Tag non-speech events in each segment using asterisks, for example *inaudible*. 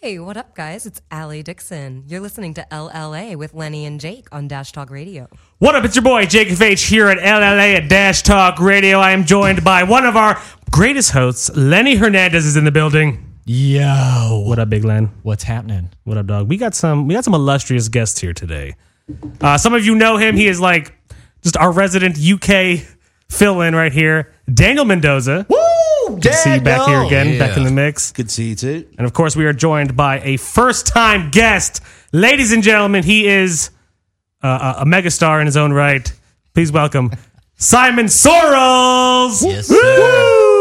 Hey, what up, guys? It's Allie Dixon. You're listening to LLA with Lenny and Jake on Dash Talk Radio. What up? It's your boy Jake FH here at LLA at Dash Talk Radio. I am joined by one of our greatest hosts, Lenny Hernandez, is in the building. Yo, What up, Big Len? *sighs* what's happening? What up, dog? We got some we got some illustrious guests here today. Uh, some of you know him. He is like just our resident UK fill-in right here, Daniel Mendoza. Woo! Good to see you back here again, back in the mix. Good to see you too. And of course, we are joined by a first time guest. Ladies and gentlemen, he is uh, a a megastar in his own right. Please welcome Simon Sorrels. Yes, sir.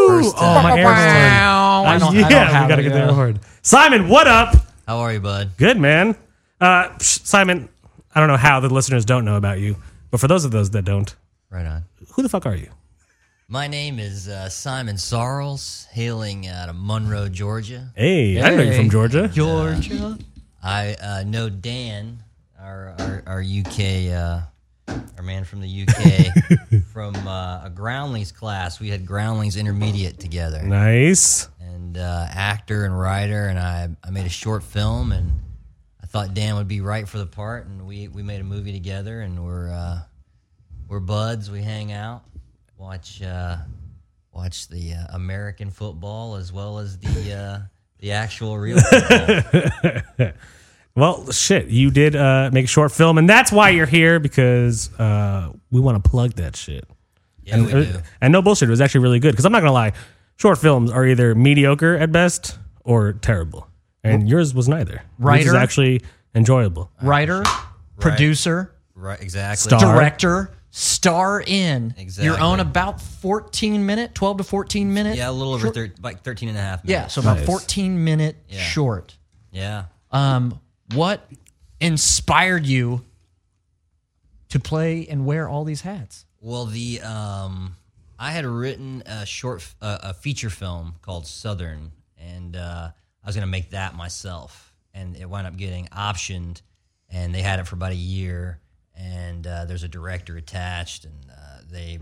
First Oh, time. my hair is I don't, yeah, I don't have we gotta it, get yeah. that hard. Simon, what up? How are you, bud? Good, man. Uh, psh, Simon, I don't know how the listeners don't know about you, but for those of those that don't, Right on. who the fuck are you? My name is uh, Simon Sarles, hailing out of Monroe, Georgia. Hey, I know you're from Hey. Georgia. Georgia. I uh, know Dan, our our, our UK, uh, our man from the UK, from uh, a Groundlings class. We had Groundlings Intermediate together, Nice. and uh, actor and writer. And I I made a short film, and I thought Dan would be right for the part, and we we made a movie together, and we're uh, we're buds. We hang out, watch uh, watch the uh, American football as well as the uh, the actual real *laughs* football. Well, shit, you did uh, make a short film, and that's why you're here because uh, we want to plug that shit. Yeah, we do. And no bullshit, it was actually really good. Because I'm not gonna lie, short films are either mediocre at best or terrible, and yours was neither. which is Writer? actually enjoyable. Writer, producer, Right, exactly. Star. director, star in your Exactly. own about 14 minute, 12 to 14 minute. Yeah, a little over thir- like 13 and a half Yeah, minutes. so about Nice. 14 minute Yeah. short. Yeah. Um, what inspired you to play and wear all these hats? Well, the um, I had written a short, f- uh, a feature film called Southern, and uh, I was going to make that myself, and it wound up getting optioned, and they had it for about a year, and uh, there's a director attached, and uh, they,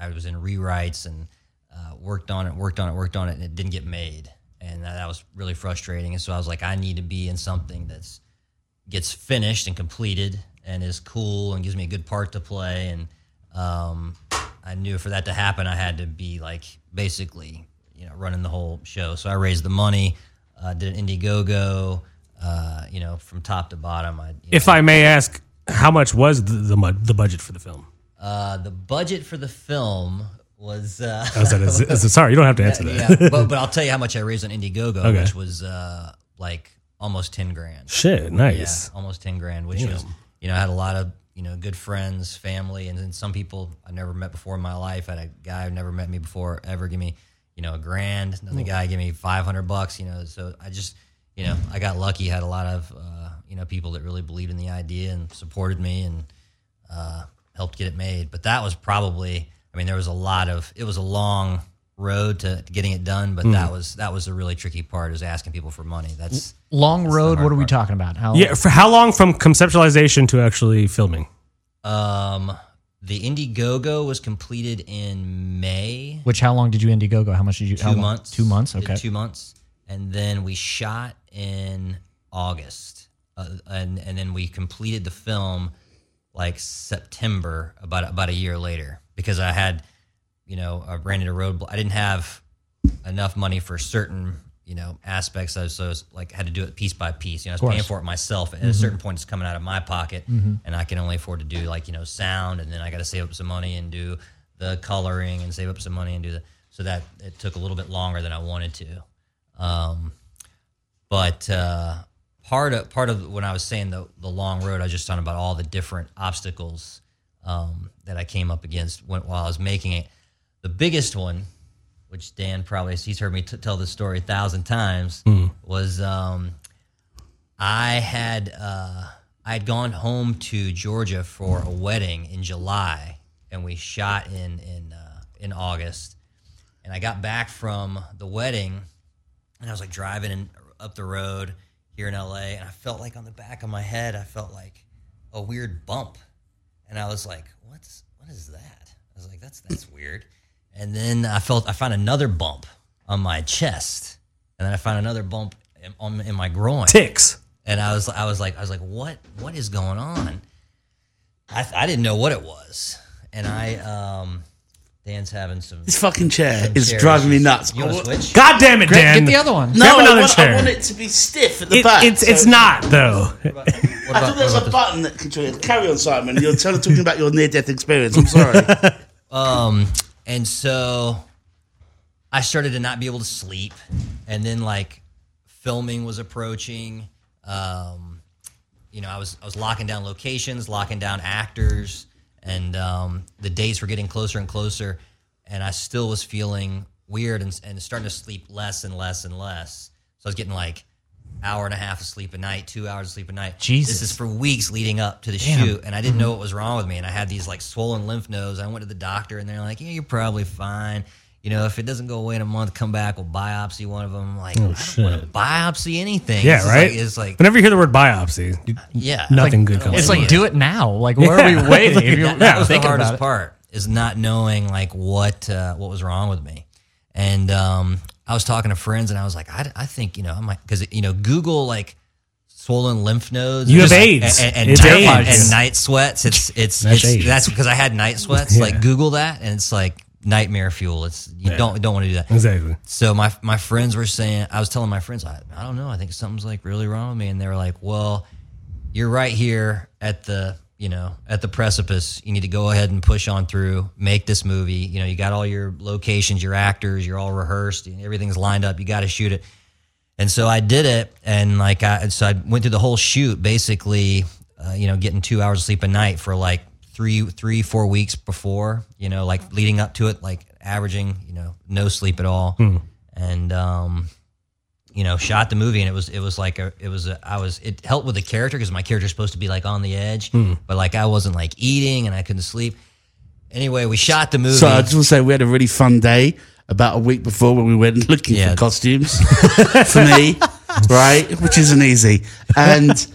I was in rewrites and uh, worked on it, worked on it, worked on it, and it didn't get made, and that, that was really frustrating, and so I was like, I need to be in something that's gets finished and completed and is cool and gives me a good part to play. And um, I knew for that to happen, I had to be like basically, you know, running the whole show. So I raised the money, uh, did an Indiegogo, uh, you know, from top to bottom. I, you If I may ask, how much was the the, mud, the budget for the film? know, uh, the budget for the film was. Uh, I was at a z- I said, sorry, you don't have to answer that. yeah, but, but I'll tell you how much I raised on Indiegogo, Okay. which was uh, like almost 10 grand. Shit, nice. Yeah, almost ten grand, which was you know I had a lot of you know good friends, family, and then some people I never met before in my life. I had a guy who never met me before ever give me you know a grand. Another guy give me five hundred bucks. You know, so I just you know I got lucky. Had a lot of uh, you know people that really believed in the idea and supported me and uh, helped get it made. But that was probably I mean there was a lot of it was a long road to getting it done but that was that was the really tricky part is asking people for money that's Long road, what are we talking about? How Yeah, for how long from conceptualization to actually filming? Um, the Indiegogo was completed in May. Which how long did you Indiegogo? How much did you? Two months. Two months. Did Okay. Two months, and then we shot in August, uh, and and then we completed the film like September, about about a year later, because I had, you know, I ran into roadblock. I didn't have enough money for certain, you know, aspects. I was, so I was like had to do it piece by piece. You know, I was paying for it myself. At a certain point, it's coming out of my pocket, and I can only afford to do like you know sound, and then I got to save up some money and do the coloring, and save up some money and do the. So that it took a little bit longer than I wanted to. Um, but uh, part of part of when I was saying the the long road, I was just talking about all the different obstacles um, that I came up against when, while I was making it. The biggest one, which Dan probably he's heard me t- tell this story a thousand times, was um, I had uh, I had gone home to Georgia for a wedding in July, and we shot in in uh, in August. And I got back from the wedding and I was like driving in, up the road here in LA, and I felt like on the back of my head, I felt like a weird bump, and I was like, "What's what is that?" I was like, "That's that's weird," and then I felt I found another bump on my chest, and then I found another bump in, on, in my groin. Ticks. and I was I was like I was like what what is going on? I I didn't know what it was, and I um Dan's having some. This fucking *laughs* chair some is chair driving me issues. nuts. You I want wa- to switch? God damn it, Dan. Get the other one. No, Grab another I, want, chair. I want it to be stiff at the It- back. it's so- it's not though. What I about- thought there was what a about button that controlled. Carry on, Simon. You're tell- talking about your near-death experience. I'm sorry. *laughs* Um, and so I started to not be able to sleep, and then like filming was approaching. Um, you know, I was I was locking down locations, locking down actors, and um, the dates were getting closer and closer, and I still was feeling weird and, and starting to sleep less and less and less. So I was getting like hour and a half of sleep a night, two hours of sleep a night. Jesus. this is for weeks leading up to the shoot, and I didn't know Mm-hmm. what was wrong with me. And I had these like swollen lymph nodes. I went to the doctor, and they're like, "Yeah, you're probably fine." You know, if it doesn't go away in a month, come back. We'll biopsy one of them. I'm like, I don't want to biopsy anything. Oh, Yeah, It's just right. Like, it's like, whenever you hear the word biopsy, you- yeah, nothing Like, good I comes. It's like don't wanna do it now. Like *laughs* where are we waiting? If you're that was the thinking about hardest it. part is not knowing like what uh, what was wrong with me and um, i was talking to friends and i was like i, I think you know i'm like because you know google like swollen lymph nodes You and have just, AIDS. like, and, and, It's night, AIDS. and night sweats it's it's That's that's AIDS. that's because i had night *laughs* sweats Yeah. like google that and it's like nightmare fuel it's you don't don't want to do that exactly. so my my friends were saying, I was telling my friends, I, I don't know, I think something's like really wrong with me, and they were like, well, you're right here at the you know at the precipice. You need to go ahead and push on through, make this movie. You know, you got all your locations, your actors, you're all rehearsed, and everything's lined up. You got to shoot it. And so I did it, and like I so I went through the whole shoot, basically, uh, you know, getting two hours of sleep a night for like three, three, four weeks before, you know, like leading up to it, like averaging, you know, no sleep at all, and um, you know, shot the movie, and it was it was like a it was a, I was it helped with the character because my character's supposed to be like on the edge, but like I wasn't like eating and I couldn't sleep. Anyway, we shot the movie. so I just want to say we had a really fun day about a week before when we went *laughs* looking Yeah. *laughs* for costumes for me, right? Which isn't easy. And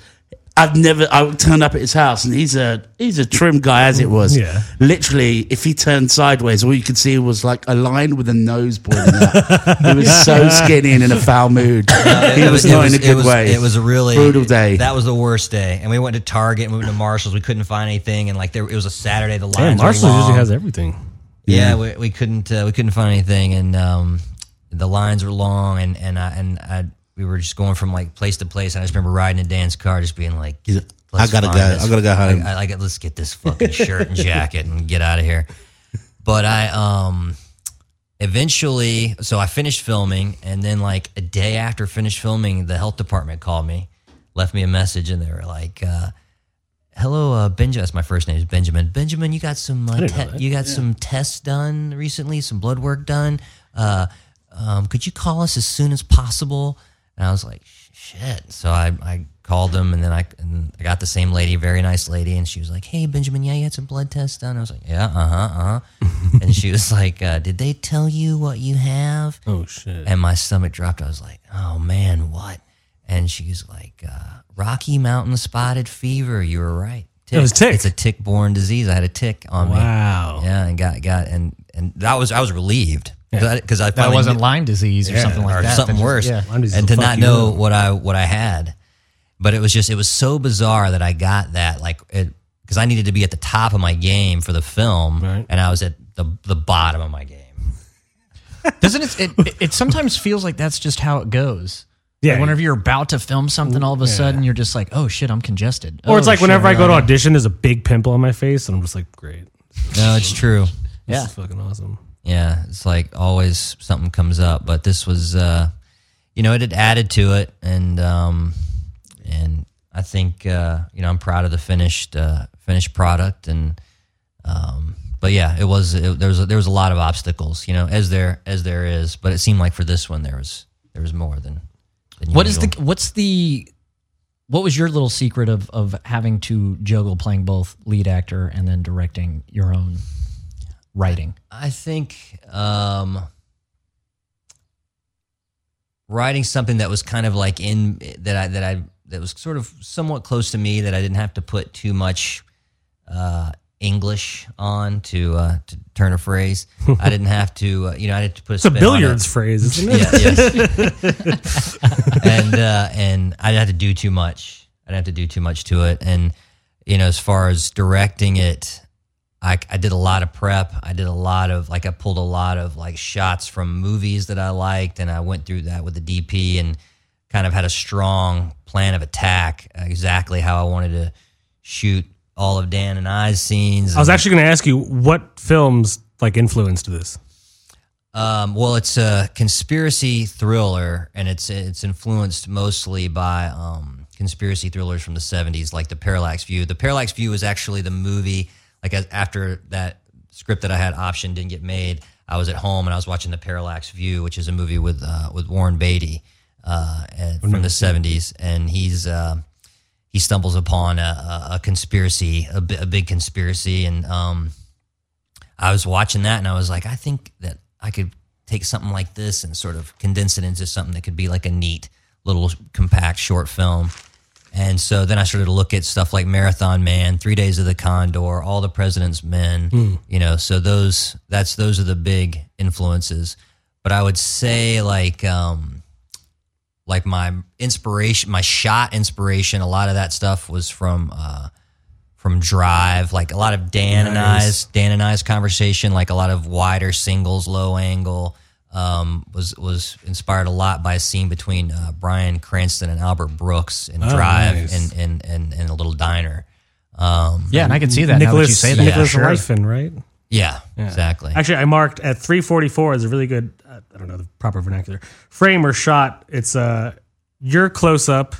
I've never I turned up at his house and he's a he's a trim guy as it was. Yeah. Literally, if he turned sideways, all you could see was like a line with a nose pointing out. he was so skinny and in a foul mood. he It was, not in a it good was- way. It was a really brutal day. That was the worst day. And we went to Target and we went to Marshalls. We couldn't find anything. And like there, it was a Saturday. The lines Damn, were Marshall long. usually has everything. Yeah, we, we couldn't uh, we couldn't find anything, and um, the lines were long, and and I, and I, we were just going from like place to place. And I just remember riding in Dan's car, just being like, He's- "Let's I gotta find go. I gotta go home." I, I, got- let's get this fucking shirt and jacket and get out of here." But I um, eventually, so I finished filming, and then like a day after finished filming, the health department called me, left me a message, and they were like. Uh, Hello, uh, Benjamin. That's my first name is Benjamin. Benjamin, you got some uh, know te- you got some tests done recently, some blood work done. Uh, um, could you call us as soon as possible? And I was like, "Sh- shit. So I, I called them, and then I and I got the same lady, very nice lady, and she was like, hey, Benjamin, yeah, you had some blood tests done. I was like, yeah, uh huh, uh huh. and she was like, uh, did they tell you what you have? Oh shit. and my stomach dropped. I was like, oh man, what? And she's like, uh, Rocky Mountain spotted fever. You were right. Tick. It was tick. It's a tick-borne disease. I had a tick on Wow. me. Yeah, and got got and and that was I was relieved because I, That finally wasn't knew- Lyme disease or something like or that. something That just- worse, yeah. Lyme disease and will to fuck not you know up. what I what I had. But it was just it was so bizarre that I got that like it because I needed to be at the top of my game for the film, Right. and I was at the the bottom of my game. Doesn't it, it? It sometimes feels like that's just how it goes. Yeah. Like whenever you're about to film something, all of a sudden you're just like, "Oh shit, I'm congested." Or it's Oh, like shit, whenever I I'm go to *laughs* not- audition, there's a big pimple on my face, and I'm just like, great. No, it's true. This Yeah. is fucking awesome. Yeah, it's like always something comes up, but this was, uh, you know, it had added to it, and um, and I think uh, you know I'm proud of the finished uh, finished product, and um, but yeah, it was it, there was a, there was a lot of obstacles, you know, as there as there is, but it seemed like for this one there was there was more than. than What is the? usual. What's the? What was your little secret of of having to juggle playing both lead actor and then directing your own writing? I think um, writing something that was kind of like in that I that I that was sort of somewhat close to me that I didn't have to put too much uh, English on to uh, to turn *laughs* a phrase. I didn't have to, uh, you know, I didn't put a It's a billiards phrase, isn't it? yeah, *laughs* yes. and uh, and I didn't have to do too much. I didn't have to do too much to it. And you know, as far as directing it, I, I did a lot of prep. I did a lot of like I pulled a lot of like shots from movies that I liked, and I went through that with the DP and kind of had a strong plan of attack, exactly how I wanted to shoot all of Dan and I's scenes. I was actually going to ask you what films like influenced this. Um, well, it's a conspiracy thriller, and it's it's influenced mostly by um, conspiracy thrillers from the '70s, like The Parallax View. The Parallax View was actually the movie. Like as, after that script that I had option didn't get made, I was at home and I was watching The Parallax View, which is a movie with uh, with Warren Beatty uh, and- from the '70s, and he's. Uh, he stumbles upon a, a, a conspiracy, a, bi- a big conspiracy, and um, I was watching that and I was like, I think that I could take something like this and sort of condense it into something that could be like a neat little compact short film. And so then I started to look at stuff like Marathon Man, Three Days of the Condor, All the President's Men. You know, so those that's those are the big influences. But I would say like um, like my inspiration, my shot inspiration, a lot of that stuff was from uh, from Drive, like a lot of Dan and I's Dan and I's conversation, like a lot of wider singles, low angle, um, was was inspired a lot by a scene between uh, Brian Cranston and Albert Brooks in Drive Oh, nice. and, and and and a little diner. Um, Yeah, and I can see that now that you Nicholas say that. Nicholas Sure. Refn, right? yeah, exactly. Actually, I marked at 344 is a really good, uh, I don't know the proper vernacular, frame or shot. It's uh, your close up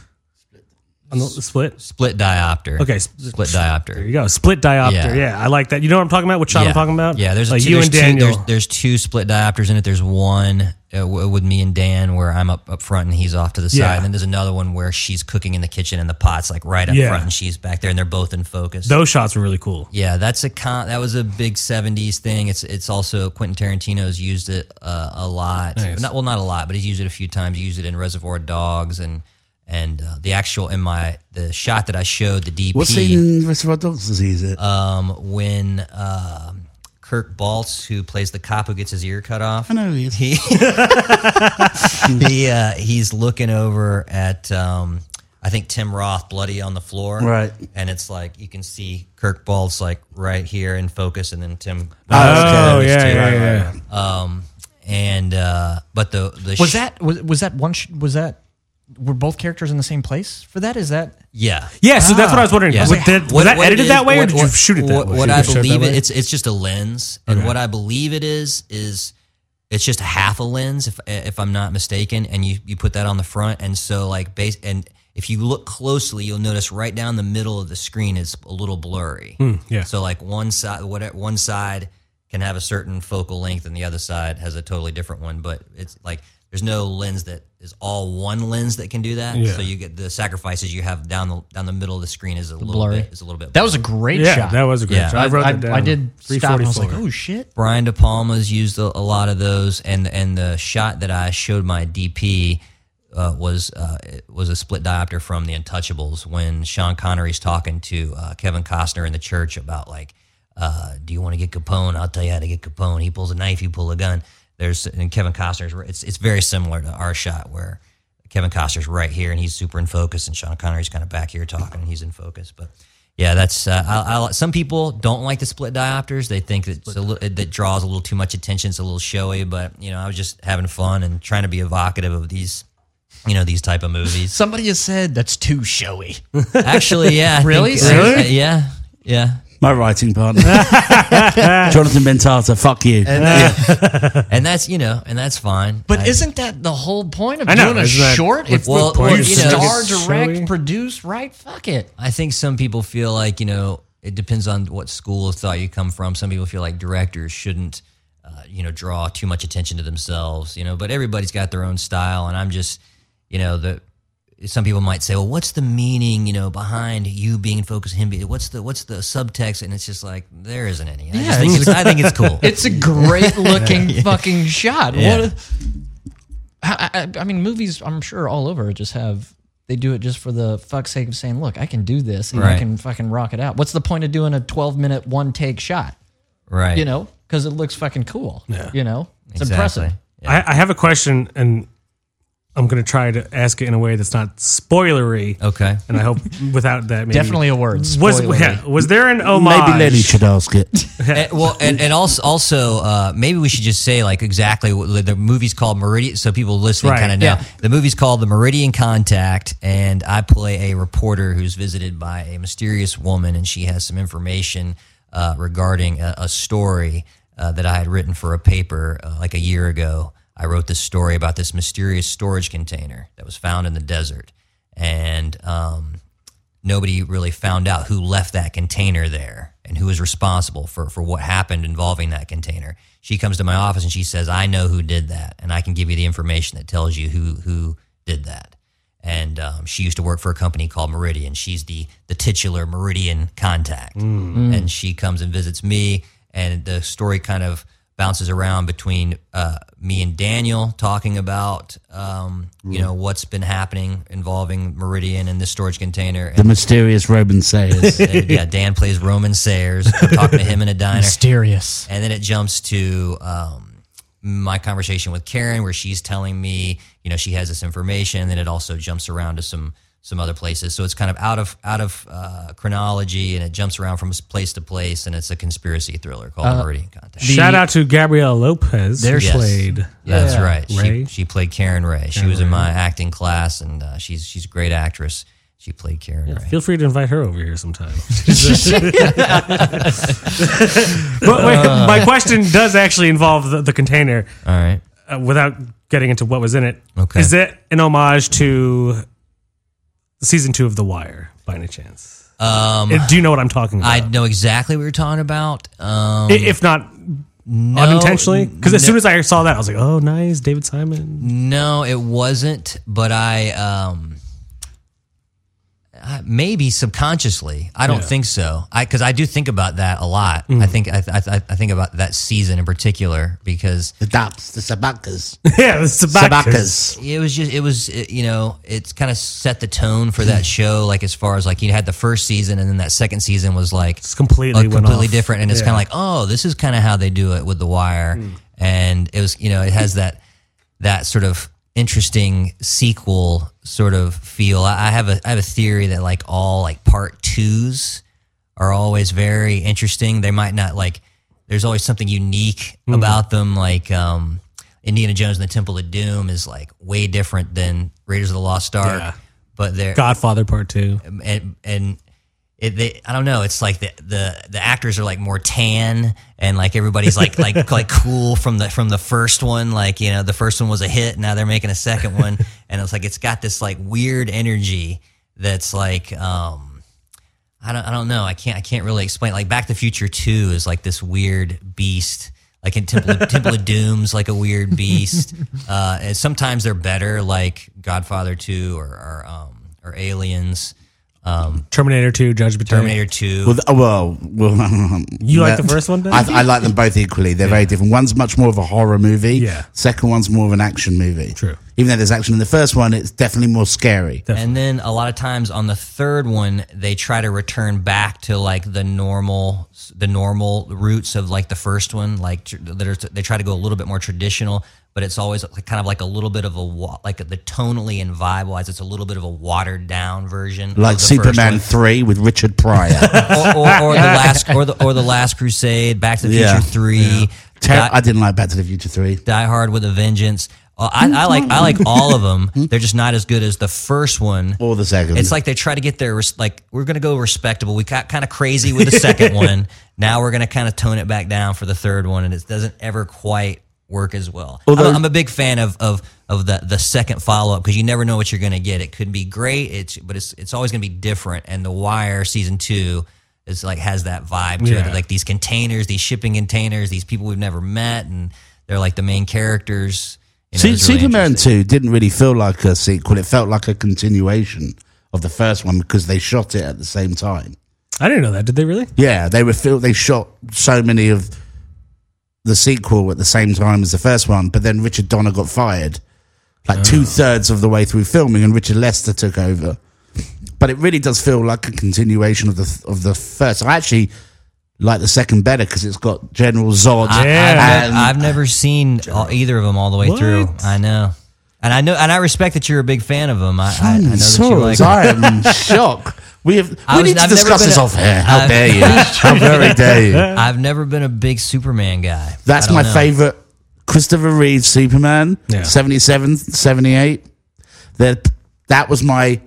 on the the split. Split diopter. Okay, sp- split There diopter. you go. Split diopter. Yeah. Yeah. I like that. You know what I'm talking about? What shot yeah. I'm talking about? Yeah, there's a like two, you there's and two- Daniel. there's, there's two split diopters in it. There's one uh, w- with me and Dan where I'm up up front and he's off to the side. Yeah. And then there's another one where she's cooking in the kitchen and the pot's like right up Yeah. front and she's back there and they're both in focus. Those shots were really cool. yeah, that's a con- that was a big '70s thing. It's it's also Quentin Tarantino's used it uh, a lot. Not well, not a lot, but he's used it a few times. He used it in Reservoir Dogs and and uh, the actual in my the shot that I showed the DP What scene in Reservoir Dogs is he? Is it? um, when um Kirk Baltz, who plays the cop who gets his ear cut off, I know he is. he, *laughs* he uh, he's looking over at um, I think Tim Roth bloody on the floor, Right. And it's like you can see Kirk Baltz like right here in focus, and then Tim. Uh, Oh, Tim is yeah, too. yeah, yeah. Um, and uh, but the the Was sh- that was, was that one? Sh- was that were both characters in the same place for that? Is that yeah Yeah, so that's what I was wondering. Yeah. Was, that- was What- that what it edited is- that way, or what- did you what- shoot it that what, way? What Did I you shoot believe that it, way? it's it's just a lens, and what I believe it is is it's just half a lens, if if I'm not mistaken, and you you put that on the front, and so like base and. If you look closely, you'll notice right down the middle of the screen is a little blurry. yeah. So like one side, what one side can have a certain focal length, and the other side has a totally different one. But it's like there's no lens that is all one lens that can do that. Yeah. So you get the sacrifices you have down the down the middle of the screen is a little blurry. bit is a little bit that was a great Yeah, shot? that was a great Yeah. shot. I wrote I, that down. I did stop and I was like, 344. oh shit. Brian De Palma's used a, a lot of those, and and the shot that I showed my DP uh, was uh, it was a split diopter from The Untouchables when Sean Connery's talking to uh, Kevin Costner in the church about like, uh, do you want to get Capone? I'll tell you how to get Capone. He pulls a knife, you pull a gun. There's and Kevin Costner's. It's it's very similar to our shot where Kevin Costner's right here and he's super in focus, and Sean Connery's kind of back here talking and he's in focus. But yeah, that's uh, I, I, some people don't like the split diopters. They think that it's a li- that draws a little too much attention. It's a little showy, but you know, I was just having fun and trying to be evocative of these, you know, these type *laughs* of movies. Somebody has said that's too showy. Actually, yeah, I Really? think, uh, Really? uh, yeah, yeah. My writing partner, *laughs* Jonathan Bentata. Fuck you. And that's you know, and that's fine. But I- isn't that the whole point of I know, doing a isn't that- short? If Well, the well, you you know, star, it's direct, showy. produce, right? Fuck it. I think some people feel like you know it depends on what school of thought you come from. Some people feel like directors shouldn't, uh, you know, draw too much attention to themselves. You know, but everybody's got their own style, and I'm just, you know, the some people might say, well, what's the meaning, you know, behind you being in focus, him being, what's the what's the subtext? And it's just like there isn't any. I just think it's, I think it's *laughs* cool. It's *laughs* a great looking fucking shot. Yeah. What? a- I, I- I mean, movies. I'm sure all over just have They do it just for the fuck's sake of saying, "Look, I can do this, and I Right. can fucking rock it out." What's the point of doing a twelve-minute one-take shot? Right. You know, because it looks fucking cool. Yeah. You know, it's impressive. I, I have a question, and I'm going to try to ask it in a way that's not spoilery. Okay. And I hope without that, maybe. Definitely a word. Was Spoilery. yeah, was there an homage? Maybe Lenny should ask it. And- well, and, and also, also uh, maybe we should just say like exactly what the movie's called Meridian, so people listening Right, kind of know. yeah. The movie's called The Meridian Contact, and I play a reporter who's visited by a mysterious woman, and she has some information uh, regarding a, a story uh, that I had written for a paper uh, like a year ago. I wrote this story about this mysterious storage container that was found in the desert, and um, nobody really found out who left that container there and who was responsible for, for what happened involving that container. She comes to my office and she says, I know who did that, and I can give you the information that tells you who, who did that. And um, she used to work for a company called Meridian. She's the, the titular Meridian contact. And she comes and visits me, and the story kind of bounces around between uh, me and Daniel talking about um, you know what's been happening involving Meridian and this storage container. The And, mysterious Roman Sayers. and, yeah, Dan plays Roman Sayers. I'm talking to him in a diner, Mysterious. and then it jumps to um, my conversation with Karen, where she's telling me you know she has this information, and then it also jumps around to some some other places. So it's kind of out of out of uh, chronology, and it jumps around from place to place, and it's a conspiracy thriller called Meridian Contact. Shout out to Gabrielle Lopez. There who she- played. That's Yeah. right. Ray. She, she played Karen Ray. she was in my acting class, and uh, she's she's a great actress. She played Karen Ray. Feel free to invite her over here *laughs* sometime. *laughs* but wait, Uh. my question does actually involve the, the container. All right. uh, without getting into what was in it, is Okay. it an homage to season two of The Wire by any chance? Um, Uh, Do you know what I'm talking about? I know exactly what you're talking about. Um, I- if not no, unintentionally, because as Oh, no- soon as I saw that, I was like, "Oh, nice, David Simon." No, it wasn't. But I, um, I- maybe subconsciously, I don't think so. I because I do think about that a lot. Mm-hmm. I think I, I, I think about that season in particular because *laughs* the Dubs, the Sabakas. *laughs* yeah, the Sabakas. Sabakas. it was just it was it, you know it's kind of set the tone for Hmm. that show like as far as like you had the first season and then that second season was like It's completely uh, went completely off. different and it's Yeah. Hmm. kind of like oh this is kind of how they do it with the wire and it was you know it has that that sort of interesting sequel sort of feel I, I have a I have a theory that like all like part twos are always very interesting they might not like there's always something unique Hmm. about them like um Indiana Jones and the Temple of Doom is like way different than Raiders of the Lost Ark but they're Godfather Part Two. and and it, they, I don't know. It's like the, the the actors are like more tan and like everybody's like like like cool from the from the first one. Like you know, the first one was a hit. Now they're making a second one, and it's like it's got this like weird energy that's like um I don't I don't know. I can't I can't really explain. Like Back to the Future Two is like this weird beast. Like in Temple of, Temple of Doom's like a weird beast. Uh, and sometimes they're better, like Godfather Two or or, um, or Aliens. Terminator Two, Judgment Day. Terminator Two. Well, th- well, *laughs* well You like the first one, Ben? I, I like them both equally. They're very different. One's much more of a horror movie. Yeah. Second one's more of an action movie. True. Even though there's action in the first one, it's definitely more scary. and then a lot of times on the third one, they try to return back to like the normal, the normal roots of like the first one. Like tr- that are- they try to go a little bit more traditional, but it's always like- kind of like a little bit of a wa- like the tonally and vibe wise, it's a little bit of a watered down version, of Like the first Superman one. Three with Richard *laughs* Pryor. or, or, or the last or the or the Last Crusade, Back to the Yeah. Future Three. Ter- Di- I didn't like Back to the Future Three. Die Hard with a Vengeance. Uh, I, I like I like all of *laughs* them. They're just not as good as the first one Or the second. It's like they try to get their res- like we're gonna go respectable. We got kind of crazy with *laughs* the second one. Now we're gonna kind of tone it back down for the third one, and it doesn't ever quite work as well. I'm, I'm a big fan of of of the the second follow up because you never know what you're gonna get. It could be great, it's but it's it's always gonna be different. And The Wire season two is like has that vibe to Yeah. it, like these containers, these shipping containers, these people we've never met, and they're like the main characters. You know, See, it's really Superman interesting. Two didn't really feel like a sequel. It felt like a continuation of the first one because they shot it at the same time. I didn't know that. Did they really? Yeah, they were fil- they shot so many of the sequel at the same time as the first one, but then Richard Donner got fired. Oh. like two thirds of the way through filming, and Richard Lester took over. But it really does feel like a continuation of the of the first. I actually like the second better because it's got General Zod. I, Yeah. I've, ne- I've never seen all, either of them all the way through. What? I know, and I know, and I respect that you're a big fan of them. I, I, I know that you like. *laughs* Sorry, I am shocked. We have we I was- need to I've never discuss been this a- off air. How I've- dare you? *laughs* How very dare you? I've never been a big Superman guy. I That's don't my know. favorite. Christopher Reeve Superman, Yeah. 77, 78. That that was my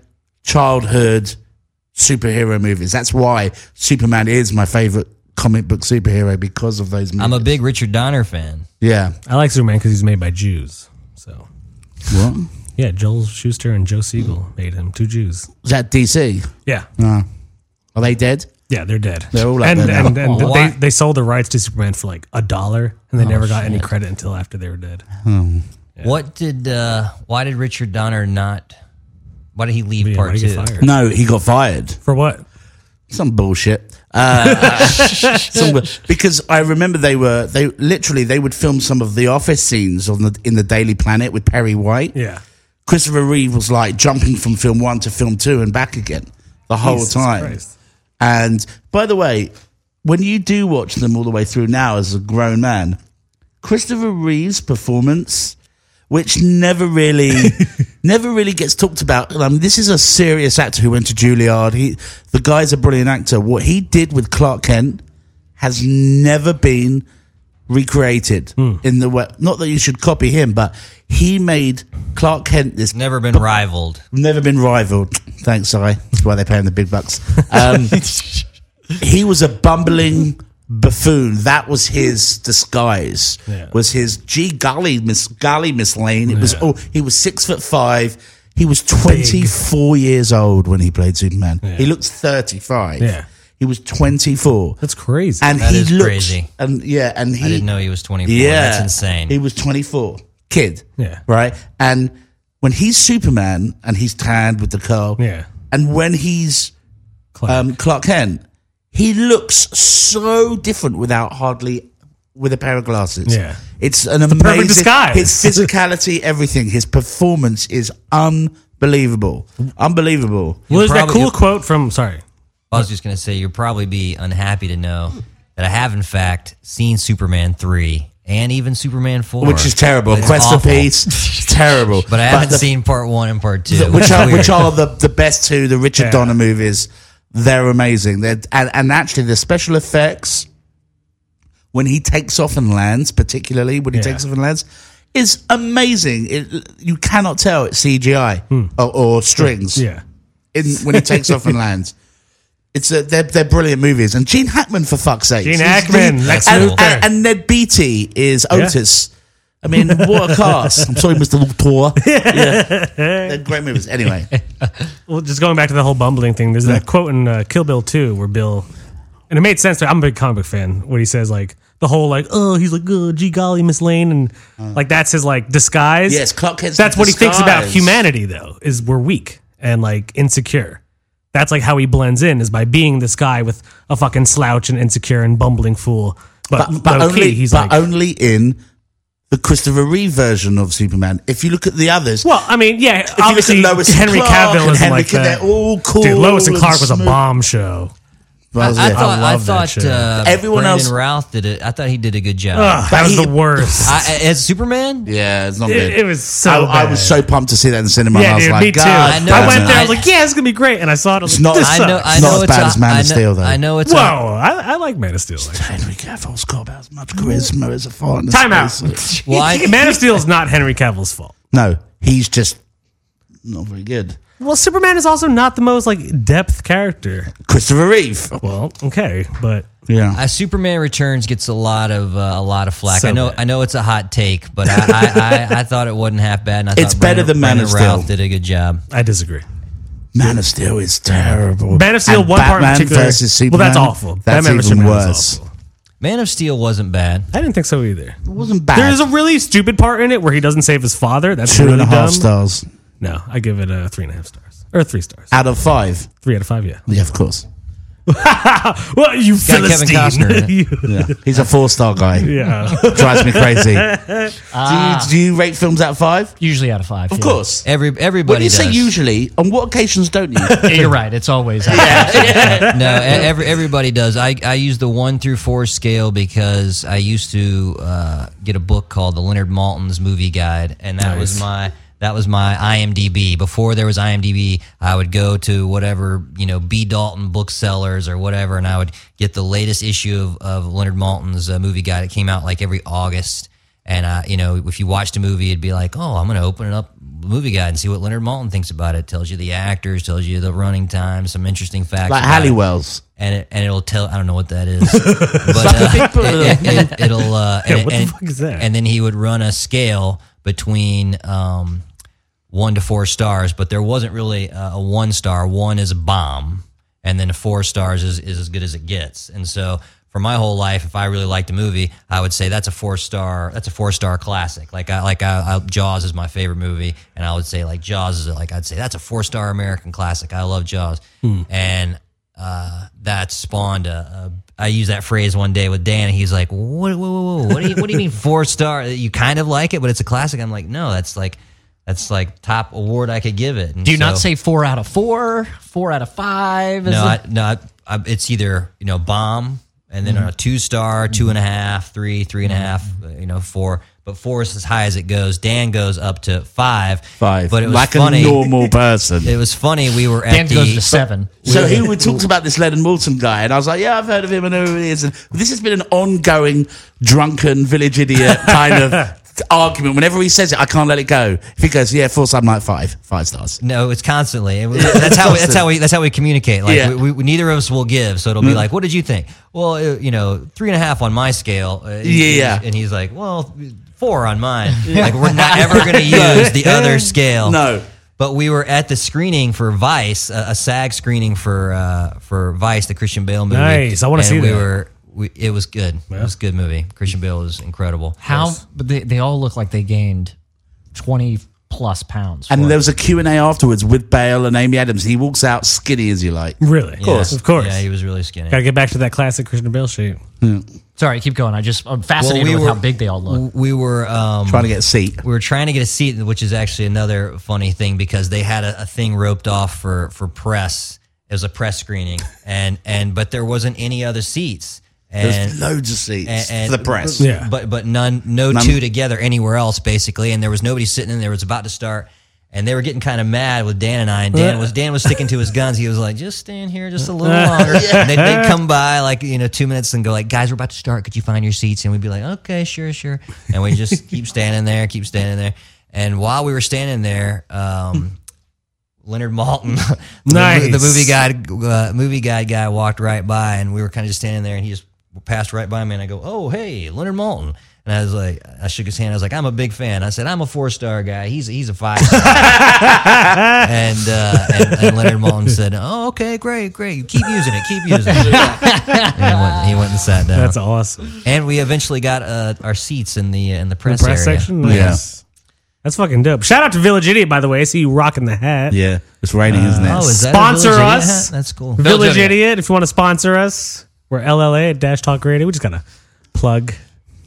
childhood superhero movies. That's why Superman is my favorite comic book superhero because of those movies. I'm a big Richard Donner fan. yeah. I like Superman because he's made by Jews. So What? yeah, Joel Schuster and Joe Siegel made him two Jews. Is that DC? Yeah, Are they dead? yeah, they're dead. They're all out and there now. and, and Why? they, they sold the rights to Superman for like a dollar, and Oh, they never got any credit until after they were dead. What did? Uh, why did Richard Donner not? Why did he leave Yeah, why'd part he two? get fired? No, he got fired. For what? some bullshit. Uh, *laughs* some bu- because I remember they were they literally they would film some of the office scenes on the in the Daily Planet with Perry White. Yeah. Christopher Reeve was like jumping from film one to film two and back again the whole Jesus time. Christ. And by the way, when you do watch them all the way through now as a grown man, Christopher Reeve's performance, which never really, never really gets talked about. Um, this is a serious actor who went to Juilliard. He, the guy's a brilliant actor. What he did with Clark Kent has never been recreated in the way. Not that you should copy him, but he made Clark Kent this Never been rivaled. never been rivaled. Thanks, I. That's why they pay him the big bucks. *laughs* Um, he was a bumbling buffoon. That was his disguise. Yeah. Was his gee golly, Miss Golly, Miss Lane. It was oh, he was six foot five. He was twenty four years old when he played Superman. He looks thirty five. Yeah. He was twenty four. That's crazy. And That he is looks crazy. and yeah, and he I didn't know he was 24. Oh, That's insane. he was 24, kid. Yeah. Right. And when he's Superman and he's tanned with the curl. Yeah. And when he's Clark. um, Clark Kent, he looks so different without hardly with a pair of glasses. Yeah. It's an amazing perfect disguise. His physicality, *laughs* everything, his performance is unbelievable. Unbelievable. well, there's that probably- cool quote from, sorry. I was just gonna say you'll probably be unhappy to know that I have in fact seen Superman three and even Superman four, Which is terrible. It's Quest for awful. Peace, terrible. But I haven't the- seen part one and part two, The- which are *laughs* Weird. which are the, the best two the Richard Yeah. Donner movies. They're amazing. They're and, and actually the special effects when he takes off and lands, particularly when he Yeah. takes off and lands, is amazing. It, you cannot tell it's CGI or, or strings Hmm. Yeah. in when he *laughs* takes off and lands. It's a, they're they're brilliant movies and Gene Hackman for fuck's sake. Gene He's Hackman, really- Lex and, Luthor. and, and Ned Beatty is Otis. I mean, what *laughs* a cast! I'm sorry, Mr. Luthor. Yeah. They're great movies. Anyway, Well, just going back to the whole bumbling thing, there's that quote in uh, Kill Bill 2 where Bill, and it made sense to I'm a big comic book fan, where he says, like, the whole, like, oh, he's like, oh, gee golly, Miss Lane. And, like, that's his, like, disguise. Yes, Clark Kent's That's what he thinks about disguise. humanity, though, is we're weak and, like, insecure. That's, like, how he blends in, is by being this guy with a fucking slouch and insecure and bumbling fool. But, but, but low only key, he's but like, only in the Christopher Reeve version of Superman. If you look at the others, well, I mean, yeah, if obviously, you look at Lois and Henry Clark Cavill and is Henry like Cavill, that. they're all cool. Dude, Lois and Clark was a smooth. bomb show. Well, I yeah. thought, I love that thought shit. uh, Everyone Brandon else- Routh did it. I thought he did a good job. Ugh, that But was he- the worst. I, I- as Superman, yeah, it's not good. It, it was so. I, I bad. was so pumped to see that in the cinema. and Yeah, I was dude, like, me too. God, I, know. damn went it. there. I was like, yeah, it's gonna be great, and I saw it. I was It's like, not- this I sucks. know. I It's not know as it's bad a- as Man I of know- Steel, though. I know it's. a- Whoa, I, I like Man of Steel. Like. Henry Cavill's got about as much charisma as a foreigner. Time out. Well, I- *laughs* Man of Steel is not Henry Cavill's fault. No, he's just not very good. Well, Superman is also not the most like depth character. Christopher Reeve. Well, okay, but Yeah. Uh, Superman Returns gets a lot of uh, a lot of flack. So I know bad. I know it's a hot take, but I I, I, I thought it wasn't half bad. And I It's thought better Brandon- than Man of Brandon Routh Steel. did a good job. I disagree. Man of Steel is terrible. Man of Steel, And one part in Batman particular- versus well, Superman. that's awful. That's Batman versus even Superman is worse. awful. Man of Steel wasn't bad. I didn't think so either. It wasn't bad. There's a really stupid part in it where he doesn't save his father. That's two really and a half dumb. stars uh, No, I give it a three and a half stars or three stars, out of five. three out of five. Yeah, Yeah, of course. well, you Got Kevin Philistine. Costner *laughs* in You- Yeah. He's a four star guy. yeah. Drives me crazy. do, you, do you rate films out of five? Usually out of five. Ah. Of course. Every everybody. When you say does. usually, on what occasions don't you? You're right. It's always. no, e- every, everybody does. I, I use the one through four scale because I used to uh, get a book called The Leonard Malton's Movie Guide, and that was my that was my IMDb. Before there was IMDb, I would go to whatever you know B Dalton booksellers or whatever, and I would get the latest issue of, of Leonard Malton's uh, Movie Guide. It came out like every August. And I, you know, if you watched a movie, it'd be like, oh, I'm going to open it up movie guide and see what Leonard Malton thinks about it. Tells you the actors, tells you the running time, some interesting facts. *laughs* like about it. Halliwell's. and it, and it'll tell. I don't know what *laughs* that is, but uh, it, will Uh, and, what the and- fuck is that? And then he would run a scale between um, one to four stars, but there wasn't really uh, a one star. One is a bomb, and then a four stars is, is as good as it gets. And so for my whole life, if I really liked a movie, I would say that's a four star. That's a four star classic. Like I like I, I, Jaws is my favorite movie, and I would say like Jaws is like I'd say that's a four star American classic. I love Jaws, and uh, that spawned a, a. I used that phrase one day with Dan. And he's like, "What? Whoa, whoa, whoa, what, do you, what do you mean four star? You kind of like it, but it's a classic." I'm like, "No, that's like, that's like top award I could give it." And Do you not so- say four out of four? Four out of five? Is no, it- I, no. I, I, it's either you know bomb, and Mm-hmm. then a two star, two and a half, three, three and a half, uh, you know four. But four is as high as it goes. Dan goes up to five. Five. But it was like funny. a normal *laughs* person. It was funny. We were at Dan the goes to seven. So he would talks about this Leonard Moulton guy, and I was like, "Yeah, I've heard of him. I know who he is." And this has been an ongoing drunken village *laughs* idiot kind of argument. Whenever he says it, I can't let it go. If he goes, "Yeah, four star, like five, five stars," No, it's constantly. And we- That's how that's how we that's how we communicate. Like Yeah. Mm-hmm. we, we, neither of us will give, so it'll be like, "What did you think?" Well, uh, you know, three and a half on my scale. Uh, he- Yeah. and he's like, "Well, four on mine." Like we're not ever going *laughs* to use the other scale. No. But we were at the screening for Vice, a, a SAG screening for uh, for Vice, the Christian Bale movie. Nice. I wanna And see we that. Were, we, it was good. It was a good movie. Christian Bale was incredible. How? But they, they all look like they gained 20 plus pounds. and there was a Q and A afterwards with Bale and Amy Adams. He walks out skinny as you like. Really? Of Yeah. Of course. Yeah, he was really skinny. Gotta get back to that classic Christian Bale shit. Sorry, keep going. I just, I'm fascinated we with were- Mm. how big they all look. We were um, Trying to get a seat. we were trying to get a seat, which is actually another funny thing because they had a, a thing roped off for for press. It was a press screening, and and but there wasn't any other seats. And There's loads of seats and- for the press. Yeah. But but none, no two together anywhere else basically, and there was nobody sitting in there. It was about to start, and they were getting kind of mad with Dan and I. And Dan was Dan was sticking to his guns. He was like, "Just stand here just a little longer." And they'd, they'd come by like you know two minutes and go like, "Guys, we're about to start. Could you find your seats?" And we'd be like, "Okay, sure, sure." And we just keep standing there, keep standing there. And while we were standing there, um, Leonard Malton, *laughs* the, Nice. the movie guide, uh, movie guide guy walked right by, and we were kind of just standing there, and he just passed right by me, and I go, "Oh, hey, Leonard Malton," and I was like, I shook his hand, I was like, "I'm a big fan." I said, "I'm a four star guy. He's he's a five *laughs* star." and, uh, and and Leonard Malton said, "Oh, okay, great, great. Keep using it. Keep using it." and he went, he went and sat down, That's awesome. and we eventually got uh, our seats in the in the press, Press area. section? Nice. That's fucking dope. Shout out to Village Idiot, by the way. I see you rocking the hat. Yeah, it's raining, isn't it? Oh, is that a Sponsor Village Idiot us. hat? *laughs* That's cool. Village, Idiot. if you want to sponsor us, we're LLA at Dash Talk Radio. We just gotta plug.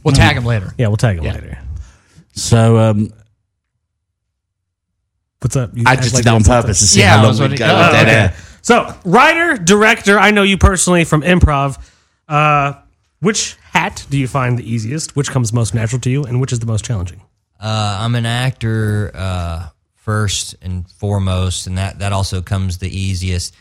We'll tag them later. Yeah, we'll tag it later. so um, What's up? You I act just like did that on that's something. purpose to see Yeah, I how long was we go with wondering- oh, that okay. air. So, writer, director, I know you personally from improv. Uh, which hat do you find the easiest? Which comes most natural to you, and which is the most challenging? Uh, I'm an actor uh, first and foremost, and that, that also comes the easiest.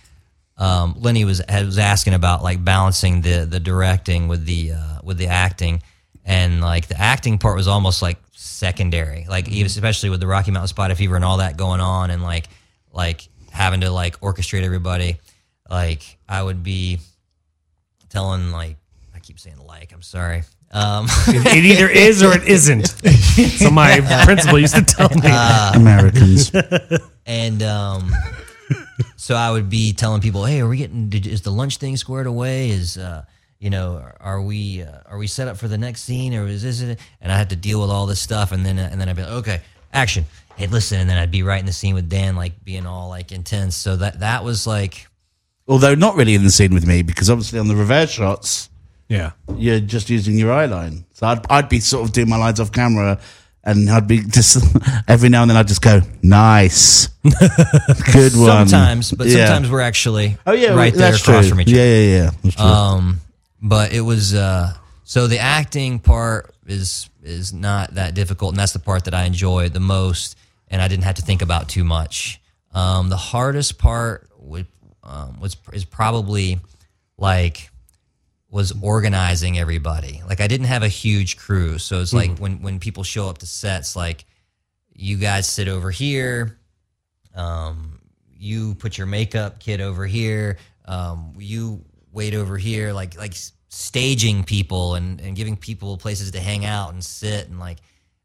Um, Lenny was had- was asking about like balancing the the directing with the uh, with the acting, and like the acting part was almost like secondary, like even especially with the Rocky Mountain Spotted Fever and all that going on, and like like having to like orchestrate everybody. Like I would be telling like I keep saying like I'm sorry. Um, *laughs* It either is or it isn't. So my principal used to tell me. Uh, Ah. Americans. *laughs* and *laughs* um, so I would be telling people, "Hey, are we getting? Did, is the lunch thing squared away? Is uh, you know, are, are we uh, are we set up for the next scene, or is this?" It? And I had to deal with all this stuff, and then and then I'd be like, "Okay, action! Hey, listen!" And then I'd be right in the scene with Dan, like being all like intense. So that that was like Although not really in the scene with me because obviously on the reverse shots Yeah. you're just using your eye line. So I'd I'd be sort of doing my lines off camera, and I'd be *laughs* just every now and then I'd just go *laughs* nice, good one. Sometimes, but Yeah. sometimes we're actually oh yeah, right there that's across true. from each other. Yeah, yeah, yeah. That's true. Um, but it was uh, so the acting part is is not that difficult, and that's the part that I enjoyed the most, and I didn't have to think about too much. Um, the hardest part would, um, was is probably like was organizing everybody. Like I didn't have a huge crew, so it's like when when people show up to sets, like you guys sit over here, um, you put your makeup kit over here, um, you wait over here, like like s- staging people and and giving people places to hang out and sit and like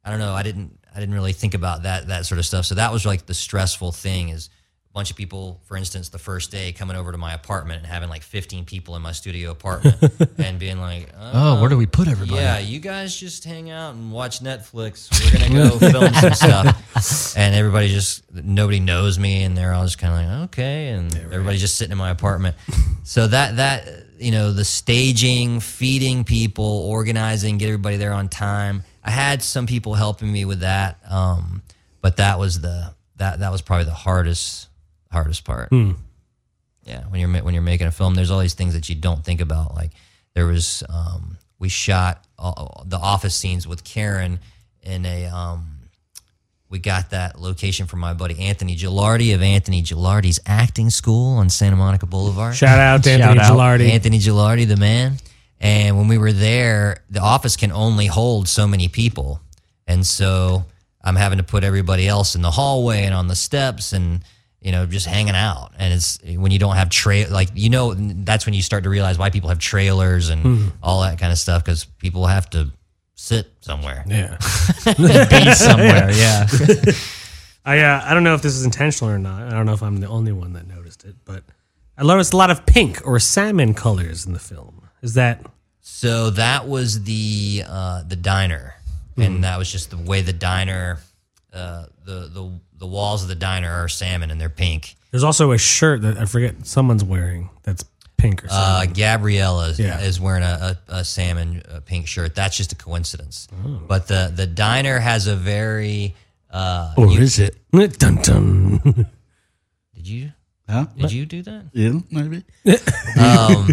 I don't know, I didn't I didn't really think about that that sort of stuff. So that was like the stressful thing is a bunch of people, for instance, the first day coming over to my apartment and having like 15 people in my studio apartment and being like, Oh, where do we put everybody? yeah, you guys just hang out and watch Netflix. We're gonna go film some stuff, and everybody just nobody knows me, and they're all just kind of like okay, and everybody's just sitting in my apartment. So that that you know the staging, feeding people, organizing, get everybody there on time. I had some people helping me with that, um, but that was the that that was probably the hardest hardest part. Yeah, when you're ma- when you're making a film, there's all these things that you don't think about. Like there was, um, we shot all, the office scenes with Karen in a. Um, we got that location from my buddy Anthony Gilardi of Anthony Gilardi's Acting School on Santa Monica Boulevard. Shout out to Anthony Shout out. Gilardi. Anthony Gilardi, the man. And when we were there, the office can only hold so many people. And so I'm having to put everybody else in the hallway and on the steps and, you know, just hanging out. And it's when you don't have trail, like, you know, that's when you start to realize why people have trailers and all that kind of stuff because people have to sit somewhere. yeah. Be somewhere. *laughs* Yeah. I uh, I don't know if this is intentional or not. I don't know if I'm the only one that noticed it, but I noticed a lot of pink or salmon colors in the film. Is that So that was the uh, the diner, and that was just the way the diner, uh, the the the walls of the diner are salmon and they're pink. there's also a shirt that I forget someone's wearing that's pink or something. Uh, Gabriella is, Yeah. is wearing a, a, a salmon uh pink shirt. That's just a coincidence. But the the diner has a very uh, or is it? dun dun. did you Huh? did you do that? Yeah, *laughs* maybe. Um,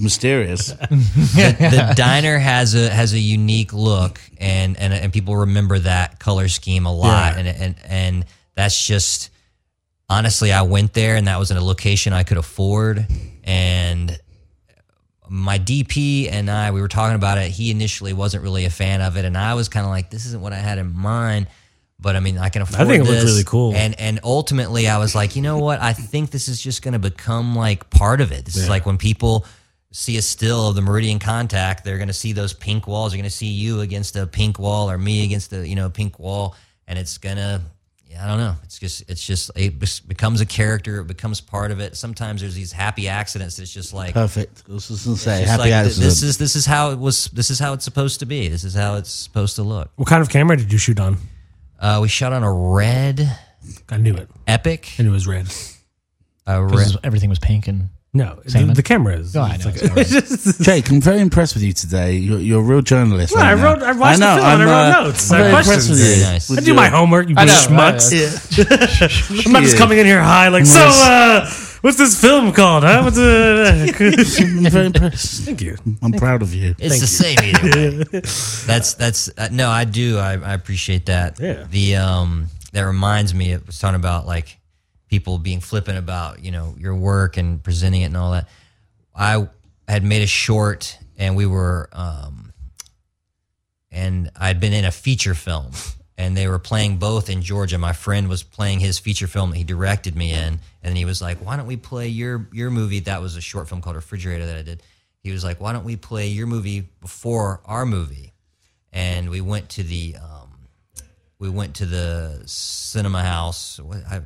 Mysterious. *laughs* the diner has a has a unique look, and and and people remember that color scheme a lot, and and and that's just honestly, I went there, and that was in a location I could afford, and my DP and I we were talking about it. He initially wasn't really a fan of it, and I was kind of like, this isn't what I had in mind. But I mean, I can afford. think it this. looks really cool. And and ultimately, I was like, you know what? I think this is just going to become like part of it. This is like when people see a still of the Meridian Contact, they're going to see those pink walls. They're going to see you against a pink wall, or me against the you know pink wall, and it's gonna. yeah, I don't know. It's just, it's just, it bes- becomes a character. It becomes part of it. Sometimes there's these happy accidents. It's just like, Perfect. I was just gonna say it's happy like, th- accident. this is this is how it was. This is how it's supposed to be. This is how it's supposed to look. what kind of camera did you shoot on? Uh, we shot on a red I knew it. epic. I knew it was red. A red, Because everything was pink and. No, the, Salmon? the camera is. Oh, I know. it's *laughs* alright. Jake, I'm very impressed with you today. You're, you're a real journalist. Well, right I now. wrote- I watched the film and I wrote notes. I I'm have very impressed questions. with you. Very nice. With I do my your- homework, you I know, schmucks. *laughs* right, I'm not just coming in here high, like, so, uh, what's this film called, huh? What's, uh, I'm very impressed. thank you. I'm proud of you. It's the same either way. that's that's uh, no, I do. I, I appreciate that. Yeah. The um that reminds me. It was talking about like people being flippant about you know your work and presenting it and all that. I had made a short and we were um and I'd been in a feature film and they were playing both in Georgia. My friend was playing his feature film that he directed me in and then he was like, "Why don't we play your your movie that was a short film called Refrigerator that I did." He was like, "Why don't we play your movie before our movie?" And we went to the um we went to the cinema house. What, I, I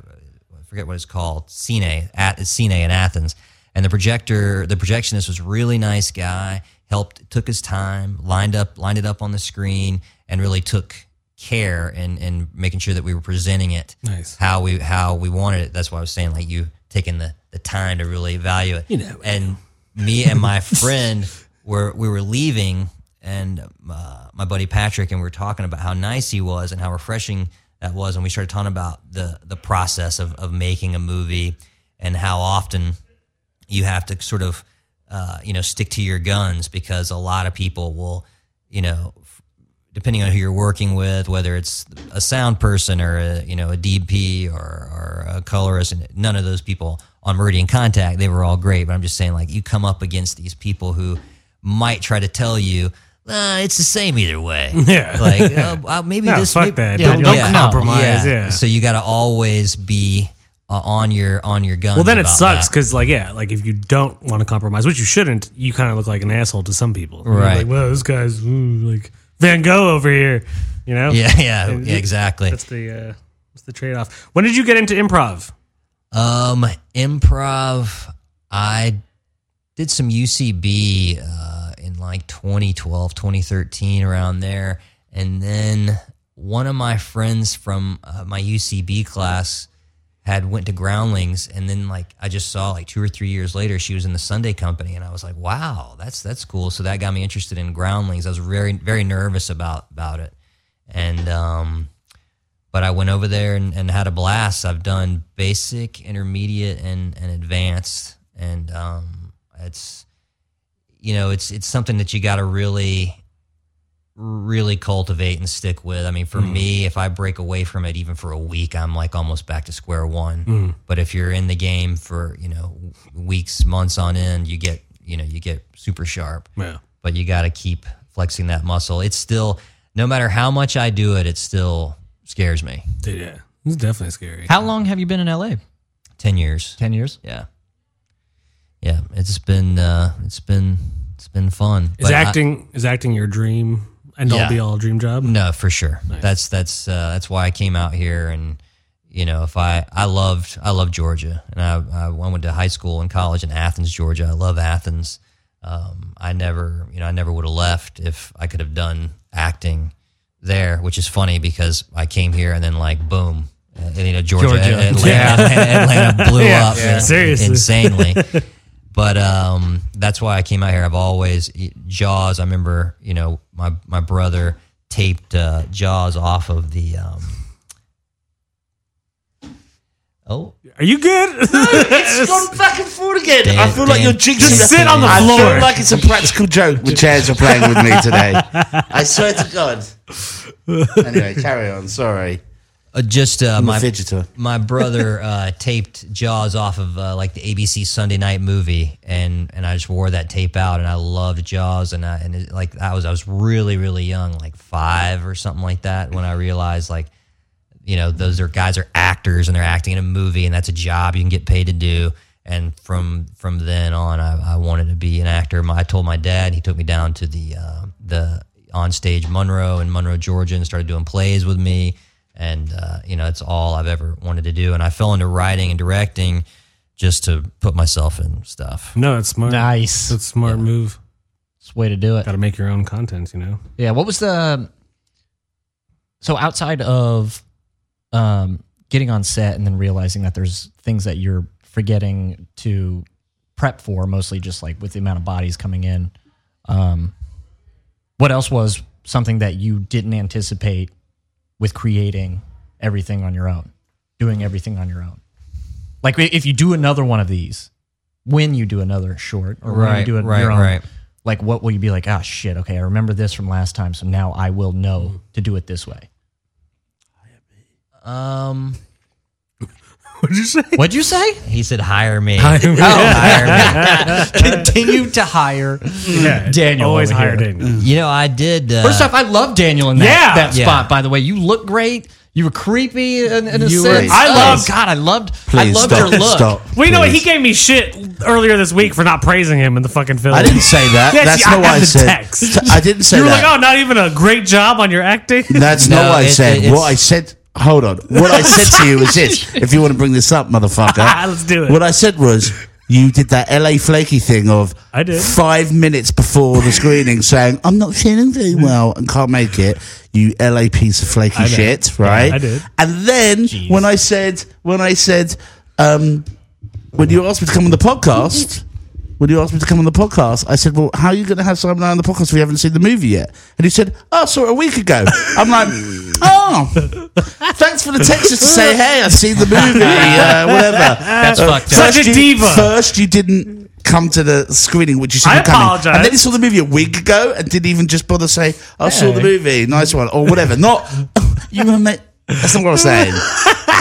forget what it's called. Cine at it's Cine in Athens, and the projector, the projectionist was a really nice guy. Helped, took his time, lined up, lined it up on the screen, and really took care in, in making sure that we were presenting it Nice. how we how we wanted it. That's why I was saying like you taking the the time to really value it. You know, and me and my friend were we were leaving, and uh, my buddy Patrick and we were talking about how nice he was and how refreshing that was, and we started talking about the the process of of making a movie and how often you have to sort of uh, you know stick to your guns because a lot of people will you know f- depending on who you're working with whether it's a sound person or a you know a dp or, or a colorist and none of those people on meridian contact they were all great but i'm just saying like you come up against these people who might try to tell you "Nah, it's the same either way. *laughs* *laughs* Yeah. Like uh, uh, maybe No, this. fuck maybe, that. Don't- don't compromise, yeah. So you got to always be uh, on your on your guns. Well, then it about sucks that. because, like, yeah, like if you don't want to compromise, which you shouldn't, you kind of look like an asshole to some people. You're Right. Like, well, this guy's ooh, like Van Gogh over here, you know? Yeah, yeah, And yeah, you- exactly. That's the uh, that's the trade off. When did you get into improv? Um, improv. I did some UCB uh, in like 2012, 2013, around there, and then one of my friends from uh, my UCB class had went to Groundlings, and then like I just saw like two or three years later she was in the Sunday Company, and I was like, wow, that's that's cool. So that got me interested in Groundlings. I was very very nervous about about it, and um, but I went over there and, and had a blast. I've done basic, intermediate, and and advanced, and um, it's you know it's it's something that you got to really really cultivate and stick with. I mean, for me, if I break away from it even for a week, I'm like almost back to square one. But if you're in the game for you know weeks, months on end, you get you know you get super sharp Yeah. but you got to keep flexing that muscle. It's still, no matter how much I do it, it still scares me. Yeah. It's definitely scary. How long have you been in LA? 10 years. 10 years? Yeah. Yeah. It's been, uh, it's been, it's been fun. Is But I- acting is acting your dream and all Yeah. Mm. be all dream job? no, for sure. That's, that's, uh, that's why I came out here and, you know, if I, I loved, I love Georgia and I, I went to high school and college in Athens, Georgia. I love Athens. Um, I never, you know, I never would have left if I could have done acting there, which is funny because I came here and then like boom, uh, you know, Georgia, Georgia. Atlanta, Atlanta *laughs* blew up in- seriously. insanely. *laughs* but um, that's why I came out here. I've always Jaws. I remember, you know, my my brother taped uh, Jaws off of the. Um, oh, Are you good? It's gone back and forth again. Dan- I feel like Dan- you're jinxing Just me. sit on the I floor. feel like it's a practical joke. The chairs are playing with me today. *laughs* I swear to God. Anyway, carry on. Sorry. uh, just uh, I'm my a fidgeter. my brother uh, taped Jaws off of uh, like the ABC Sunday Night movie, and and I just wore that tape out, and I loved Jaws, and I and it, like I was I was really really young, like five or something like that, when I realized like you know those are guys are actors and they're acting in a movie, and that's a job you can get paid to do. And from from then on, I, I wanted to be an actor. My, I told my dad, he took me down to the uh, the onstage Monroe in Monroe, Georgia, and started doing plays with me and uh, you know it's all I've ever wanted to do. And I fell into writing and directing just to put myself in stuff. no, it's smart. Nice. It's a smart move. It's the way to do it. Got to make your own content, you know. Yeah. What was the so outside of um, getting on set and then realizing that there's things that you're forgetting to prep for, mostly just like with the amount of bodies coming in. Um, what else was something that you didn't anticipate with creating everything on your own, doing everything on your own? Like i- if you do another one of these, when you do another short or when you Right, do it right, your own, right. like what will you be like? Ah, shit. Okay, I remember this from last time, so now I will know Mm-hmm. to do it this way. Um, *laughs* What'd you say? What'd *laughs* you say? he said, "Hire *laughs* me." Continue to hire Yeah. Daniel. Always over hire here. Daniel. *laughs* you know, I did. Uh, First off, I love Daniel in that, Yeah. that Yeah. spot. By the way, you look great. You were creepy in, in a You were- sense. I Oh, loved- God. I loved. Please I loved your stop. look. Stop. Well, you know what? He please. gave me shit earlier this week for not praising him in the fucking film. I didn't say that. Yes, That's I not what have I the said. text. T- I didn't say You were that. like, oh, not even a great job on your acting. That's not No, what I it- said. it- what I it's- said. Hold on. What I said to you is *laughs* this: if you want to bring this up, motherfucker, Let's do it. What I said was, you did that LA flaky thing of I did. five minutes before the screening saying, "I'm not feeling very Mm. well and can't make it." You LA piece of flaky shit, right? I did. And then when I said, when I said, um, when you asked me to come on the podcast, when you asked me to come on the podcast, I said, "Well, how are you going to have Simon and I on the podcast if you haven't seen the movie yet?" And he said, "Oh, I saw it a week ago." I'm *laughs* like, "Oh, thanks for the text just to say, hey, I've seen the *laughs* movie, uh, whatever." That's fucked up. Such a you- diva. First, you didn't come to the screening, which you should I have come in. apologize. And then you saw the movie a week ago and didn't even just bother to say, "I saw the movie, nice one," or whatever. Not you were mate. That's not what *laughs* I'm saying.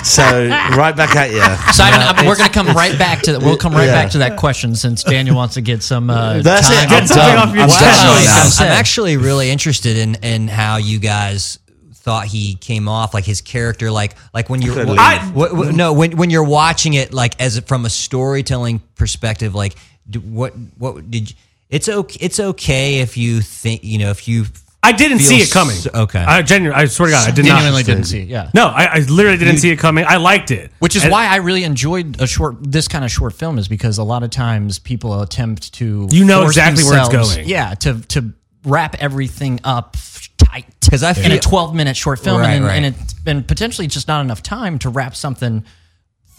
so right back at you. Simon, I'm- we're going to come right back to that. We'll come right Yeah. back to that question since Daniel wants to get some. Uh, That's time. it. Get I'm something done. off your I'm chest. done. Actually, Wow. I'm I'm, done. I'm actually really interested in in how you guys thought he came off like his character like like when you're Couldn't I, leave. wh- wh- no when when you're watching it like as a- from a storytelling perspective like d what what did you, it's okay it's okay if you think you know if you I didn't see it Feels coming. so- okay. I genuinely, I swear to God, I did Genuinely not. didn't see it. Yeah. No, I, I literally didn't see it coming. I liked it, Which is And- why I really enjoyed a short this kind of short film is because a lot of times people attempt to You know force exactly where it's themselves- going. Yeah, to to wrap everything up tight 'Cause I in a feel- 12 minute short film Right, and, right. and it's been potentially just not enough time to wrap something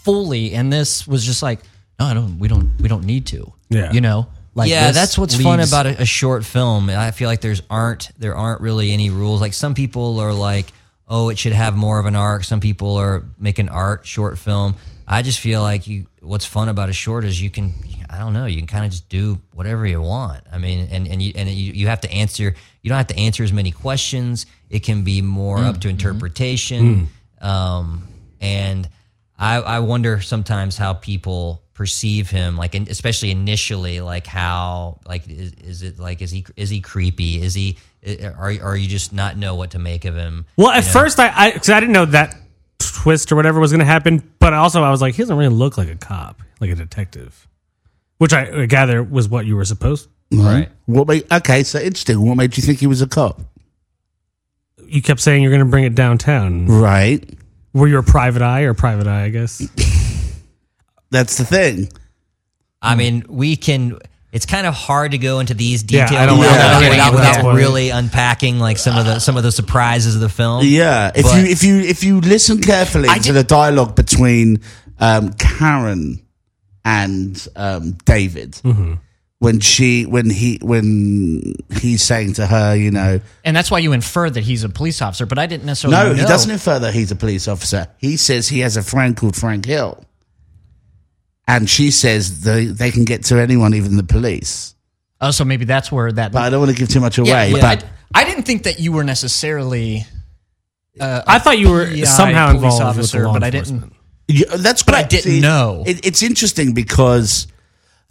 fully and this was just like no, I don't we don't we don't need to. Yeah. You know. Like yeah this that's what's fun leaves- about a, a short film i feel like there's aren't there aren't really any rules like some people are like oh it should have more of an arc some people are making art short film i just feel like you what's fun about a short is you can i don't know you can kind of just do whatever you want i mean and and you and you, you have to answer you don't have to answer as many questions it can be more Mm. up to Mm-hmm. interpretation um and I, I wonder sometimes how people perceive him, like in, especially initially, like how like is, is it like is he is he creepy? Is he are are you just not know what to make of him? Well, at first, I I, cause I didn't know that twist or whatever was going to happen, but also I was like, he doesn't really look like a cop, like a detective, which I, I gather was what you were supposed. Right. What made, okay, so interesting. What made you think he was a cop? You kept saying you're going to bring it downtown. Right. Were you a private eye or private eye? I guess. That's the thing. I mean, we can. It's kind of hard to go into these Yeah, I details don't wanna- without, yeah, without, yeah, without yeah. really unpacking like some of the some of the surprises of the film. Yeah. If But- you if you if you listen carefully to the dialogue between um, Karen and um, David when she when he when he's saying to her, you know, and that's why you infer that he's a police officer, but I didn't necessarily no, know. he doesn't infer that he's a police officer. He says he has a friend called Frank Hill, and she says they they can get to anyone, even the police. Oh, so maybe that's where that But I don't want to give too much away. Yeah, yeah, but I, I didn't think that you were necessarily I thought you were PI somehow police involved with officer, the law but I enforcement. didn't. Yeah, that's I correct. didn't know. It, it's interesting because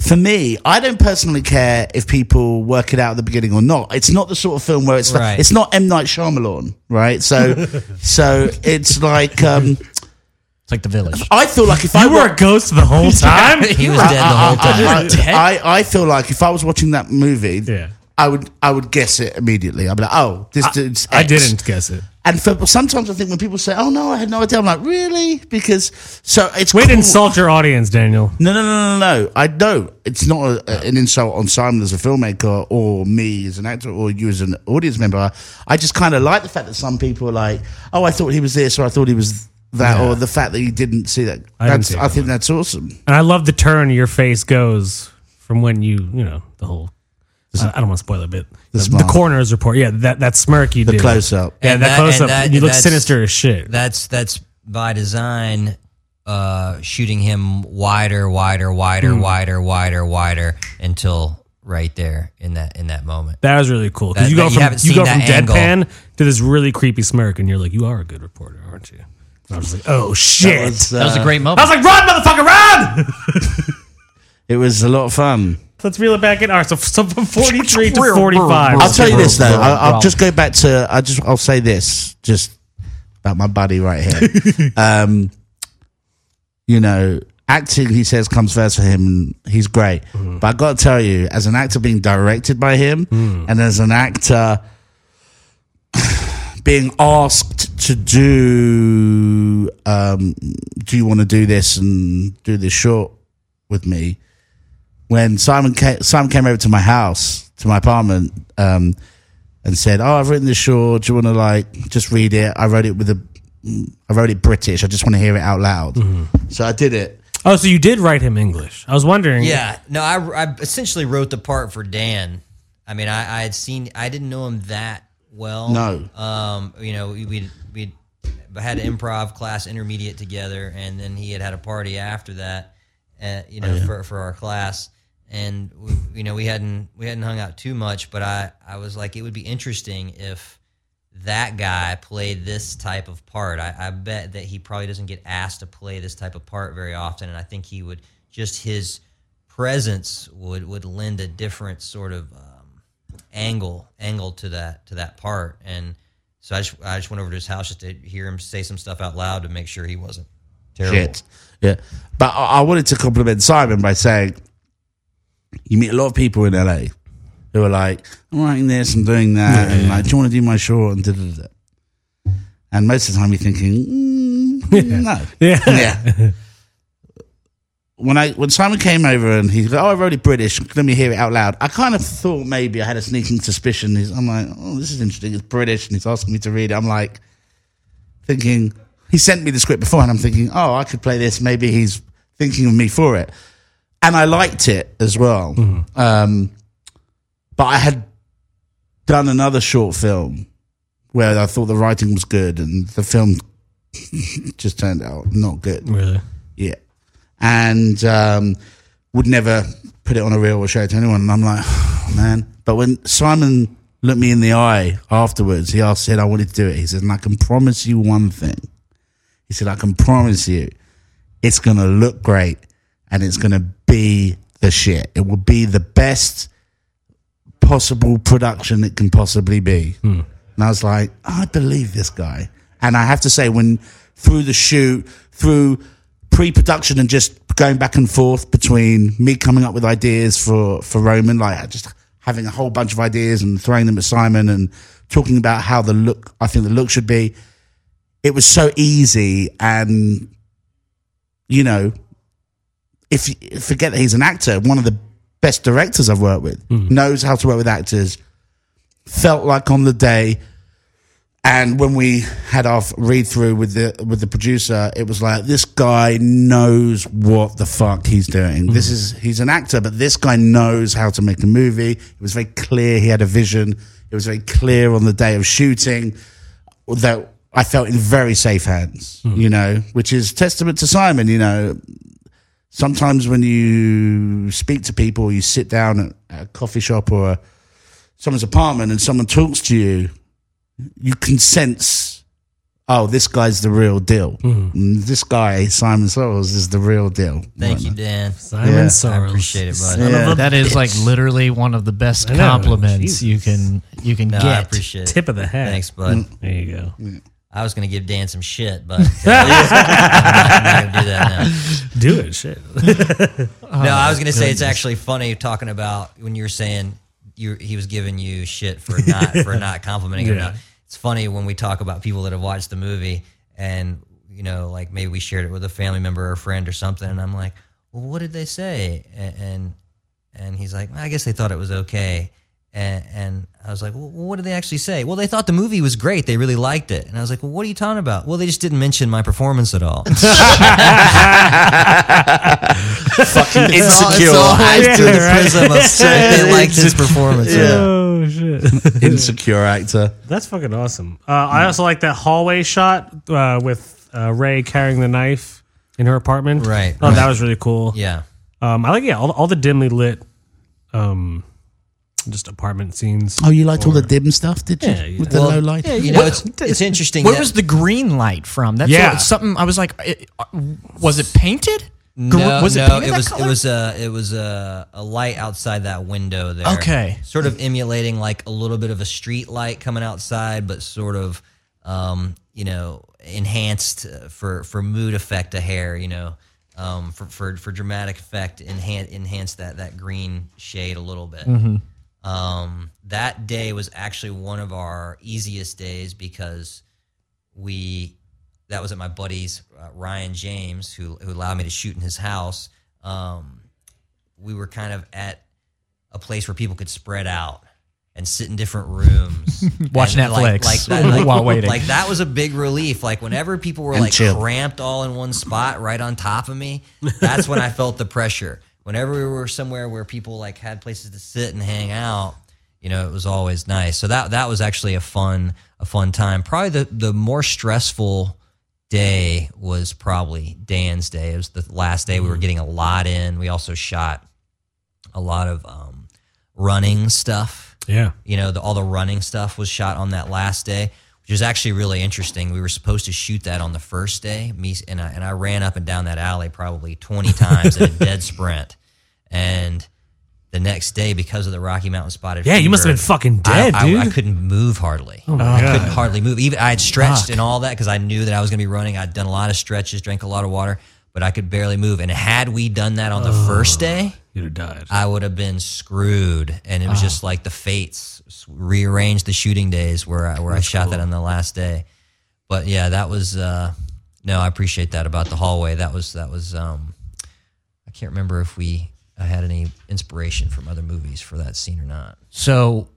for me, I don't personally care if people work it out at the beginning or not. It's not the sort of film where it's Right. it's not M Night Shyamalan, right? So so it's like um, It's like the village. I feel like if I You were wa- a ghost the whole time. *laughs* He was dead *laughs* the whole time. I, I, I feel like if I was watching that movie, Yeah. I would I would guess it immediately. I'd be like, oh, this dude's I X. didn't guess it. And for, sometimes I think when people say, oh no, I had no idea, I'm like, really? Because so it's Way to cool- insult your audience, Daniel. No, no, no, no, no. I know it's not a, an insult on Simon as a filmmaker or me as an actor or you as an audience member. I just kind of like the fact that some people are like, "Oh, I thought he was this," or "I thought he was that," or the fact that you didn't see that. I that's, didn't see I that think that's awesome. And I love the turn your face goes from when you, you know, the whole. I, I don't want to spoil it, but the, smile. coroner's report. Yeah, that, that smirk you The did. close up. Yeah, And that, that- close up. and that- you look that's- sinister as shit. That's that's by design. Uh, shooting him wider, wider, wider, wider, wider, wider until right there in that in that moment. That was really cool because That- you go that- you from haven't you, seen go from that angle. deadpan to this really creepy smirk, and you're like, "You are a good reporter, aren't you?" And I was like, "Oh shit!" was, uh, that was a great I moment. was like, "Run, motherfucker, run!" *laughs* It was a lot of fun. Let's reel it back in. All right, so, so from *laughs* 43 to 45. I'll tell you this though. Rob, I, I'll Rob. just go back to. I just. I'll say this just about my buddy right *laughs* here. um, you know, acting. He says comes first for him. and He's great, but I got to tell you, as an actor being directed by him, and as an actor *sighs* being asked to do, um, do you want to do this and do this short with me? when Simon came, Simon came over to my house, to my apartment, um, and said, "Oh, I've written this short. Do you want to like just read it? I wrote it with a, I wrote it British. I just want to hear it out loud." So I did it. Oh, so you did write him English. I was wondering. Yeah, no, I, I essentially wrote the part for Dan. I mean, I, I had seen, I didn't know him that well. No. um, you know, we we we had an improv class intermediate together, and then he had had a party after that. Uh, you know, for, for our class, and we, you know, we hadn't we hadn't hung out too much, but I I was like, it would be interesting if that guy played this type of part. I, I bet that he probably doesn't get asked to play this type of part very often, and I think he would just his presence would would lend a different sort of um, angle angle to that to that part. And so I just I just went over to his house just to hear him say some stuff out loud to make sure he wasn't terrible. Shit. Yeah. But I, I wanted to compliment Simon by saying you meet a lot of people in LA who are like, I'm writing this, I'm doing that, and like, do you want to do my short? And da da da. And most of the time you're thinking, mm, no. *laughs* Yeah. Yeah. When I when Simon came over and he's like, "Oh, I've already British. Let me hear it out loud." I kind of thought maybe I had a sneaking suspicion. He's, I'm like, "Oh, this is interesting. It's British," and he's asking me to read it. I'm like, thinking he sent me the script before, and I'm thinking, "Oh, I could play this. Maybe he's thinking of me for it." And I liked it as well. Um, but I had done another short film where I thought the writing was good, and the film *laughs* just turned out not good. Really? Yeah. And um, would never put it on a reel or show it to anyone. And I'm like, *sighs* man. But when Simon looked me in the eye afterwards, he asked, said, I wanted to do it. He said, and I can promise you one thing. He said, I can promise you it's going to look great and it's going to be the shit. It will be the best possible production it can possibly be. And I was like, I believe this guy. And I have to say, when through the shoot, through pre production and just going back and forth between me coming up with ideas for, for Roman, like just having a whole bunch of ideas and throwing them at Simon and talking about how the look, I think the look should be, it was so easy and you know, if you forget that he's an actor, one of the best directors I've worked with, knows how to work with actors, felt like on the day. And when we had our read through with the with the producer, it was like this guy knows what the fuck he's doing. This is he's an actor, but this guy knows how to make a movie. It was very clear he had a vision. It was very clear on the day of shooting that I felt in very safe hands, you know, which is testament to Simon, you know. Sometimes when you speak to people, you sit down at, at a coffee shop or a, someone's apartment and someone talks to you, you can sense, oh, this guy's the real deal. Mm, This guy, Simon Sorrells, is the real *laughs* deal. Thank you, Dan. Simon Yeah. I Sorrells. appreciate it, bud. Yeah. Son of a That is like bitch. literally one of the best I know, compliments Jesus. you can you can No, get. I appreciate it. tip of the hat. Thanks, bud. Mm. There you go. I was going to give Dan some shit, but *laughs* I'm not going to do that now. Do it. Shit. no, I was going to say it's actually funny talking about when you were saying you he was giving you shit for not for not complimenting him. Yeah. Now, It's funny when we talk about people that have watched the movie and you know like maybe we shared it with a family member or a friend or something, and I'm like, well, what did they say? And and, and he's like, well, I guess they thought it was okay. And, and I was like, well, what did they actually say? Well, they thought the movie was great. They really liked it. And I was like, well, what are you talking about? Well, they just didn't mention my performance at all. Fucking It's all- insecure. It's all eyes Yeah, through the right. prism *laughs* of they liked his performance. Yeah. Oh shit. *laughs* insecure actor. That's fucking awesome. Uh, I also like that hallway shot uh, with uh, Ray carrying the knife in her apartment. Right, Oh, that was really cool. Yeah. Um, I like yeah all, all the dimly lit, um, just apartment scenes. Oh, you liked all the dim stuff, did you? Yeah, yeah. With the Well, low light. You know, it's, it's interesting. Where that- was the green light from? That's Yeah. what- something I was like. It, uh, was it painted? Gr- no, was it no, painted it that was color? it was a it was a, a light outside that window there. Okay. sort of emulating like a little bit of a street light coming outside, but sort of um, you know enhanced uh, for for mood effect a hair, you know, um, for, for for dramatic effect, enhance enhance that that green shade a little bit. Mm-hmm. Um, that day was actually one of our easiest days because we that was at my buddy's uh, Ryan James who who allowed me to shoot in his house. Um, we were kind of at a place where people could spread out. and sit in different rooms, *laughs* Watch And, Netflix like- like that- like- *laughs* while waiting. Like that was a big relief. Like whenever people were And like chill. cramped all in one spot, right on top of me, that's when *laughs* I felt the pressure. Whenever we were somewhere where people like had places to sit and hang out, you know, it was always nice. So that that was actually a fun a fun time. Probably the the more stressful day was probably Dan's day. It was the last day Mm-hmm. we were getting a lot in. We also shot a lot of um, running stuff Yeah. you know the, all the running stuff was shot on that last day which is actually really interesting we were supposed to shoot that on the first day me s- and i, and I ran up and down that alley probably 20 *laughs* times in a dead sprint and the next day because of the rocky mountain spotted Yeah, you must have fever, been fucking I- dead, I, I, dude. Oh couldn't move hardly my i couldn't God. hardly move even i had stretched and all that because i knew that i was going to be running i'd done a lot of stretches drank a lot of water but i could barely move and had we done that on the Oh. first day You'd have died. I would have been screwed. And it was just like the fates s- rearranged the shooting days where I, where I shot that on the last day. But yeah, that was uh, no, I appreciate that about the hallway. That was that was um, I can't remember if we I had any inspiration from other movies for that scene or not. So,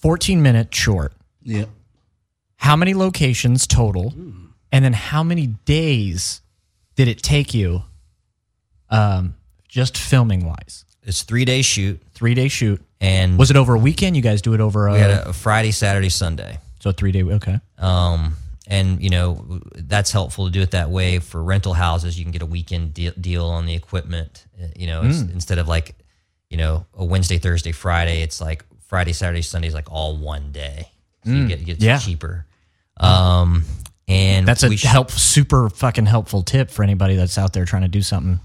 14 minutes short. Yeah. How many locations total? And then how many days did it take you um, just filming wise? It's three day shoot, Three day shoot. and Was it over a weekend? You guys do it over a, we had a, a Friday, Saturday, Sunday. so three day. Okay. Um, and you know that's helpful to do it that way for rental houses. You can get a weekend de- deal on the equipment. Uh, You know, it's, Mm. instead of like, you know, a Wednesday, Thursday, Friday, it's like Friday, Saturday, Sunday is like all one day. So you get it gets Mm. yeah. cheaper. Um, and That's a we sh- help, super fucking helpful tip for anybody that's out there trying to do something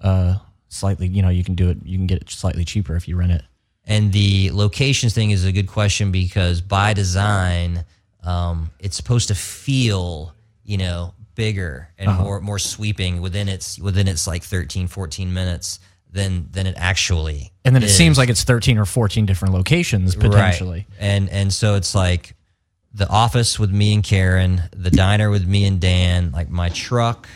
uh, slightly. You know, you can do it. You can get it slightly cheaper if you rent it. And the locations thing is a good question because by design, um, it's supposed to feel, you know, bigger and Uh-huh. more more sweeping within its within its like 13, 14 minutes than than it actually. And then it is. seems like it's 13 or 14 different locations potentially. Right. And and so it's like the office with me and Karen, the diner with me and Dan, like my truck,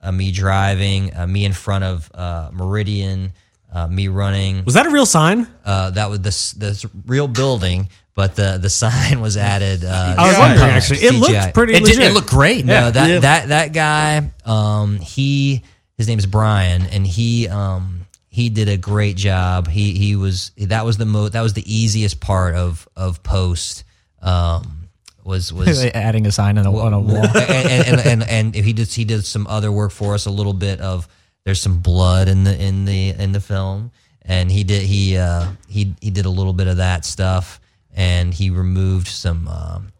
uh, me driving, uh, me in front of uh, Meridian, uh, me running. Was that a real sign? Uh, that was the s- the s- real building, but the the sign was added. I Uh, was CGI. wondering actually. It CGI. looked pretty It legit. did. It looked great. No, that Yeah. that that guy, um, he his name is Brian, and he um he did a great job. He he was that was the mo that was the easiest part of of post um *laughs* was was adding a sign on a, on a wall. and, and, and, and he did he did some other work for us a little bit of there's some blood in the in the in the film and he did he uh he he did a little bit of that stuff and he removed some um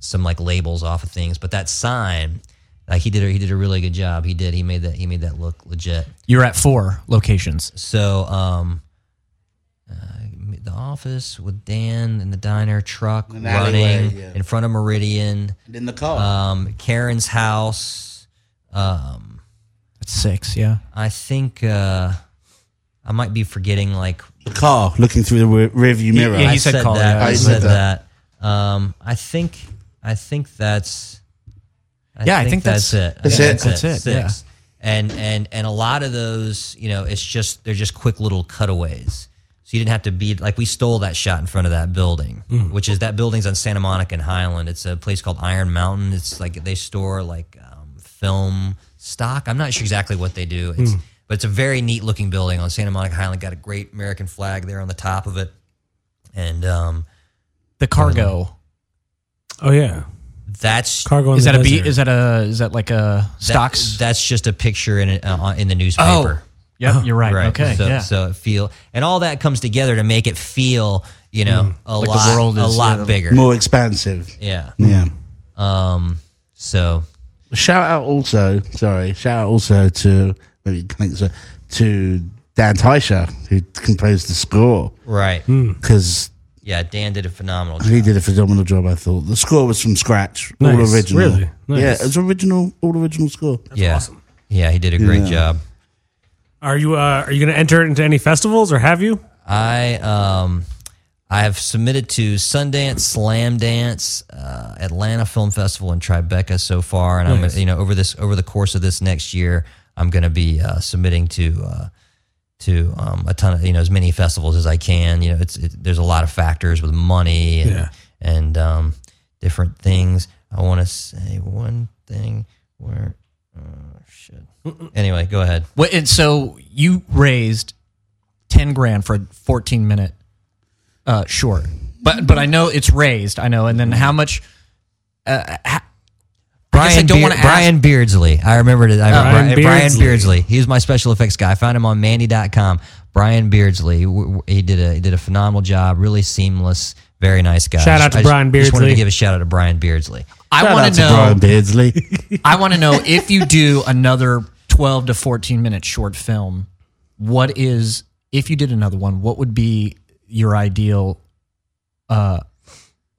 some like labels off of things but that sign like he did a, he did a really good job he did he made that he made that look legit You're at four locations. so um uh, the office with Dan in the diner truck An running alleyway, yeah. in front of Meridian And in the car. um, Karen's house. Um, That's six, yeah. I think uh, I might be forgetting. Like the car, looking through the re- rearview mirror. yeah, I he said said call, that. yeah. I I said said that. Um, I think. I think that's. Yeah, I think that's- it. I that's think it. That's it, yeah. Six. And and and a lot of those, you know, it's just they're just quick little cutaways. So you didn't have to be like we stole that shot in front of that building, Hmm. which is that building's on Santa Monica and Highland. It's a place called Iron Mountain. It's like they store like um, film stock. I'm not sure exactly what they do. Hmm. It's but it's a very neat looking building on Santa Monica Highland. Got a great American flag there on the top of it, and um, The cargo. oh yeah, that's cargo. in Is the that a B? desert. Is that a is that like a stocks? Oh. That's just a picture in it, uh, in the newspaper. yep, you're right. right? Okay, so, yeah. so it feel and all that comes together to make it feel, you know, a Mm. Like the lot, world a is, lot yeah. bigger. More expansive. yeah. Yeah. Um. So Shout out also, sorry, shout out also to maybe connect to, to Dan Teicher, who composed the score, right. Mm. because Yeah. Dan did a phenomenal job. he did a phenomenal job, I thought. The score was from scratch, Nice, all original. really? Nice. Yeah, it was original, all original score. yeah. awesome. Yeah. He did a great Yeah. job. Are you uh, are you going to enter into any festivals or have you? I um I have submitted to Sundance, Slam Dance, uh, Atlanta Film Festival, and Tribeca so far, and I'm you know over this over the course of this next year, I'm going to be uh, submitting to uh, to um, a ton of you know as many festivals as I can. You know, it's it, there's a lot of factors with money and Yeah. and um, different things. I want to say one thing where oh shit. Anyway, go ahead. Wait, and so you raised ten grand for a fourteen minute uh, short, but but I know it's raised. I know, and then how much? I guess I Brian, don't Beard- wanna ask- Oh, Brian Beardsley. I remembered it. I Brian remember Brian, Beardsley. Beardsley. He was my special effects guy. I found him on Mandy.com. Brian Beardsley. W- w- He did a he did a phenomenal job. Really seamless. Very nice guy. Shout out to I just- Brian Just wanted Beardsley. to give a shout out to Brian Beardsley. I Shout out want to to Brian know. *laughs* Beardsley. *laughs* I want to know if you do another twelve to fourteen minute short film. What is if you did another one? What would be your ideal uh,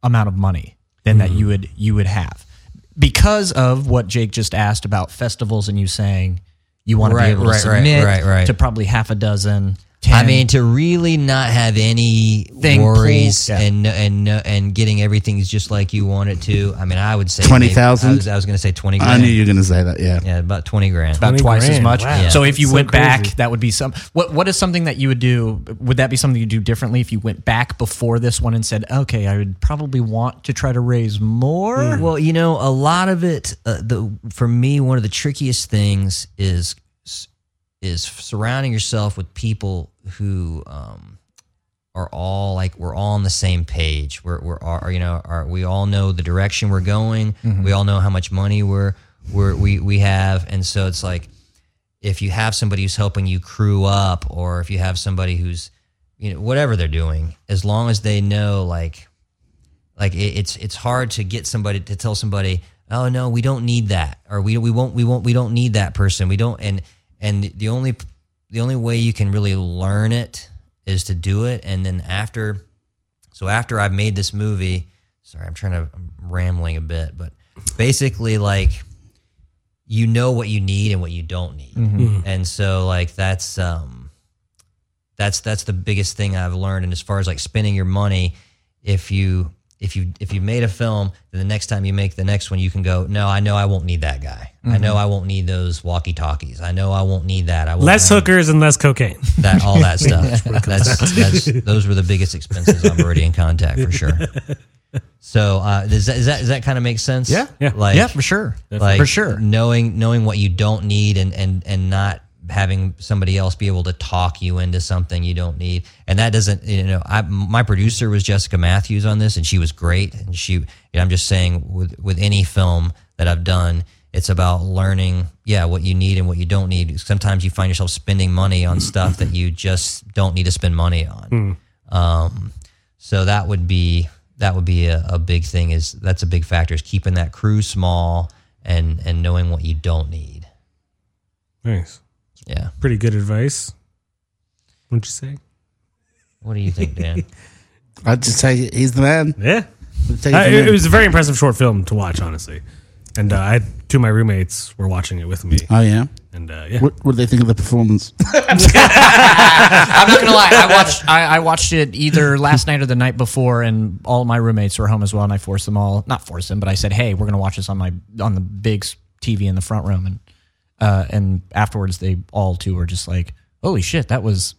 amount of money than that Mm-hmm. you would you would have because of what Jake just asked about festivals and you saying you want to Right, be able to right, right, submit right, right. to probably half a dozen. 10, I mean, to really not have any Thing worries pulled, yeah. and and and getting everything just like you want it to. I mean, I would say maybe- 20,000? I was, I was going to say twenty I grand. knew you were going to say that. Yeah. yeah, about twenty grand. about 20 twice as grand. much. Wow. Yeah. So if you So went crazy. back, that would be some. What What is something that you would do? Would that be something you do differently if you went back before this one and said, "Okay, I would probably want to try to raise more." Well, you know, a lot of it. Uh, the for me, one of the trickiest things is is surrounding yourself with people who um, are all like we're all on the same page. We're we're are you know are we all know the direction we're going. We all know how much money we're we're we we have, and so it's like if you have somebody who's helping you crew up, or if you have somebody who's you know whatever they're doing, as long as they know like like it, it's it's hard to get somebody to tell somebody oh no we don't need that or we we won't we won't we don't need that person we don't and and the only the only way you can really learn it is to do it and then after so after I've made this movie sorry I'm trying to I'm rambling a bit but basically like you know what you need and what you don't need and so like that's um that's that's the biggest thing I've learned. And as far as like spending your money, if you if you if you made a film, then the next time you make the next one, you can go. No, I know I won't need that guy. I know I won't need those walkie talkies. I know I won't need that. I won't Less have hookers and less cocaine. that all that stuff. that's, that's those were the biggest expenses I'm already in contact for sure. So uh, does that, does that does that kind of make sense? Yeah. Yeah. like yeah, for sure, like for sure. knowing knowing what you don't need and and and not having somebody else be able to talk you into something you don't need and that doesn't you know I, my producer was jessica matthews on this and she was great and she you know, i'm just saying with with any film that i've done it's about learning yeah what you need and what you don't need sometimes you find yourself spending money on stuff that you just don't need to spend money on um, so that would be that would be a, a big thing. Is that's a big factor is keeping that crew small and and knowing what you don't need. Nice. Yeah. Pretty good advice. Wouldn't you say? What do you think, Dan? *laughs* I'd just take it. He's the man. Yeah. I'd take it Uh, from it, him. it was a very impressive short film to watch, honestly. And uh, I, two of my roommates were watching it with me. oh, yeah. And uh, yeah, What, what do they think of the performance? I'm not gonna lie. *laughs* I watched I, I watched it either last night or the night before, and all my roommates were home as well. And I forced them all, not forced them, but I said, "Hey, we're gonna watch this on my on the big s- TV in the front room." And uh, and afterwards, they all too were just like, "Holy shit, that was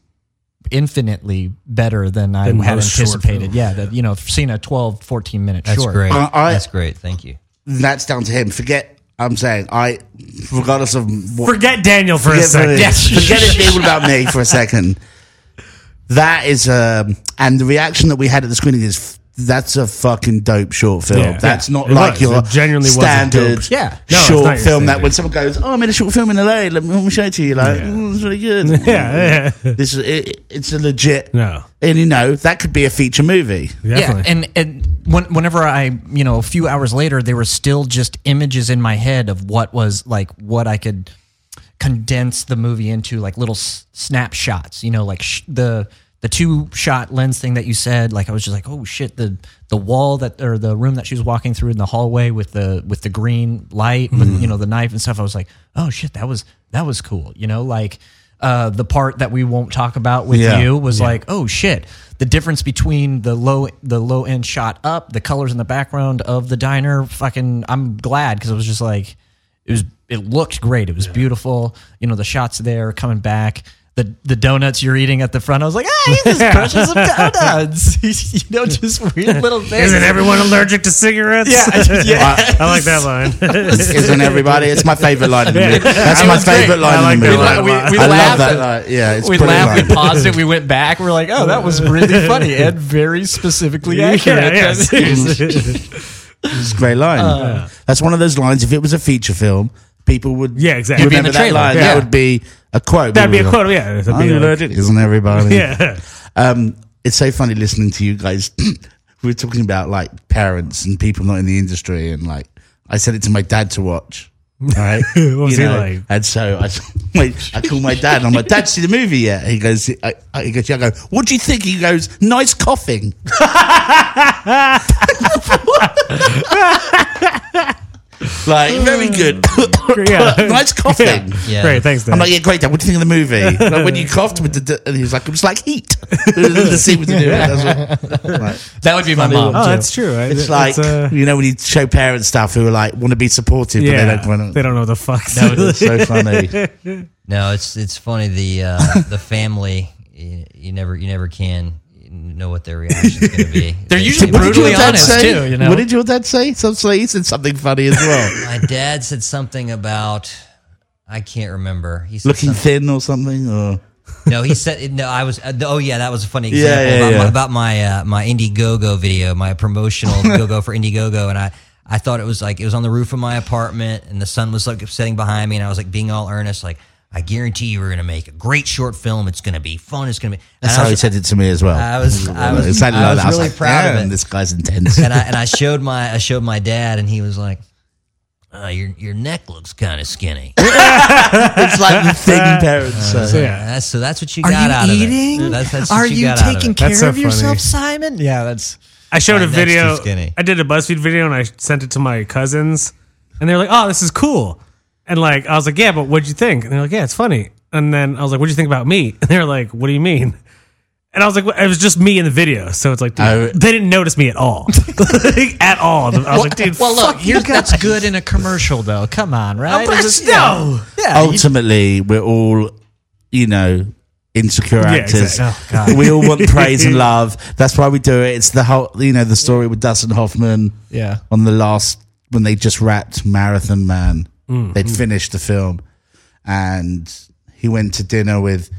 infinitely better than I Than had most short anticipated." films. Yeah, that you know, seeing a 12, 14 minute That's short. great. Uh, I- that's great. Thank you. That's down to him. Forget, I'm saying, I, regardless of what. forget Daniel for a Forget second. it. *laughs* Yes. Forget *laughs* it being about me for a second. That is, um, and the reaction that we had at the screening is that's a fucking dope short film. Yeah. That's not It like was. your It genuinely was a standard dope- Yeah. No, it's not short your film. That standard. when someone goes, "Oh, I made a short film in LA. Let me, let me show it to you." Like, "Mm, it's really good. *laughs* Yeah, yeah. this is it, it's a legit. No, And you know that could be a *laughs* feature movie. definitely. Yeah, and and when, whenever I, you know, a few hours later, there were still just images in my head of what was like what I could condense the movie into, like little s- snapshots. You know, like sh- the the two shot lens thing that you said. Like I was just like, oh shit, the the wall that or the room that she was walking through in the hallway with the with the green light, with, you know, the knife and stuff. I was like, oh shit, that was that was cool. You know, like. Uh, the part that we won't talk about with Yeah. you was like, oh shit, the difference between the low the low end shot up, the colors in the background of the diner. Fucking, I'm glad because it was just like it was it looked great. It was beautiful. You know, the shots there coming back. the the donuts you're eating at the front. I was like, ah, you just purchased some *laughs* donuts. you know, just weird little things. Isn't everyone allergic to cigarettes? Yeah, *laughs* yeah. I like that line. Isn't everybody? It's my favorite line in the movie. That's my favorite line I in the like that line a movie. lot. We- we I love laughed that at- line. Yeah, it's we pretty laughed, we line. paused it, we went back. We're like, oh, that was *laughs* really funny and very specifically *laughs* yeah, accurate. yeah, seriously. It's a great line. Uh, That's one of those lines. If it was a feature film, people would Yeah, exactly. It'd be in remember the that trailer, line. yeah. That would be a quote. That'd be a People quote. would go, Yeah, that'd I'm be like, allergic. Isn't everybody? *laughs* yeah. Um, it's so funny listening to you guys. *clears throat* we were talking about like parents and people not in the industry, and like I sent it to my dad to watch. All right, *laughs* What was You he know, like? And so I, wait, I call *laughs* my dad. and I'm like, Dad, see the movie yet? And he goes, I, I, he goes, yeah. I go, what do you think? He goes, nice coughing. *laughs* like very good. *laughs* Yeah. *laughs* nice coughing. Yeah. Great, thanks, Dad. I'm like, yeah, great, Dad. What do you think of *laughs* the movie? like, when you coughed with the, d- and he was like, it was like heat. *laughs* the scene with *laughs* the That's what, like, *laughs* That would be my mom. oh, too. that's true. I- it's like uh, you know when you show parents stuff who are like want to be supportive, yeah, but they don't want to. know what the fuck. *laughs* *laughs* It's so funny. No, it's it's funny the *laughs* uh, the family. You, you never you never can know what their reaction's going to be. *laughs* They're They- usually they- What did your Brutally dad honest, say? too, you know? What did your dad say? Some say he said something funny *laughs* as well. My dad said something about I can't remember. He said Looking something- thin or something, or No, he said no. I was. Uh, oh yeah, that was a funny Yeah, example yeah, about, yeah. My, about my uh, my Indiegogo video, my promotional *laughs* GoGo for Indiegogo, and I I thought it was like it was on the roof of my apartment, and the sun was like setting behind me, and I was like being all earnest, like I guarantee you we're gonna make a great short film. It's gonna be fun. It's gonna be. And that's I how was- he said it to me as well. I was- I was- It sounded I like was that. really like, proud of "Damn, it." This guy's *laughs* intense. and I and I showed my I showed my dad, and he was like, uh, "Your your neck looks kind of skinny." it's *laughs* like the thing parents. say. That's- so that's what you got out of it. That's, that's what got out of it. That's so funny. Simon? Yeah, *laughs* that's I showed a My neck's video. too skinny. I did a BuzzFeed video and I sent it to my cousins, and they're like, "Oh, this is cool." And like, I was like, "Yeah, but what'd you think?" And they're like, "Yeah, it's funny." And then I was like, "What'd you think about me?" *laughs* And they're like, "What do you mean?" And I was like, well, "It was just me in the video, so it's like dude, I- they didn't notice me at *laughs* all, like, at all." I was like, "Dude, well, fuck look, here's, *laughs* that's good in a commercial, though. Come on, right? It *laughs* was- no." yeah, you- Ultimately, we're all, you know, insecure actors. exactly. Oh, God. we all want praise and love. That's why we do it. It's the whole, you know, the story with Dustin Hoffman. yeah. on the last when they just wrapped Marathon Man. They'd finished the film, and he went to dinner with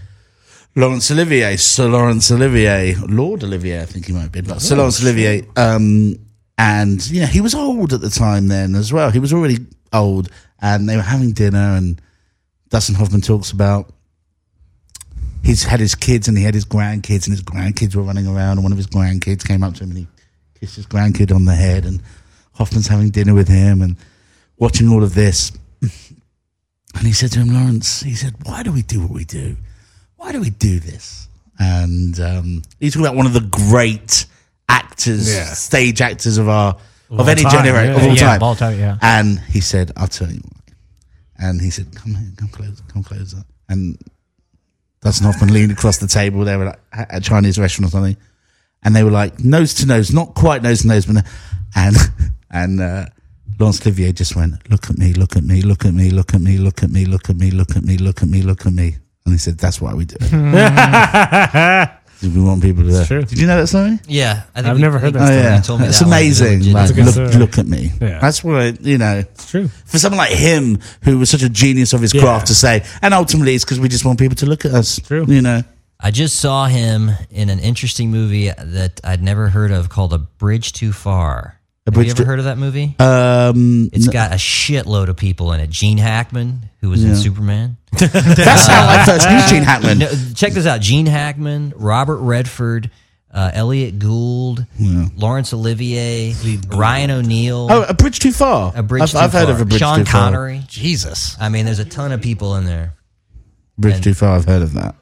Laurence Olivier. Sir Laurence Olivier, Lord Olivier, I think he might have been, but Sir Laurence Olivier. Um, and you know he was old at the time then as well. He was already old, and they were having dinner, and Dustin Hoffman talks about. He's had his kids and he had his grandkids, and his grandkids were running around. And one of his grandkids came up to him and he kissed his grandkid on the head, and Hoffman's having dinner with him and watching all of this. And he said to him, Lawrence, he said, why do we do what we do? Why do we do this? And um, he's talking about one of the great actors, Yeah. stage actors of our of, all any time, generation yeah. of all Yeah, time. of all time, yeah. And he said, I'll tell you why. And he said, Come here, come closer, come closer. And Dustin Hoffman leaned across the table. They were like at a Chinese restaurant or something, and they were like nose to nose, not quite nose to nose, but and *laughs* and uh, Laurence Olivier just went, "Look at me, look at me, look at me, look at me, look at me, look at me, look at me, look at me, look at me." And he said, "That's why we do *laughs* it. we want people to." Hmm. true. Did you know that story? Yeah, I think I've we- never I heard think that Oh you yeah, told me it's that one. amazing. Legit- Like, a good look, story. look at me. Yeah. That's what you know It's true. for someone like him who was such a genius of his Yeah. craft to say and ultimately it's because we just want people to look at us True. *laughs* you know I just saw him in an interesting movie that I'd never heard of called A Bridge Too Far. Have Bridge you ever Too- heard of that movie? um It's got a shitload of people in it. Gene Hackman, who was in Superman. that's how i first knew gene hackman No, check this out: Gene Hackman, Robert Redford, uh, Elliot Gould, Lawrence Olivier, Ryan O'Neill. oh a bridge too far a bridge i've, too I've heard far. of a bridge Sean too far Connery. Jesus. I mean, there's a ton of people in there. bridge too far i've heard of that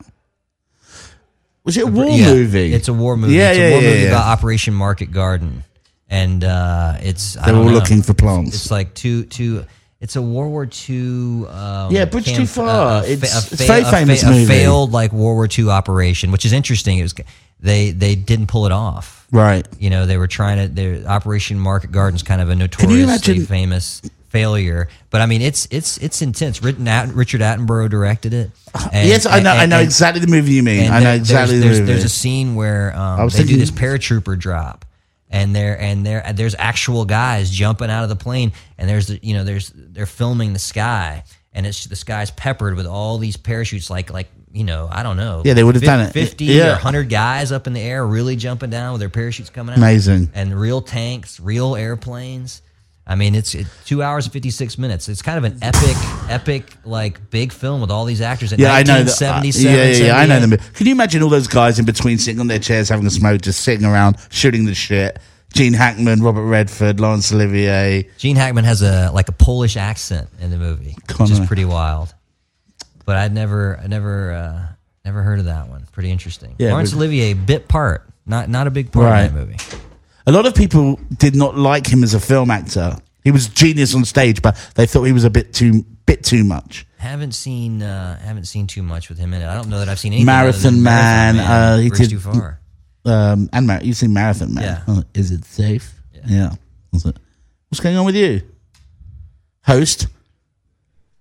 was it a war Yeah. movie It's a war movie. Yeah, it's yeah, a war yeah, movie yeah. about Operation Market Garden, and uh, it's they were all looking for plants It's like two two. It's a World War II. Um, uh, Yeah, Bridge Too Far. fa- It's- fa- it's very famous a movie. failed like World War II operation, which is interesting. It was they they didn't pull it off. right You know, they were trying to. Their Operation Market Garden's kind of a you notoriously imagine- famous failure. But I mean, it's it's it's intense. Written At- Richard Attenborough directed it. And- yes, I know. and- I know and- exactly the movie you mean. and I know there- exactly There's, the movie. there's, there's a scene where um, was they do thinking- this paratrooper drop, and there and there and there's actual guys jumping out of the plane, and there's the- you know there's they're filming the sky, and it's the sky's peppered with all these parachutes, like like you know I don't know. Yeah, they would've fif- done it. Fifty Yeah. or hundred guys up in the air, really jumping down with their parachutes coming out. Amazing. And real tanks, real airplanes. I mean, it's it, two hours and fifty six minutes. It's kind of an epic, epic, like big film with all these actors. In yeah, I know. The, uh, 1977, yeah, yeah, yeah, I 78. know the movie. Can you imagine all those guys in between sitting on their chairs having a smoke, just sitting around shooting the shit? Gene Hackman, Robert Redford, Laurence Olivier. Gene Hackman has a like a Polish accent in the movie, which is Connor. pretty wild. But I'd never, I never, uh, never heard of that one. Pretty interesting. Yeah, Laurence but- Olivier, bit part, not not a big part Right. in that movie. A lot of people did not like him as a film actor. He was genius on stage, but they thought he was a bit too bit too much. Haven't seen, uh, haven't seen too much with him in it. I don't know that I've seen anything. Marathon other than Man, uh, he Reach did- too far. Um, and Mar- you've seen Marathon Man. Yeah. Oh, is it safe? Yeah. Was it- What's going on with you, host?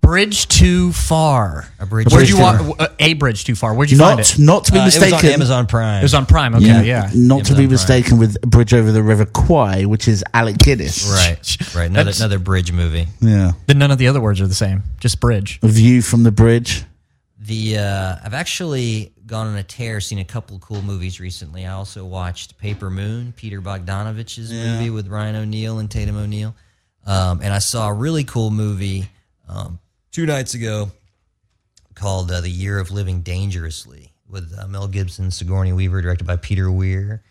Bridge too far. A bridge. Where'd you too far. wa- uh, a bridge too far? Where'd you find Not it? not to be Uh, it was mistaken. on Amazon Prime. It was on Prime. Okay, yeah. Not to Amazon be Prime. mistaken with Bridge Over the River Kwai, which is Alec Guinness. *laughs* right, right. Another That's- another bridge movie. Yeah. Then none of the other words are the same. Just bridge. A view from the bridge. The uh, I've actually gone on a tear, seen a couple cool movies recently. I also watched Paper Moon, Peter Bogdanovich's movie with Ryan O'Neal and Tatum O'Neal, um, and I saw a really cool movie um, two nights ago called uh, The Year of Living Dangerously with uh, Mel Gibson, Sigourney Weaver, directed by Peter Weir.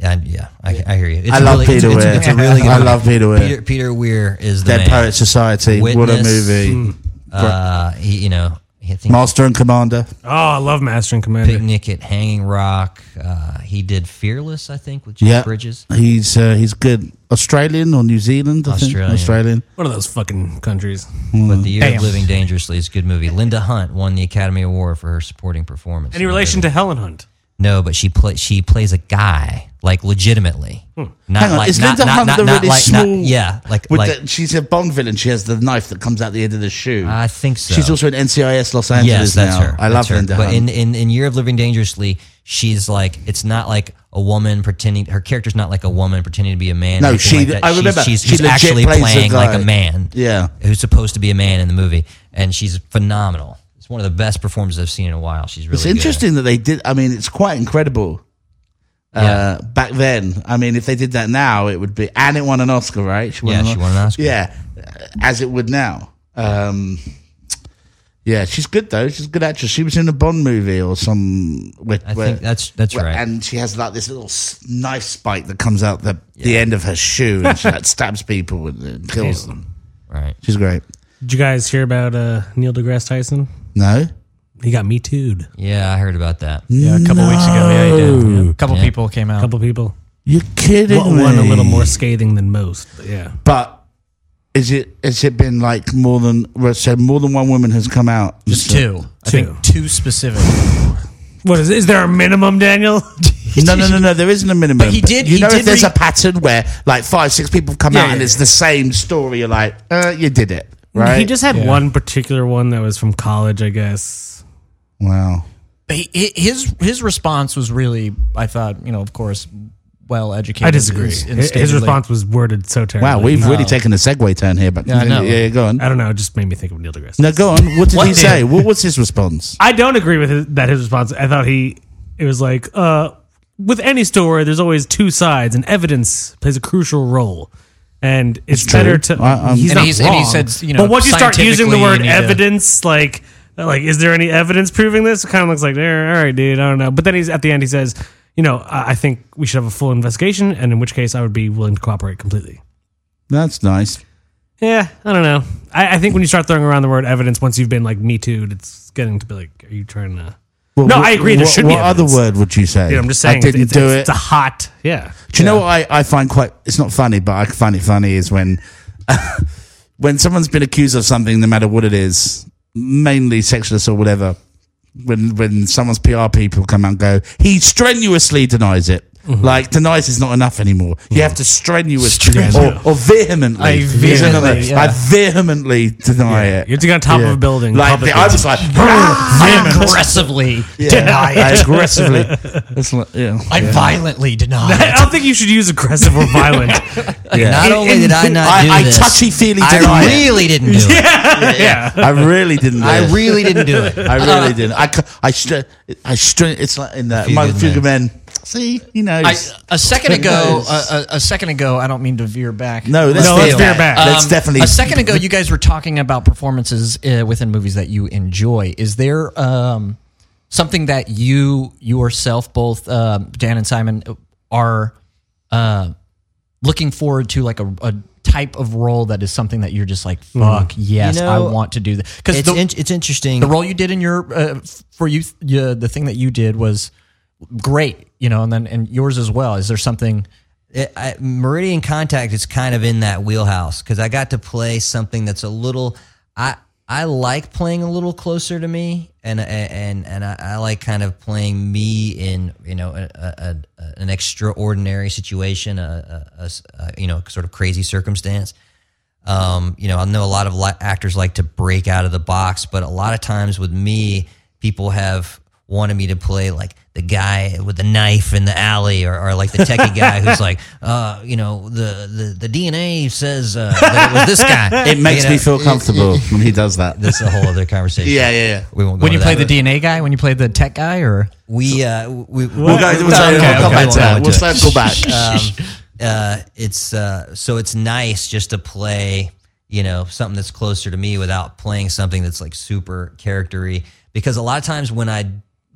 And yeah, I, I hear you. It's I a love really- Peter it's, Weir. It's, a really good I movie. love Peter Weir. Peter, Peter Weir is the man. Dead Poet Society. What a Witness. Hmm. movie. Uh, he, you know, I think Master and Commander. Oh, I love Master and Commander. Picnic at Hanging Rock. Uh, he did Fearless, I think, with Jeff Yeah. Bridges. He's uh, he's good. Australian or New Zealand? I Australian. Think. Australian. One of those fucking countries. Mm-hmm. But The Year Damn. of Living Dangerously is a good movie. Linda Hunt won the Academy Award for her supporting performance. Any in the relation movie. to Helen Hunt? No, but she play, she plays a guy like legitimately. Hmm. Not Hang on, is Linda Hunt the really not- small- yeah, like With like the, she's a Bond villain. She has the knife that comes out the end of the shoe. I think so. She's also in NCIS Los Angeles Ah, yes, that's now. her. I That's love her. Linda But Hunt. in, in in Year of Living Dangerously, she's like it's not like a woman pretending. Her character's not like a woman pretending to be a man. or No, anything she- like that. I She's- remember, she's, she she's legit actually plays a playing like guy. a man. Yeah. who's supposed to be a man in the movie, and she's phenomenal. It's one of the best performances I've seen in a while. She's really it's interesting that they did. I mean, it's quite incredible. Uh, back then, I mean, if they did that now, it would be, and it won an Oscar, right? She Good. Yeah, an she Os- won an Oscar. Yeah, uh, as it would now. Um, yeah, she's good though. She's a good actress. She was in a Bond movie or some. Where, I think that's that's right. And she has like this little s- knife spike that comes out the the end of her shoe, and she *laughs* like, stabs people and uh, kills them. right. She's great. Did you guys hear about uh, Neil deGrasse Tyson? No, He got me too'd. Yeah, I heard about that. *laughs* Yeah, a couple weeks ago. Yeah, you did. A couple Yeah. people came out. A couple people. you're kidding One, one a me. little more scathing than most. but yeah. But is it has it been like more than so more than one woman has come out? Just two. I think two specific. What is? Is there a minimum, Daniel? *laughs* No, no, no, no. There isn't a minimum. But he did- You he know, did if there's re- a pattern where like five, six people come out and it's the same story, you're like, uh, you did it, right? He just had Yeah. one particular one that was from college, I guess. wow. He- he- his his response was really, I thought, you know, of course, well educated. I disagree. His, is- his instinctively- response was worded so terribly. Wow, we've really taken a segue turn here, but Yeah, I know. Uh, yeah, go on. I don't know. It just made me think of Neil deGrasse. No, go on. What did What he did- say? What was his response? I don't agree with his, that his response. I thought he it was like uh, with any story, there's always two sides, and evidence plays a crucial role. And it's, It's true. better to I- I'm- he's And not he's- wrong. and he said, you know, but once you start using the scientifically word you need to- evidence, like like is there any evidence proving this? It kind of looks like, eh, all right, dude, I don't know. But then he's at the end, he says, you know, I, I think we should have a full investigation, and in which case I would be willing to cooperate completely. That's nice. Yeah, I don't know. I, I think when you start throwing around the word evidence, once you've been like me too, it's getting to be like, are you trying to? Well, no, what- I agree. There what- should be. What other evidence. word would you say? Dude, I'm just saying. I didn't it's, do it's, it. It's a hot. Yeah. Do you know what I, I find quite? It's not funny, but I find it funny is when *laughs* when someone's been accused of something, no matter what it is, mainly sexualist or whatever. When when someone's PR people come out and go, he strenuously denies it. Mm-hmm. Like tonight is not enough anymore. You have to strenuously or, or vehemently. I is vehemently, another- yeah. I vehemently deny it. You're just on top Yeah. of a building. Like publicly. the, I *laughs* was like, aggressively yeah, I aggressively. *laughs* That's like, yeah. I violently deny. I don't think you should use aggressive or *laughs* violent. *laughs* Not In- only did I not do I, I this, touchy feely I deny it. really didn't do *laughs* it. yeah. I really didn't. do I it. really didn't *laughs* do it. I really *laughs* didn't. I, c- I, str- I str- it's like in that. Few My Good few good men. See, he knows. I, a second It ago, uh, was- a, a, a second ago, I don't mean to veer back. no, let's No, veer let's veer back. Um, Let's definitely. A second ago, you guys were talking about performances uh, within movies that you enjoy. Is there um, something that you yourself, both um Dan and Simon, are uh, looking forward to, like a, a type of role that is something that you're just like, fuck, yes, Mm-hmm. You know, I want to do that because It's the, in, it's interesting. the role you did in your uh, f- for you, you, the thing that you did was great, you know, and then and yours as well. Is there something? it, I, Meridian Contact is kind of in that wheelhouse because I got to play something that's a little. I I like playing a little closer to me, and and and I, I like kind of playing me in you know a, a, a, an extraordinary situation, a, a- a s- a, you know sort of crazy circumstance. Um, you know, I know a lot of li- actors like to break out of the box, but a lot of times with me, people have wanted me to play like the guy with the knife in the alley or, or like the techie guy who's *laughs* like, uh, you know, the, the, the DNA says uh, that it was this guy. *laughs* it makes You me know, feel comfortable when he does that. That's a whole other conversation. Yeah, yeah, yeah. We won't go When you into play that, the DNA guy, when you play the tech guy, or but we, uh, we, We'll, go, we'll, say- okay, we'll come okay. back to that. We'll We'll circle back. um, *laughs* uh, it's uh, so it's nice just to play you know something that's closer to me without playing something that's like super charactery because a lot of times when i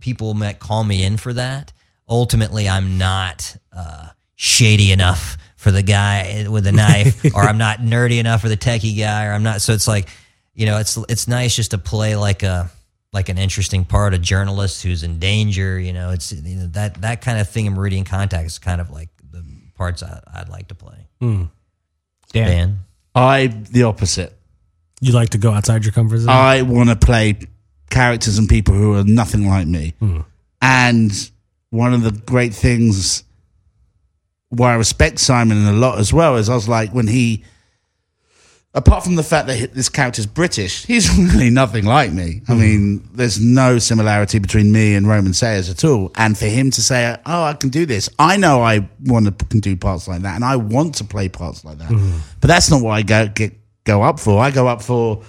people might call me in for that ultimately i'm not uh, shady enough for the guy with the knife or i'm not nerdy enough for the techie guy or i'm not so it's like you know it's it's nice just to play like a like an interesting part a journalist who's in danger you know it's you know, that that kind of thing in meridian contact is kind of like the parts I, i'd like to play Dan. I'm the opposite. You like to go outside your comfort zone? I want to play characters and people who are nothing like me. And one of the great things where I respect Simon a lot as well is I was like, when he, apart from the fact that hi- this character's British, he's *laughs* really nothing like me. I mean, there's no similarity between me and Roman Sayers at all. And for him to say, oh, I can do this, I know I want to can do parts like that and I want to play parts like that. But that's not what I go, get, go up for. I go up for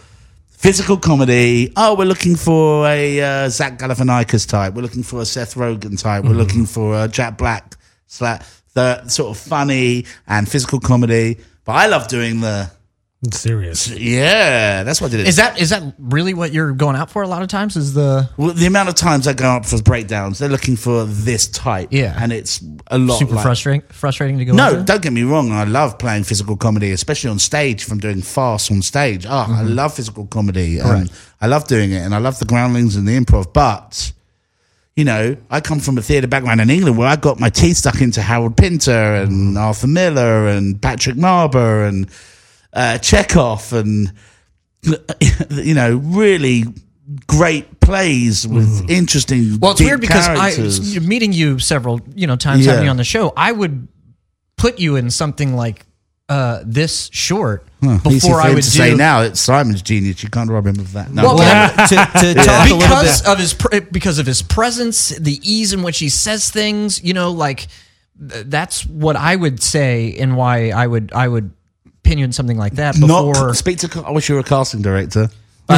physical comedy. Oh, we're looking for a uh, Zach Galifianakis type. We're looking for a Seth Rogen type. Mm-hmm. We're looking for a Jack Black. Sla- the sort of funny and physical comedy. But I love doing the I'm serious. yeah. That's what I did. is that is that really what you're going out for? A lot of times is the Well, the amount of times I go up for breakdowns, they're looking for this type. Yeah. and it's a lot. super like- frustrating frustrating to go. No, into? don't get me wrong. I love playing physical comedy, especially on stage. From doing farce on stage, oh, I Mm-hmm. love physical comedy. and I love doing it, and I love the groundlings and the improv. But you know, I come from a theatre background in England where I got my teeth stuck into Harold Pinter Mm-hmm. and Arthur Miller and Patrick Marber and uh, Chekhov and *laughs* you know, really great plays with interesting. Mm-hmm. Well, it's deep weird because characters. I meeting you several you know times Yeah. having you on the show. I would put you in something like uh, this short Easy before for I him would to do. say now it's Simon's genius. You can't rob him of that. No, Well, Well, to, to talk a little bit. because of his pr- because of his presence, the ease in which he says things, you know, like th- that's what I would say and why I would I would pin you in something like that not before. speak to. ca- I wish you were a casting director. Oh,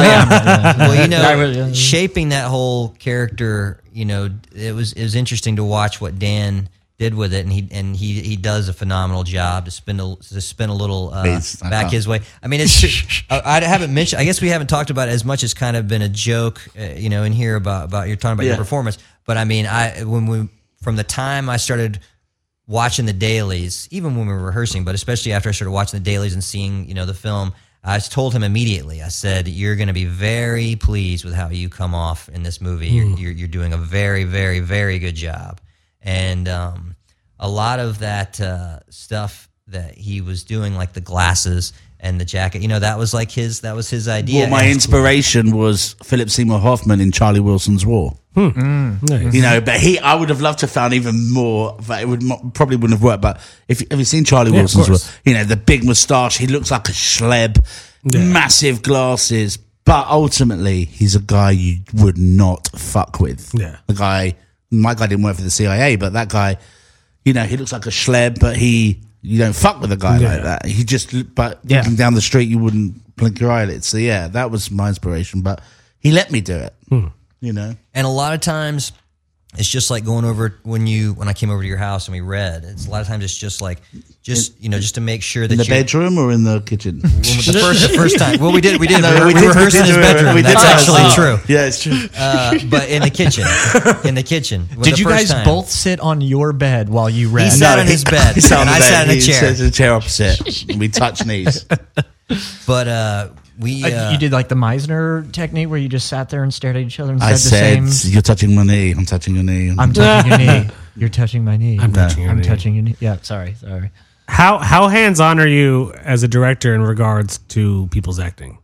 *laughs* well, you know, I really- yeah. shaping that whole character, you know, it was it was interesting to watch what Dan did with it, and he and he he does a phenomenal job to spin a to spin a little uh, Please, I back can't. his way. I mean, it's uh, I, I haven't mentioned. I guess we haven't talked about it as much as kind of been a joke, uh, you know, in here about about you're talking about your Yeah. performance. But I mean, I when we from the time I started watching the dailies, even when we were rehearsing, but especially after I started watching the dailies and seeing, you know, the film, I s- told him immediately. I said, "You're going to be very pleased with how you come off in this movie. You're, you're you're doing a very, very, very good job." And um, a lot of that uh, stuff that he was doing like the glasses and the jacket. You know, that was like his that was his idea. well, my And- inspiration was Philip Seymour Hoffman in Charlie Wilson's War. Hmm. You know, but he, I would have loved to have found even more. But it would mo- probably wouldn't have worked. But if have you seen Charlie Yeah, of Wilson's War? course. You know, the big moustache. He looks like a schleb, massive glasses. But ultimately, he's a guy you would not fuck with. Yeah. the guy. My guy didn't work for the CIA, but that guy, you know, he looks like a schleb, but he. You don't fuck with a guy Yeah. like that. uh, He just, but Yeah. looking down the street, you wouldn't blink your eyelid. So yeah, that was my inspiration. But he let me do it. You know, And a lot of times, it's just like going over when you when I came over to your house and we read. It's a lot of times it's just like just you know just to make sure that in the you're- bedroom or in the *laughs* kitchen. When was the first the first time. Well, we did we did *laughs* No, we, we we did- rehearsed we in did his do it. bedrew. We did That's that. actually Oh. true. Yeah, it's true. *laughs* Uh, but in the kitchen, in the kitchen. was Did the you first guys time. both sit on your bed while you read? He sat on *laughs* his bed, sat on and the I bed. sat in a He chair. sat in a chair opposite. And we touched *laughs* knees. But uh, we Uh, uh, you did like the Meisner technique where you just sat there and stared at each other and I said said, the same. "You're touching my knee. I'm touching your knee." I'm touching *laughs* your knee. You're touching my knee. I'm touching your knee. touching your knee. Yeah, sorry, sorry. How how hands on are you as a director in regards to people's acting?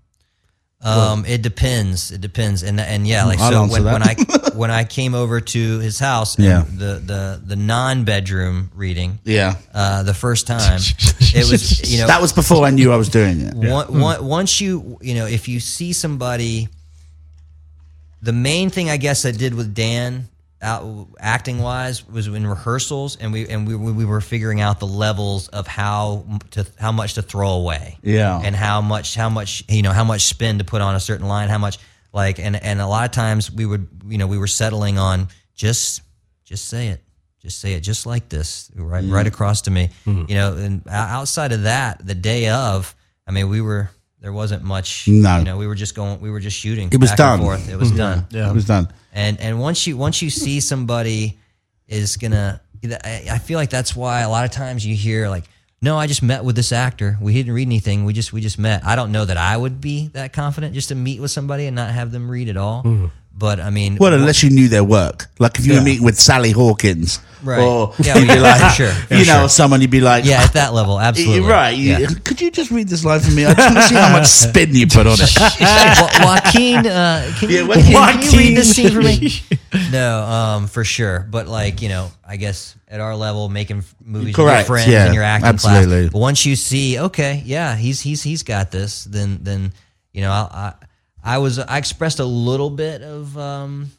Um, it depends. It depends, and and yeah, like I'll so Hmm, answer when, when I that. when I came over to his house, and Yeah. the the the non bedroom reading, yeah, uh, the first *laughs* time it was *laughs* you know that was before I knew I was doing it. one, one, once you you know if you see somebody the main thing i guess i did with dan out, acting wise was in rehearsals and we and we, we were figuring out the levels of how m- to how much to throw away Yeah. and how much how much you know how much spin to put on a certain line how much like and and a lot of times we would you know we were settling on just just say it just say it just like this right Mm-hmm. right across to me you know and o- outside of that the day of i mean we were there wasn't much No. you know we were just going we were just shooting It was back done. Mm-hmm. and forth it was done Yeah, it was done. and and once you once you see somebody is gonna, I I feel like that's why a lot of times you hear like, no, I just met with this actor. We didn't read anything. We just we just met. I don't know that I would be that confident just to meet with somebody and not have them read at all. But I mean, Mm. Well, unless you knew their work, like if you were meeting with Sally Hawkins, Right. or Yeah, you'd be yeah, like, sure. you know, someone you'd be like, yeah, at that level, absolutely, You're right. You- Yeah. Could you just read this line for me? I just want to see how much spin you put on it. *laughs* Wa- Joaquin, uh, can, Yeah, you, Joaquin. can, can you Joaquin. read this scene for me? *laughs* no, um, for sure. But like you know, I guess at our level, making f- movies with your Correct, friends yeah, and your acting absolutely. class. But once you see, okay, yeah, he's he's he's got this. Then then you know, I I, I was I expressed a little bit of. Um,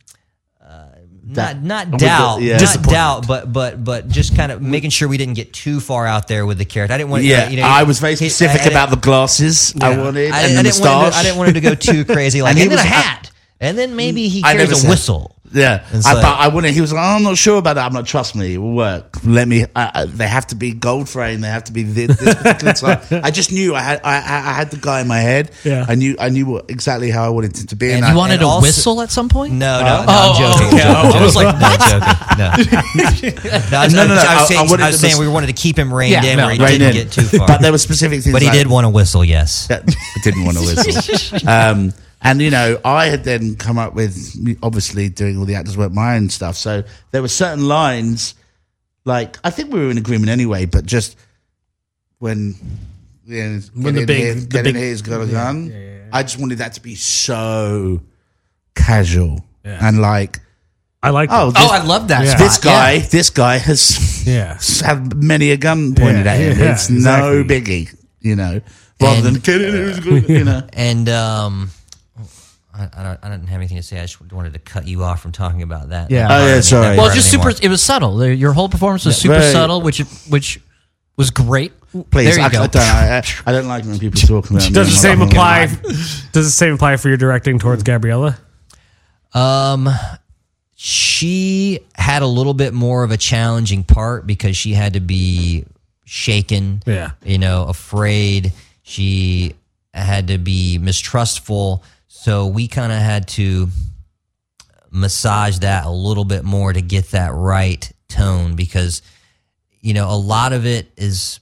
uh, Doubt. not With the- not doubt, yeah. not Disappointment. doubt, but but but just kind of making sure we didn't get too far out there with the character. I didn't want, Yeah, you know, I was very he- I- I specific didn't- about the glasses I wanted I, and I the didn't want him to, I moustache. didn't want him to go too crazy. Like, And and, he then was- a hat, and then maybe he I never carries a said- whistle. Yeah, It's I like- thought I wouldn't. He was like, "Oh, I'm not sure about that. I'm not trust me. It will work. Let me. I, I, they have to be gold frame. They have to be this, this *laughs* particular type." I just knew I had. I, I I had the guy in my head. Yeah. I knew. I knew what, exactly how I wanted it to be. And, And I, you wanted and a also- whistle at some *laughs* point? No, no, no, I'm joking. okay. I'm I was joking. No, I'm joking. No, no, I was, No, no, no, I was I- saying, I wanted I was to saying mis- we wanted to keep him reined Yeah, in no, where he reined didn't in. get too far. But there were specific things. But he like- did want to whistle, yes. that I didn't want *laughs* to whistle. um, and you know, I had then come up with obviously doing all the actors' work, my own stuff. So there were certain lines, like I think we were in agreement anyway, but just when yeah, When get the in big- here, the get big- in here's got a gun. I just wanted that to be so casual and like, I like. oh, that. this, Oh, I love that. Yeah. this spot. Yeah. guy, this guy has *laughs* Yeah. had many a gun pointed Yeah, at him. yeah, it's no biggie, you know. Rather And- than get in, here's got a-" you know. And um, I, I, don't, I didn't have anything to say. I just wanted to cut you off from talking about that. Yeah. That Oh, yeah, part of it- sorry. that Well, Well, part just anymore. super. It was subtle. The- Your whole performance was super very- subtle, which which was great. Please, there you I, go. I don't, I, I don't like when people talk about me. Does the same apply? Does the same apply for your directing towards Gabriella? Um, she had a little bit more of a challenging part because she had to be shaken. Yeah. you know, afraid. She had to be mistrustful. So we kind of had to massage that a little bit more to get that right tone because you know a lot of it is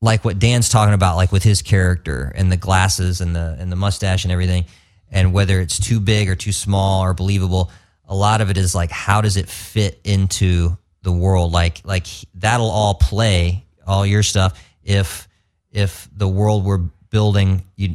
like what Dan's talking about like with his character and the glasses and the and the mustache and everything and whether it's too big or too small or believable a lot of it is like how does it fit into the world like like he- that'll all play all your stuff. If if the world we're building, you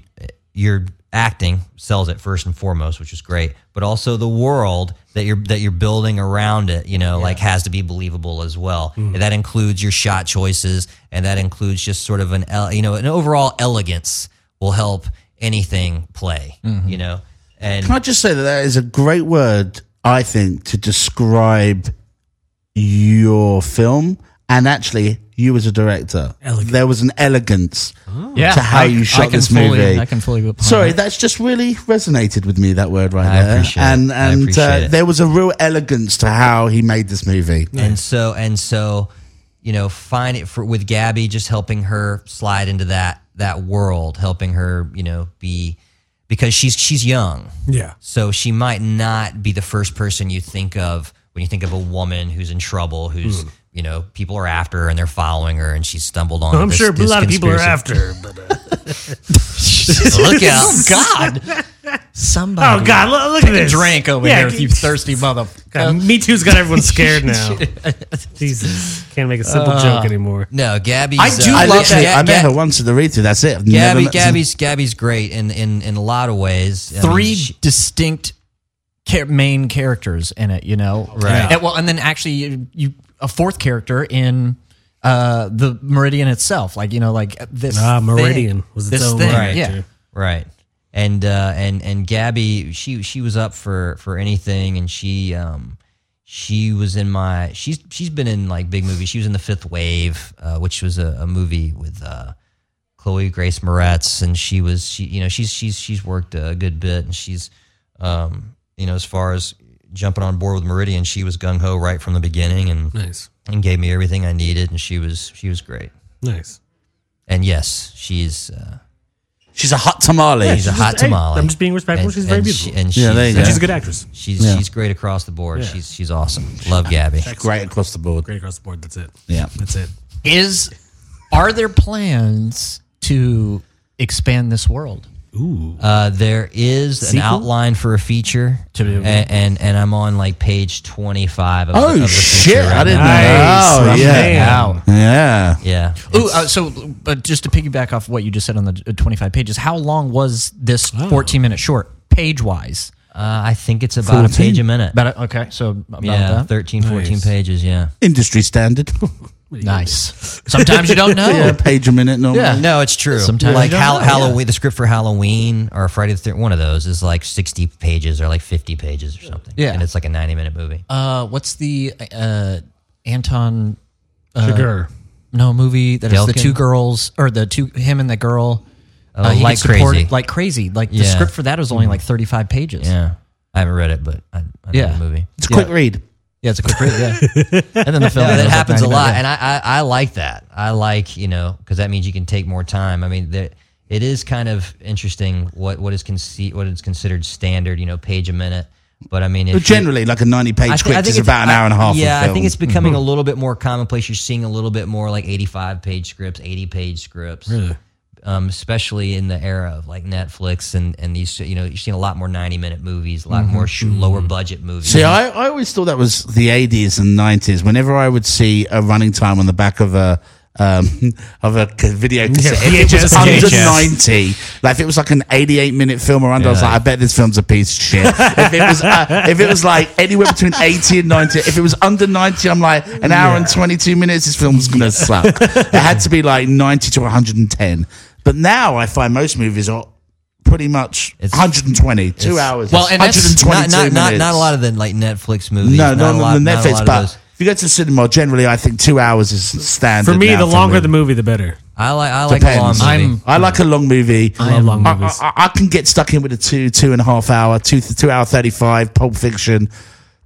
your acting sells it first and foremost, which is great. But also the world that you're that you're building around it, you know, like has to be believable as well. And that includes your shot choices, and that includes just sort of an ele- you know an overall elegance will help anything play. You know, and Can I just say that that is a great word, I think, to describe your film and actually you as a director. Elegant. There was an elegance Oh. Yeah, to how I- you I shot can this fully- movie. I can fully get behind Sorry, that. that's just really resonated with me. That word right I there, appreciate it. and I and uh, appreciate it. there was a real elegance to how he made this movie. and so and so you know find it for with gabby just helping her slide into that that world helping her you know be because she's she's young Yeah. so she might not be the first person you think of when you think of a woman who's in trouble Hmm. who's you know people are after her and they're following her and she's stumbled on I'm this- sure a this lot of people are after. her, conspiracy. Oh, But, uh, *laughs* look out god Oh, Somebody. oh God, look, look at this Drink over Yeah, *laughs* here with you thirsty God, motherfucker. Me too's got everyone scared now. Jesus, can't make a simple joke anymore. no gabby's I do I love yeah, literally, Ga- I met Ga- her once at the read through. That's it. I've never gabby met- gabby's gabby's great in in in a lot of ways I mean, uh, Three she- distinct char- main characters in it, you know? Right. And, well, and then actually, you, you a fourth character in uh, the Meridian itself. Like, you know, like this. Ah, thing- Meridian was its this own thing, character. Yeah. Right. And uh, and and Gabby, she she was up for for anything, and she um she was in my she's she's been in like big movies. She was in the Fifth Wave, uh, which was a, a movie with uh, Chloe Grace Moretz, and she was she you know she's she's she's worked a good bit, and she's um you know as far as jumping on board with Meridian, she was gung ho right from the beginning, and Nice, and gave me everything I needed, and she was she was great. nice. And yes, she's uh, She's a hot tamale. she's a hot Hey, tamale. I'm just being respectful. And- she's very and beautiful. She, and Yeah, she's, there you go. uh, She's a good actress. She's she's great across the board. She's she's awesome. Love Gabby. Great across the board. Great across the board. That's it. Yeah. That's it. Is, are there plans to expand this world? Uh, there is an outline for a feature, to and, and and I'm on like page 25 of, the, of Oh the shit! feature right I didn't now. know. Oh Nice, my yeah, man. Wow. yeah. Yeah. Ooh, uh, so uh, just to piggyback off what you just said on the uh, 25 pages, how long was this 14 minute short, page wise? Uh, I think it's about a page a minute. About a, okay, so about yeah, that. 13, 14 Nice. pages. Yeah. *laughs* Industry standard. Nice. Sometimes you *laughs* don't know. Yeah, page a minute normally. Yeah. No, it's true. Sometimes like you don't Hal- know, Halloween, the script for Halloween or Friday the Third, one of those is like sixty pages or like fifty pages or something. Yeah. and it's like a ninety-minute movie. Uh, what's the uh, Anton Sugar. no movie that is the Delkin? two girls or the two him and the girl Uh, Oh, he Like gets deported Crazy. like crazy like the Yeah. script for that was only like 35 pages Yeah, I haven't read it, but I, I know Yeah. the movie. It's a quick read. yeah it's a quick read yeah and then the film No, was, that like, happens a 90 lot, minutes. and I, I I like that. I like you know because that means you can take more time. I mean, there, it is kind of interesting what what is conce- what is considered standard. You know, page a minute. But I mean, if But you- generally, like a ninety-page I thi- I script think is it's- about an I- hour and a half. of Yeah, I film. Mm-hmm. think it's becoming a little bit more commonplace. You're seeing a little bit more like 85 page scripts, 80 page scripts. Um, especially in the era of like Netflix and, and these, you know, you're seeing a lot more 90 minute movies, a lot more sh- lower budget movies. Mm-hmm. See, I, I always thought that was the 80s and 90s. Whenever I would see a running time on the back of a um, *laughs* of a c- video cassette, if it was VHS. under VHS. 90, like if it was like an 88 minute film or under, I was like, I bet this film's a piece of shit. if it was uh, if it was like anywhere between 80 and 90, if it was under 90, I'm like an hour and 22 minutes, this film's gonna suck. it had to be like 90 to 110. But now I find most movies are pretty much 120, two hours, Well, and that's 122 not, not, minutes. not, not a lot of the like Netflix movies. No, not no, a no, lot, the not a lot Netflix. of But those. if you go to the cinema, generally, I think two hours is standard. For me, now the longer me. the movie, the better. I like, I like a long Depends. movie. I'm- I like a long movie. I, love long I, movies. I, I can get stuck in with a two, two and a half hour, two, two hour thirty-five, Pulp Fiction.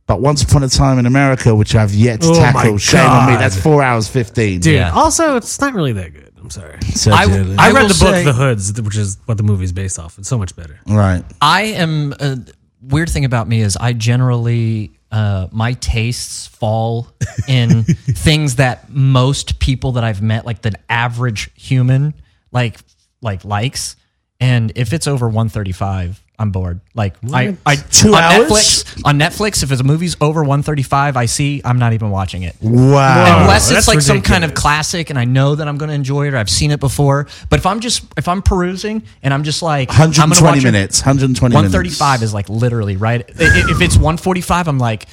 But Once Upon a Time in America, which I've yet to Oh my tackle, shame on me. God. That's four hours fifteen. Dude, Yeah. also, it's not really that good. I'm sorry. So, I- dude, I, read will the book say- The Hoods, th- which is what the movie's based off. It's so much better. right. I am uh, weird thing about me is I generally uh, my tastes fall in things that most people that I've met, like the average human, like like likes. And if it's over 135, I'm bored. Like I, I Two on hours? Netflix on Netflix if it's a movie's over 135, I see I'm not even watching it. Wow. Unless that's it's like some kind of ridiculous. classic and I know that I'm going to enjoy it or I've seen it before. But if I'm just if I'm perusing and I'm just like I'm gonna 120 watch it- minutes. 120 minutes. 135 is like literally right. I- i- If it's 145, I'm like,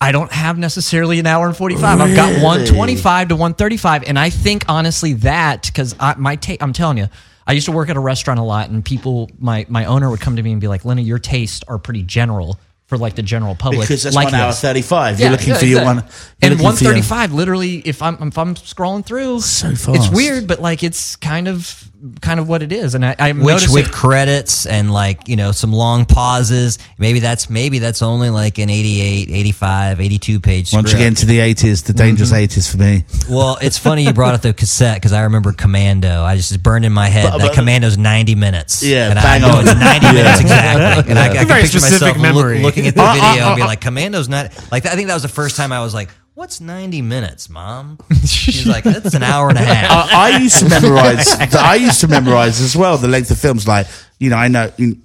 I don't have necessarily an hour and 45. I've got 125 to 135, and I think honestly that because my ta- I'm telling you, I used to work at a restaurant a lot, and people, my my owner would come to me and be like, Lenny, your tastes are pretty general for like the general public. Because that's like one hour this." 35. You're Yeah, looking yeah, for your one. exactly. you're and looking for your- 135, literally, if I'm if I'm scrolling through, so it's fast. weird, but like it's kind of kind of what it is, and I, I'm Which noticing- with credits and like, you know, some long pauses. Maybe that's maybe that's only like an 88, 85, 82 page script. Once you get into the 80s, the dangerous 80s for me. Well, it's funny you brought up the cassette because I remember Commando. I just it burned in my head But- that but- Commando's ninety minutes. Yeah, and bang I know on. it's ninety *laughs* Yeah. minutes exactly. And I, I can very picture specific myself look- memory. looking at the Uh, video and be like, "Commando's not like." I think that was the first time I was like, "What's ninety minutes, Mom?" She's like, "That's an hour and *laughs* a Uh, half." I, I used to memorize. I used to memorize as well the length of films. Like you know, I know in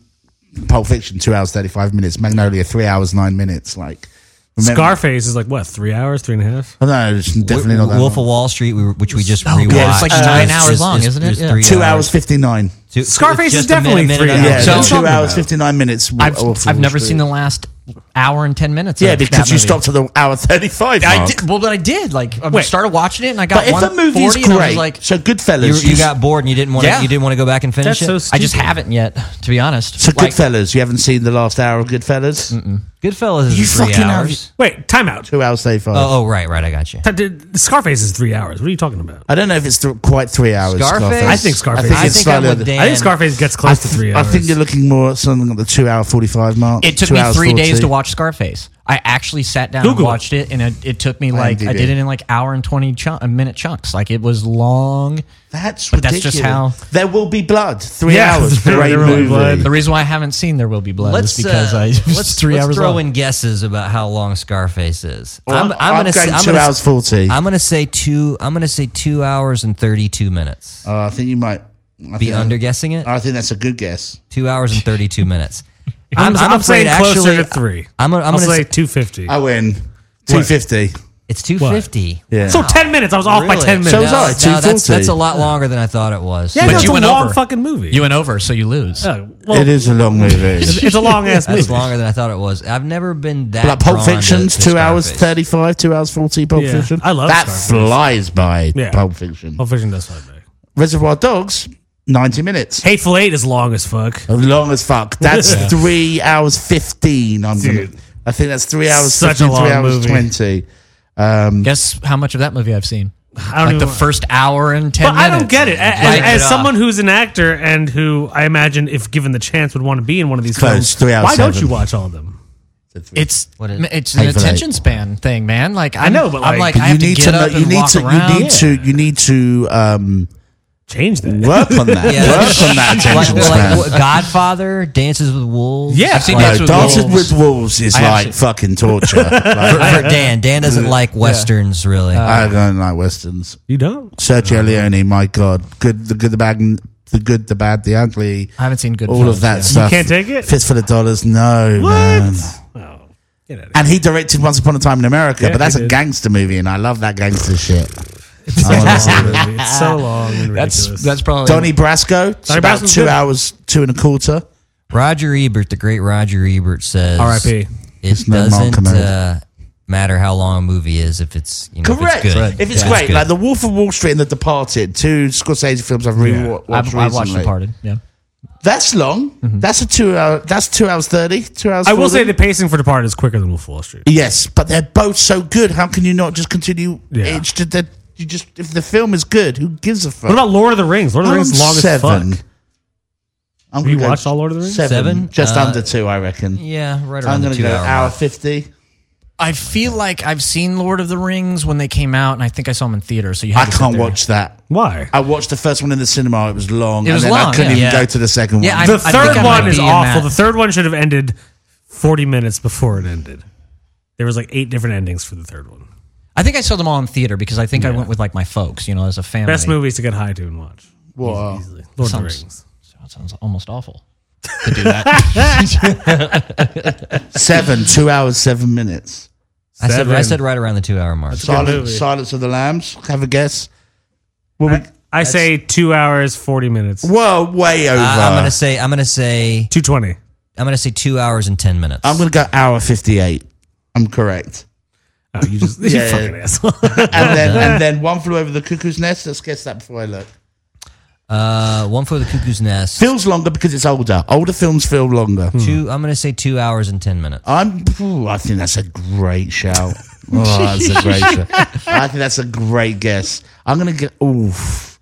Pulp Fiction two hours thirty five minutes, Magnolia three hours nine minutes. Like remember- Scarface is like what three hours, three and a half. Oh, no, it's definitely not that. Wolf long. of Wall Street, we were- which we just rewatched. yeah, it's like nine It's- hours it's- long, it's- isn't it? it's Yeah. three Two hours fifty nine. Two- Scarface it's is just a definitely minute, three minute and a Yeah, half. hours. so I'm two talking hours about. fifty nine minutes. I've, Wolf of I've Wall never Street. seen the last hour and ten minutes. Oh, Yeah, of that because you movie. stopped at the hour thirty five. I did, well, but I did. Like, I Wait. started watching it, and I got But if one a movie's 40, and I was great, like, so You, Goodfellas, you got bored and you didn't want to. Yeah. You didn't want to go back and finish That's so it. stupid. I just haven't yet, to be honest. so like, Goodfellas. You haven't seen the last hour of Goodfellas. Goodfellas is You three fucking are- hours. Wait, timeout. Two hours thirty five. Oh, oh, right, right. I got you. That did- Scarface is three hours. What are you talking about? I don't know if it's th- quite three hours. Scarface? I think Scarface. I think I it's think I'm slightly. with under- Dan. I think Scarface gets I, close to th- three I hours. think you're looking more at something at the two hour forty five mark. It took Two me hours three 40. days to watch Scarface. I actually sat down Google it. and watched it, and it, it took me like I IMDb. did it in like hour and twenty chunk, a minute chunks. Like it was long. That's But that's ridiculous. just there will be blood. Three Yeah, *laughs* hours. there Great will be movie. blood. The reason why I haven't seen There Will Be Blood Let's is *laughs* because uh, I *laughs* it was let's, 3 let's hours throw long. in guesses about how long Scarface is. Well, I'm, I'm, gonna going say- 2 gonna- hours forty. I'm gonna say two. I'm gonna say two hours and thirty-two minutes. Uh, I think you might I Be think- under guessing it. Uh, I think that's a good guess. two hours and *laughs* thirty-two minutes. I'm, I'm, afraid saying closer actually- to three. I'm gonna- I'm I'll gonna say say- two fifty. I win. Two fifty. It's two fifty. Yeah. So ten minutes. I was off by Really? ten minutes. So was I, No, that's 240. that's a lot longer than I thought it was. yeah, But no, it's you a went long over. fucking movie. You went over, so you lose. Oh, well, it is a long movie. It's a long *laughs* ass movie. That's longer than I thought it was. I've never been that. Like Pulp drawn to- Fiction's to two hours Scarface. thirty five, two hours forty. Pulp Yeah. Fiction. I love that. Scarface. Flies by. Yeah. Pulp Fiction. Pulp Fiction does fly by. Reservoir Dogs. Ninety minutes. Hateful Eight is long as fuck. Long as fuck. That's three hours fifteen. I'm gonna. Dude. I think that's three hours. Such a 15, three long hours movie. twenty. Guess how much of that movie I've seen? I don't Like the even- first hour and ten. But I don't minutes. get it. A- As, Like, uh, as it someone who's an actor and who I imagine, if given the chance, would want to be in one of these Close, films, three hours, why don't seven. you watch all of them? It's What is- it's an Pay for that. attention span thing, man. Like I'm, know, but I'm like- like But I have to get know- up and you need walk to. around. You need to. You need to *laughs* um, Change that. work on that. Yeah. Work on that Like, attention well, span. like what- Godfather, Dances with Wolves. Yeah, I've seen like- Dances no, with Dances Wolves. with Wolves is I like actually- fucking *laughs* torture. For, Like, for Dan, Dan doesn't like westerns really. Uh, I don't like westerns. You don't. Sergio Leone, my god, good, the good, the bad, and- the good, the bad, the ugly. I haven't seen Goodfellas. All of that yet. stuff. can't take it? Fistful of dollars, no. Man. Oh, get out of here. And he directed Once Upon a Time in America, Yeah, but that's he a did. gangster movie, and I love that gangster shit. I wanna see it. Movie. It's so long and ridiculous. That's that's probably Donnie Brasco, it's Donnie about Brasco's two good. hours, two and a quarter. Roger Ebert, the great Roger Ebert says, R.I.P. It no doesn't Malcolm X. uh, matter how long a movie is if it's you know, Correct. If it's good. If it's Yeah. great, good. like The Wolf of Wall Street and The Departed, two Scorsese films I've Yeah. rewatched. I've, recently. I've watched Departed. Yeah, That's long. That's a two hour. That's two hours thirty. Two hours. Mm-hmm. I will 40. say the pacing for Departed is quicker than Wolf of Wall Street. Yes, but they're both so good. How can you not just continue? Yeah. Each to the, you just if the film is good, who gives a fuck? What about Lord of the Rings? Lord of the I'm Rings is long seven. as fuck. I'm Have you gonna go watched all Lord of the Rings? Seven, Seven? just Uh, under two, I reckon. yeah, right around I'm the going to two go hour. hour mark. fifty. I feel like I've seen Lord of the Rings when they came out, and I think I saw them in theater. So you I had to sit can't there. watch that. Why? I watched the first one in the cinema. It was long. It was and then I long, couldn't yeah. even Yeah. go to the second Yeah, one. I- The third think I might one be is in awful. that. The third one should have ended forty minutes before it ended. There was like eight different endings for the third one. I think I saw them all in theater because I think I went with like my folks, you know, as a family. Best movies to get high to and watch. Wow. Easily. Lord of the Sounds- Rings. Sounds almost awful. to do that. Seven, two hours, seven minutes. I said, I Seven. said right around the two hour mark. Silent, movie. Silence of the Lambs. Have a guess. Well, we- I say two hours forty minutes. Whoa, way over. I, I'm gonna say I'm gonna say Two twenty. I'm gonna say two hours and ten minutes. I'm gonna go hour fifty-eight. I'm correct. Oh, you just *laughs* you Yeah, fucking yeah. asshole. *laughs* And then and then one flew over the cuckoo's nest. Let's guess that before I look. uh, one for the cuckoo's nest. Feels longer because it's older. Older films feel longer. Two. I'm gonna say two hours and ten minutes. I'm. ooh, I think that's a great shout. Oh, that's a *laughs* great shout. I think that's a great guess. I'm gonna go. Oof.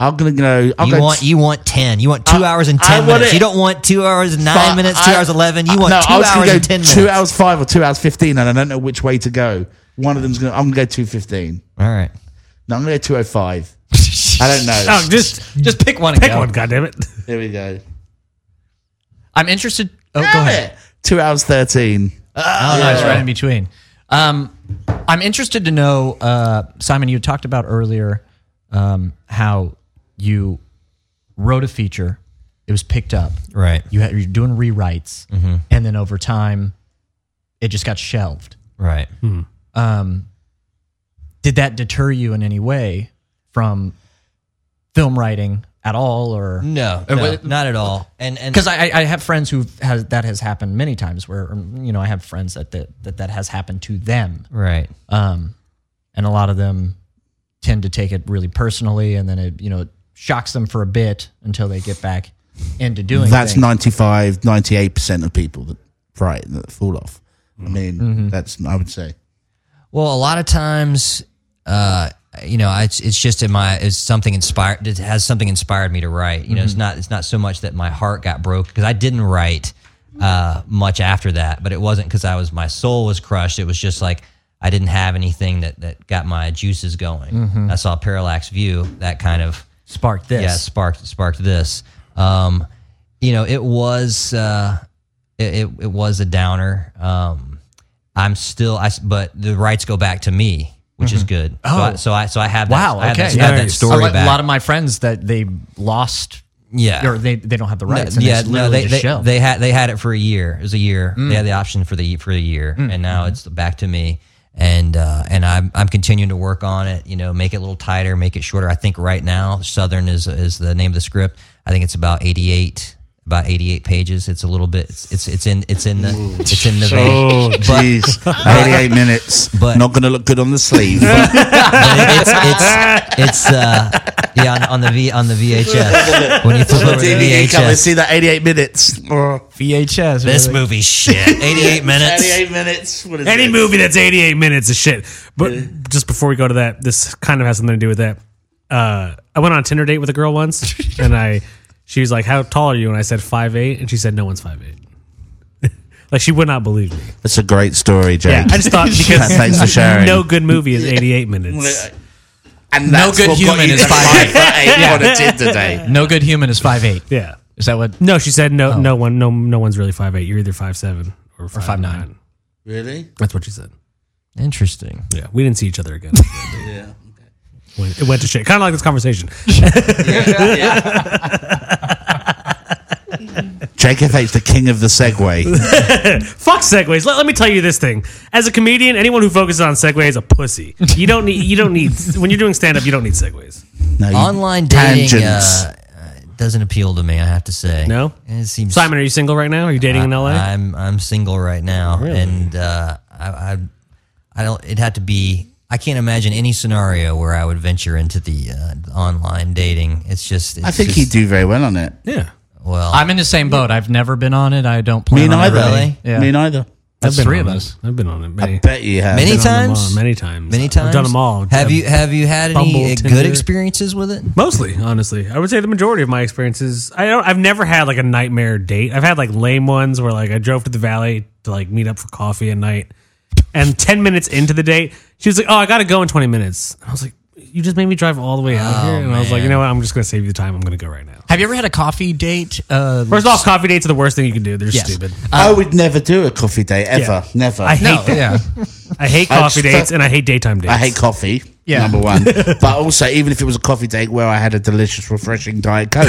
I'm gonna go. I'm you gonna want you want ten. You want two I- hours and I ten want minutes. it- You don't want two hours and nine But minutes, two I- hours eleven. I- You want no, I two was gonna hours go and ten minutes. Two hours five or two hours fifteen, and I don't know which way to go. One of them's gonna. I'm gonna go two fifteen. All right. No, I'm gonna go two oh five. I don't know. *laughs* oh, just Just pick one. and pick go. one. Goddamn it. Here we go. I'm interested. Oh, go Damn ahead. it. Two hours thirteen. Oh, no, it's right in between. Um, I'm interested to know, uh, Simon, you talked about earlier um, how you wrote a feature, it was picked up, Right. you had, you're doing rewrites, and then over time, it just got shelved. Right. Um, did that deter you in any way from film writing at all, or No, Or no, what- not at all. And and because I, I- I have friends who has that has happened many times where um, you know I have friends that that that, that has happened to them, right. um, and a lot of them tend to take it really personally, and then it you know it shocks them for a bit until they get back into doing. That's things. 95, 98 percent of people that right that fall off. I mean, Mm-hmm. that's I would say. Well, a lot of times, uh, you know, it's it's just in my it's something inspired. It has something inspired me to write. You know, it's not it's not so much that my heart got broke because I didn't write uh, much after that, but it wasn't because I was my soul was crushed. It was just like I didn't have anything that that got my juices going. I saw Parallax View, that kind of sparked this. yeah sparked sparked this. Um, you know, it was uh, it, it it was a downer. Um, I'm still I s- but the rights go back to me, which is good. So I, Oh. so I so I have Wow. That, I have okay. that, I have that Nice. story a, lot- back. a lot of my friends that they lost. yeah. Or they, they don't have the No, rights. and yeah, it's no, literally they, just Mm. they, shelved. they had they had it for a year. It was a year. They had the option for the for a year, Mm. and now Mm-hmm. it's back to me. And uh, and I'm I'm continuing to work on it. You know, make it a little tighter, make it shorter. I think right now Southern is is the name of the script. I think it's about 88 about 88 pages. It's a little bit. It's it's, it's in it's in the it's in the *laughs* vein. Oh, *laughs* jeez. 88 minutes. but- Not going to look good on the sleeve. But it- it's it's it's uh, yeah on, on the v on the VHS when you flip over to the DVD cover, VHS. see that 88 minutes. Oh, VHS. This really. movie shit. 88 minutes. 88 minutes. What is Any this? movie that's 88 minutes is shit. But just before we go to that, this kind of has something to do with that. Uh, I went on a Tinder date with a girl once, and I she was like, "How tall are you?" And I said, five eight, and she said, "No one's five eight. *laughs* like she would not believe me. That's a great story, Jake. Yeah, I just *laughs* thought because Thanks for sharing. no good movie is 88 minutes. and No good human is five. yeah. on a Tinder date. No good human is five eight. Yeah. Is that what? No, she said no. No one. No. No one's really five eight. You're either five seven Oh. or five, nine. nine. Really? That's what she said. Interesting. Yeah, we didn't see each other again. yeah. It went to shit. Kind of like this conversation. Jake FH, the king of the segue. Fuck segues. Let, let me tell you this thing. As a comedian, anyone who focuses on segue is a pussy. You don't need. You don't need. When you're doing stand up, you don't need segues. No, you- Online dating uh, uh, doesn't appeal to me. I have to say. No? it seems. Simon, are you single right now? Are you dating in L.A.? I'm I'm single right now, and uh, I, I I don't. It had to be. I can't imagine any scenario where I would venture into the uh, online dating. It's just. It's I think just, he'd do very well on it. yeah. Well, I'm in the same boat. I've never been on it. I don't plan Me on it. neither. really? Yeah. Me neither. That's I've been three on of it. us. Um, I've been on it many, I bet you have. many been on them all, times. many times. Many times. I've done them all. Have you Have you had any Bumble, uh, Tinder. good experiences with it? Mostly, honestly, I would say the majority of my experiences. I don't. I've never had like a nightmare date. I've had like lame ones where like I drove to the valley to like meet up for coffee at night, and ten minutes into the date, she was like, "Oh, I got to go in twenty minutes." And I was like, "You just made me drive all the way out here," and I was like, "You know what? I'm just gonna save you the time. I'm gonna go right now." Have you ever had a coffee date? Uh, First off, coffee dates are the worst thing you can do. They're stupid. uh, I would never do a coffee date, ever. Yeah. Never. *laughs* I hate no, that. yeah. I hate I coffee just- dates and I hate daytime dates. I hate coffee. Yeah. number *laughs* one. but also, even if it was a coffee date where I had a delicious, refreshing diet coke,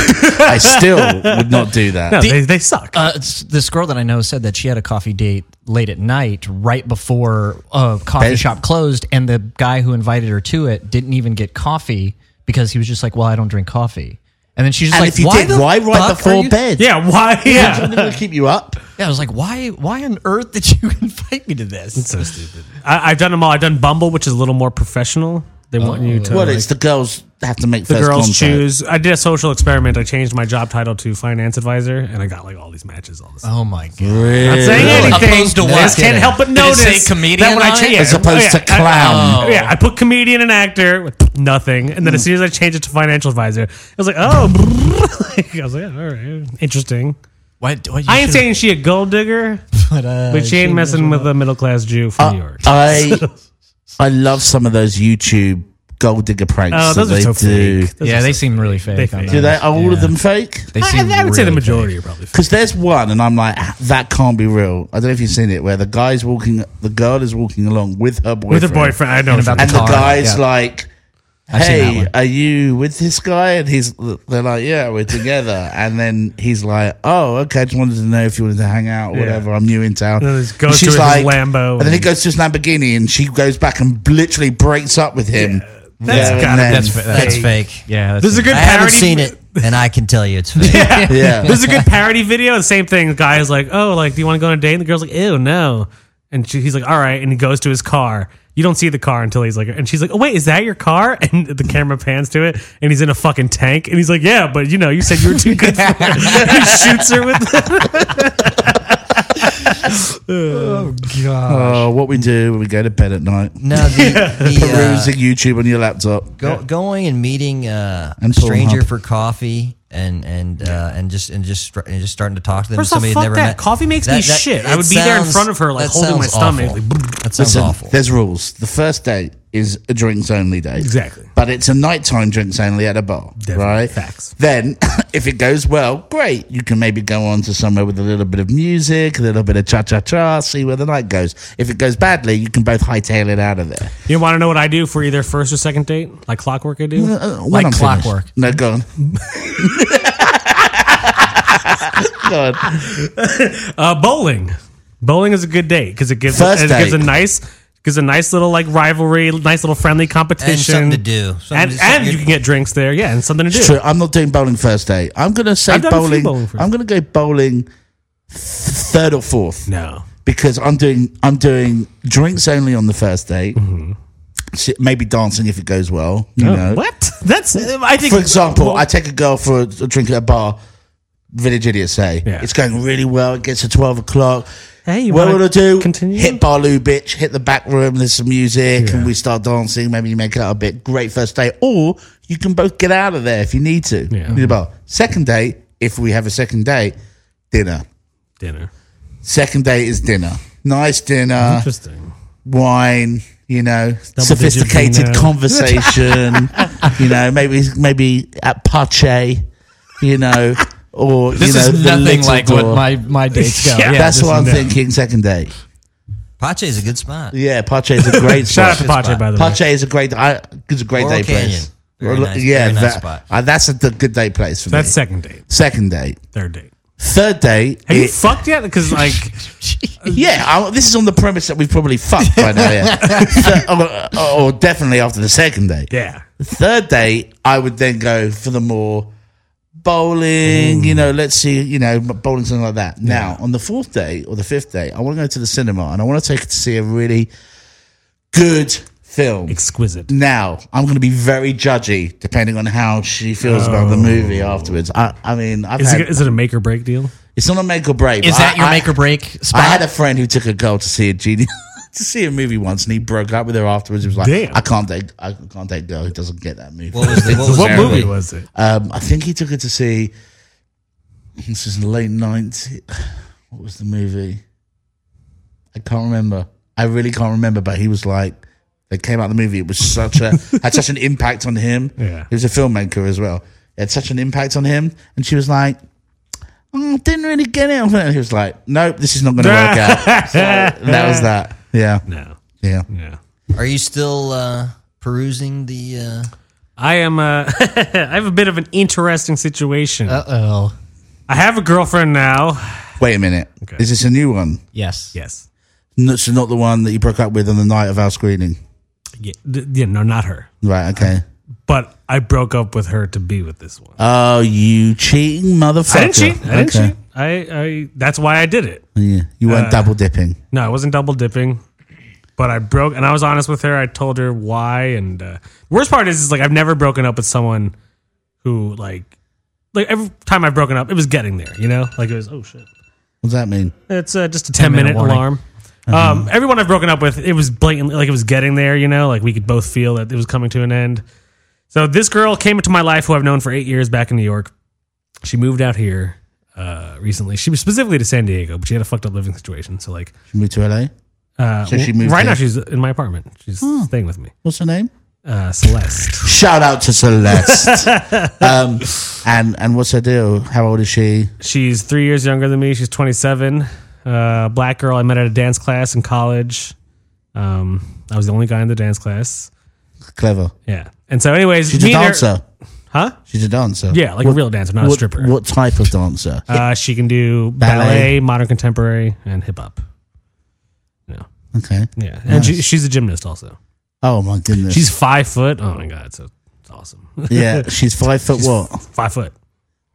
*laughs* I still would not do that. No, they, they suck. Uh, it's- this girl that I know said that she had a coffee date late at night, right before a coffee Ben- shop closed, and the guy who invited her to it didn't even get coffee because he was just like, "Well, I don't drink coffee." And then she's just and like, if you "Why did, the why fuck right are before you-" bed? yeah, why? Yeah. I'm going to keep you up. Yeah, I was like, "Why? Why on earth did *laughs* you invite me to this?" so stupid. *laughs* I, I've done them all. I've done Bumble, which is a little more professional. They want you to. Well, like, it's the girls have to make the first girls contact. choose. I did a social experiment. I changed my job title to finance advisor, and I got like all these matches. All this. Oh my Not god! saying Really? anything. Opposed to I what? just can't Kidding. help but Did it notice say comedian that when I on change, it? Oh. As opposed to clown. Hmm. I, yeah, I put comedian and actor, with nothing, and then as soon as I changed it to financial advisor, I was like, oh, *laughs* I was like, yeah, all right, interesting. Why, why you I ain't should've saying she a gold digger, put, uh, but she ain't should've messing just- with a middle class Jew Uh, from New York. *laughs* I I love some of those YouTube gold digger pranks Oh, that those are they so do. fake. Those Yeah, are they so seem really fake. They on fake. Do those. they? Are all Yeah. of them fake? They I, I seem would say the really majority are probably fake. Because there's one, and I'm like, "Ah, that can't be real. I don't know if you've seen it, where the guy's walking, the girl is walking along with her boyfriend, With her boyfriend, I know And about about and the Car, guy's yeah. like, I've seen that "Hey, one. are you with this guy?" And he's, they're like, "Yeah, *laughs* we're together." and then he's like, "Oh, okay. I just wanted to know if you wanted to hang out, or Yeah. whatever. I'm new in town." And then he goes And to his Lambo and then he and- goes to his Lamborghini, and she goes back and literally breaks up with him. That's there and gotta be- then. that's uh, That's, that's fake. Yeah, that's This is a good I parody. haven't seen it, and I can tell *laughs* you it's fake. yeah. This is a good parody video. The same thing. The guy is like, "Oh, like, do you want to go on a date?" And the girl's like, "Ew, no." And she, he's like, "All right." And he goes to his car. You don't see the car until he's like, and she's like, "Oh wait, is that your car?" *laughs* And the camera pans to it, and he's in a fucking tank. And he's like, "Yeah, but you know, you said you were too good." *laughs* for *laughs* it. he shoots her with. *laughs* Oh, what we do when we go to bed at night? No, the, the, uh, Perusing YouTube on your laptop. go, going and meeting uh, And a Pornhub. stranger for coffee and and uh, and just and just str- and just starting to talk to them. First off, somebody fuck never that. met. Coffee makes me shit. I it would be there in front of her, like, that holding my sounds stomach, awful. like, that sounds Listen, awful. There's rules. The first date is a drinks only date. Exactly. But it's a nighttime drinks only at a bar. Definitely. Right? Facts. Then, *laughs* if it goes well, great. You can maybe go on to somewhere with a little bit of music, a little bit of cha cha cha, see where the night goes. If it goes badly, you can both hightail it out of there. You want to know what I do for either first or second date, like clockwork? I do. Uh, when Like I'm finished- clockwork. No, go on. God. Uh, bowling. Bowling is a good date because it gives First it gives a date. nice gives a nice little like rivalry, nice little friendly competition, something to do. Something- and something and good- you can get drinks there. Yeah, and something to do. It's true. I'm not doing bowling first date. I'm going to say I've done a few bowling. bowling first I'm going to go bowling th- third or fourth. No, because I'm doing I'm doing drinks only on the first date. S- Maybe dancing if it goes well. You know. Mm-hmm. Oh, what? That's I think. For example, I take a girl for a, a drink at a bar. Village idiots say Yeah. it's going really well. It gets to twelve o'clock. Hey, you what wanna would I do? continue? Hit Barloo, bitch. Hit the back room. There's some music, and we start dancing. Maybe you make it out a bit. Great first date, or you can both get out of there if you need to. Yeah. Near the bar. Second date, if we have a second date, dinner. dinner. Second date is dinner. Nice *laughs* dinner Interesting. wine, you know, Double-digit sophisticated vino. conversation, *laughs* you know, maybe maybe at Pache, you know, or This you know, is the nothing Little like Door. what my, my dates go. Yeah, yeah, That's just- what I'm no. thinking. Second date, Pache is a good spot. yeah, Pache is a great Shout out to spot. Pache, by the way. Pache is a great, I, it's a great Laurel day Canyon. place. Very Well, nice- yeah, very nice that- spot. uh, that's a d- good day place for That's me. second date. Second date, Third date. third date. Have you it- fucked yet? *laughs* Because like, Yeah, I, this is on the premise that we've probably fucked by now, yeah. Thir- or, or definitely after the second date. yeah, third date, I would then go for the more bowling, you know, let's see, you know, bowling, something like that. Now, on the fourth day or the fifth day, I want to go to the cinema and I want to take it to see a really good film. exquisite. Now, I'm going to be very judgy depending on how she feels about the movie afterwards. I, I mean, I've Is had, it, is it a make or break deal? it's not a make or break. Is but that I- your I- make or break spot? I had a friend who took a girl to see a genie *laughs* to see a movie once, and he broke up with her afterwards. He was like, Damn. "I can't date, I can't date a girl who doesn't get that movie." What was the, what was What the- movie was it? Um, I think he took her to see. This is in the late nineties. *sighs* What was the movie? I can't remember. I really can't remember. But he was like, they came out of the movie. It was such a had such an impact on him. Yeah. he was a filmmaker as well. It had such an impact on him, and she was like, oh, didn't really get it. And he was like, nope, this is not going to work out. So that was that. Yeah, No. yeah. Yeah. Are you still uh, perusing the? Uh, I am. Uh, *laughs* I have a bit of an interesting situation. Uh oh. I have a girlfriend now. Wait a minute. Is this a new one? Yes. Yes. No, so not the one that you broke up with on the night of our screening. Yeah, th- yeah. No, not her. Right, okay. But I broke up with her to be with this one. Oh, you cheating motherfucker. I didn't cheat. I didn't Okay. cheat. Uh. I, I. That's why I did it. Yeah, you weren't double dipping. No, I wasn't double dipping, but I broke, and I was honest with her. I told her why, and uh, worst part is, is like I've never broken up with someone who like, like every time I've broken up, it was getting there, you know, like it was oh shit, What does that mean? it's uh, just a ten, minute, warning. alarm. Um, everyone I've broken up with, it was blatantly like it was getting there, you know, like we could both feel that it was coming to an end. So this girl came into my life who I've known for eight years back in New York. She moved out here uh, recently. She was specifically to San Diego, but she had a fucked up living situation. So like She moved to LA? uh, So she well, moved right now, in. Hmm. she's in my apartment. She's staying with me. What's *laughs* her name? Uh, Celeste. Shout out to Celeste. *laughs* um, and and what's her deal? How old is she? she's three years younger than me. She's 27. Uh, black girl. I met at a dance class in college. Um, I was the only guy in the dance class. Clever. Yeah. And so, anyways, She's a me and her- dancer. huh? She's a dancer. Yeah, like a real dancer, not a what, stripper. What type of dancer? Uh, she can do Ballet. ballet, modern contemporary, and hip hop. No. Okay. Yeah. And she, she's a gymnast also. Oh my goodness. She's five foot. Oh my God. So it's awesome. *laughs* *laughs* yeah. She's five foot what? five foot.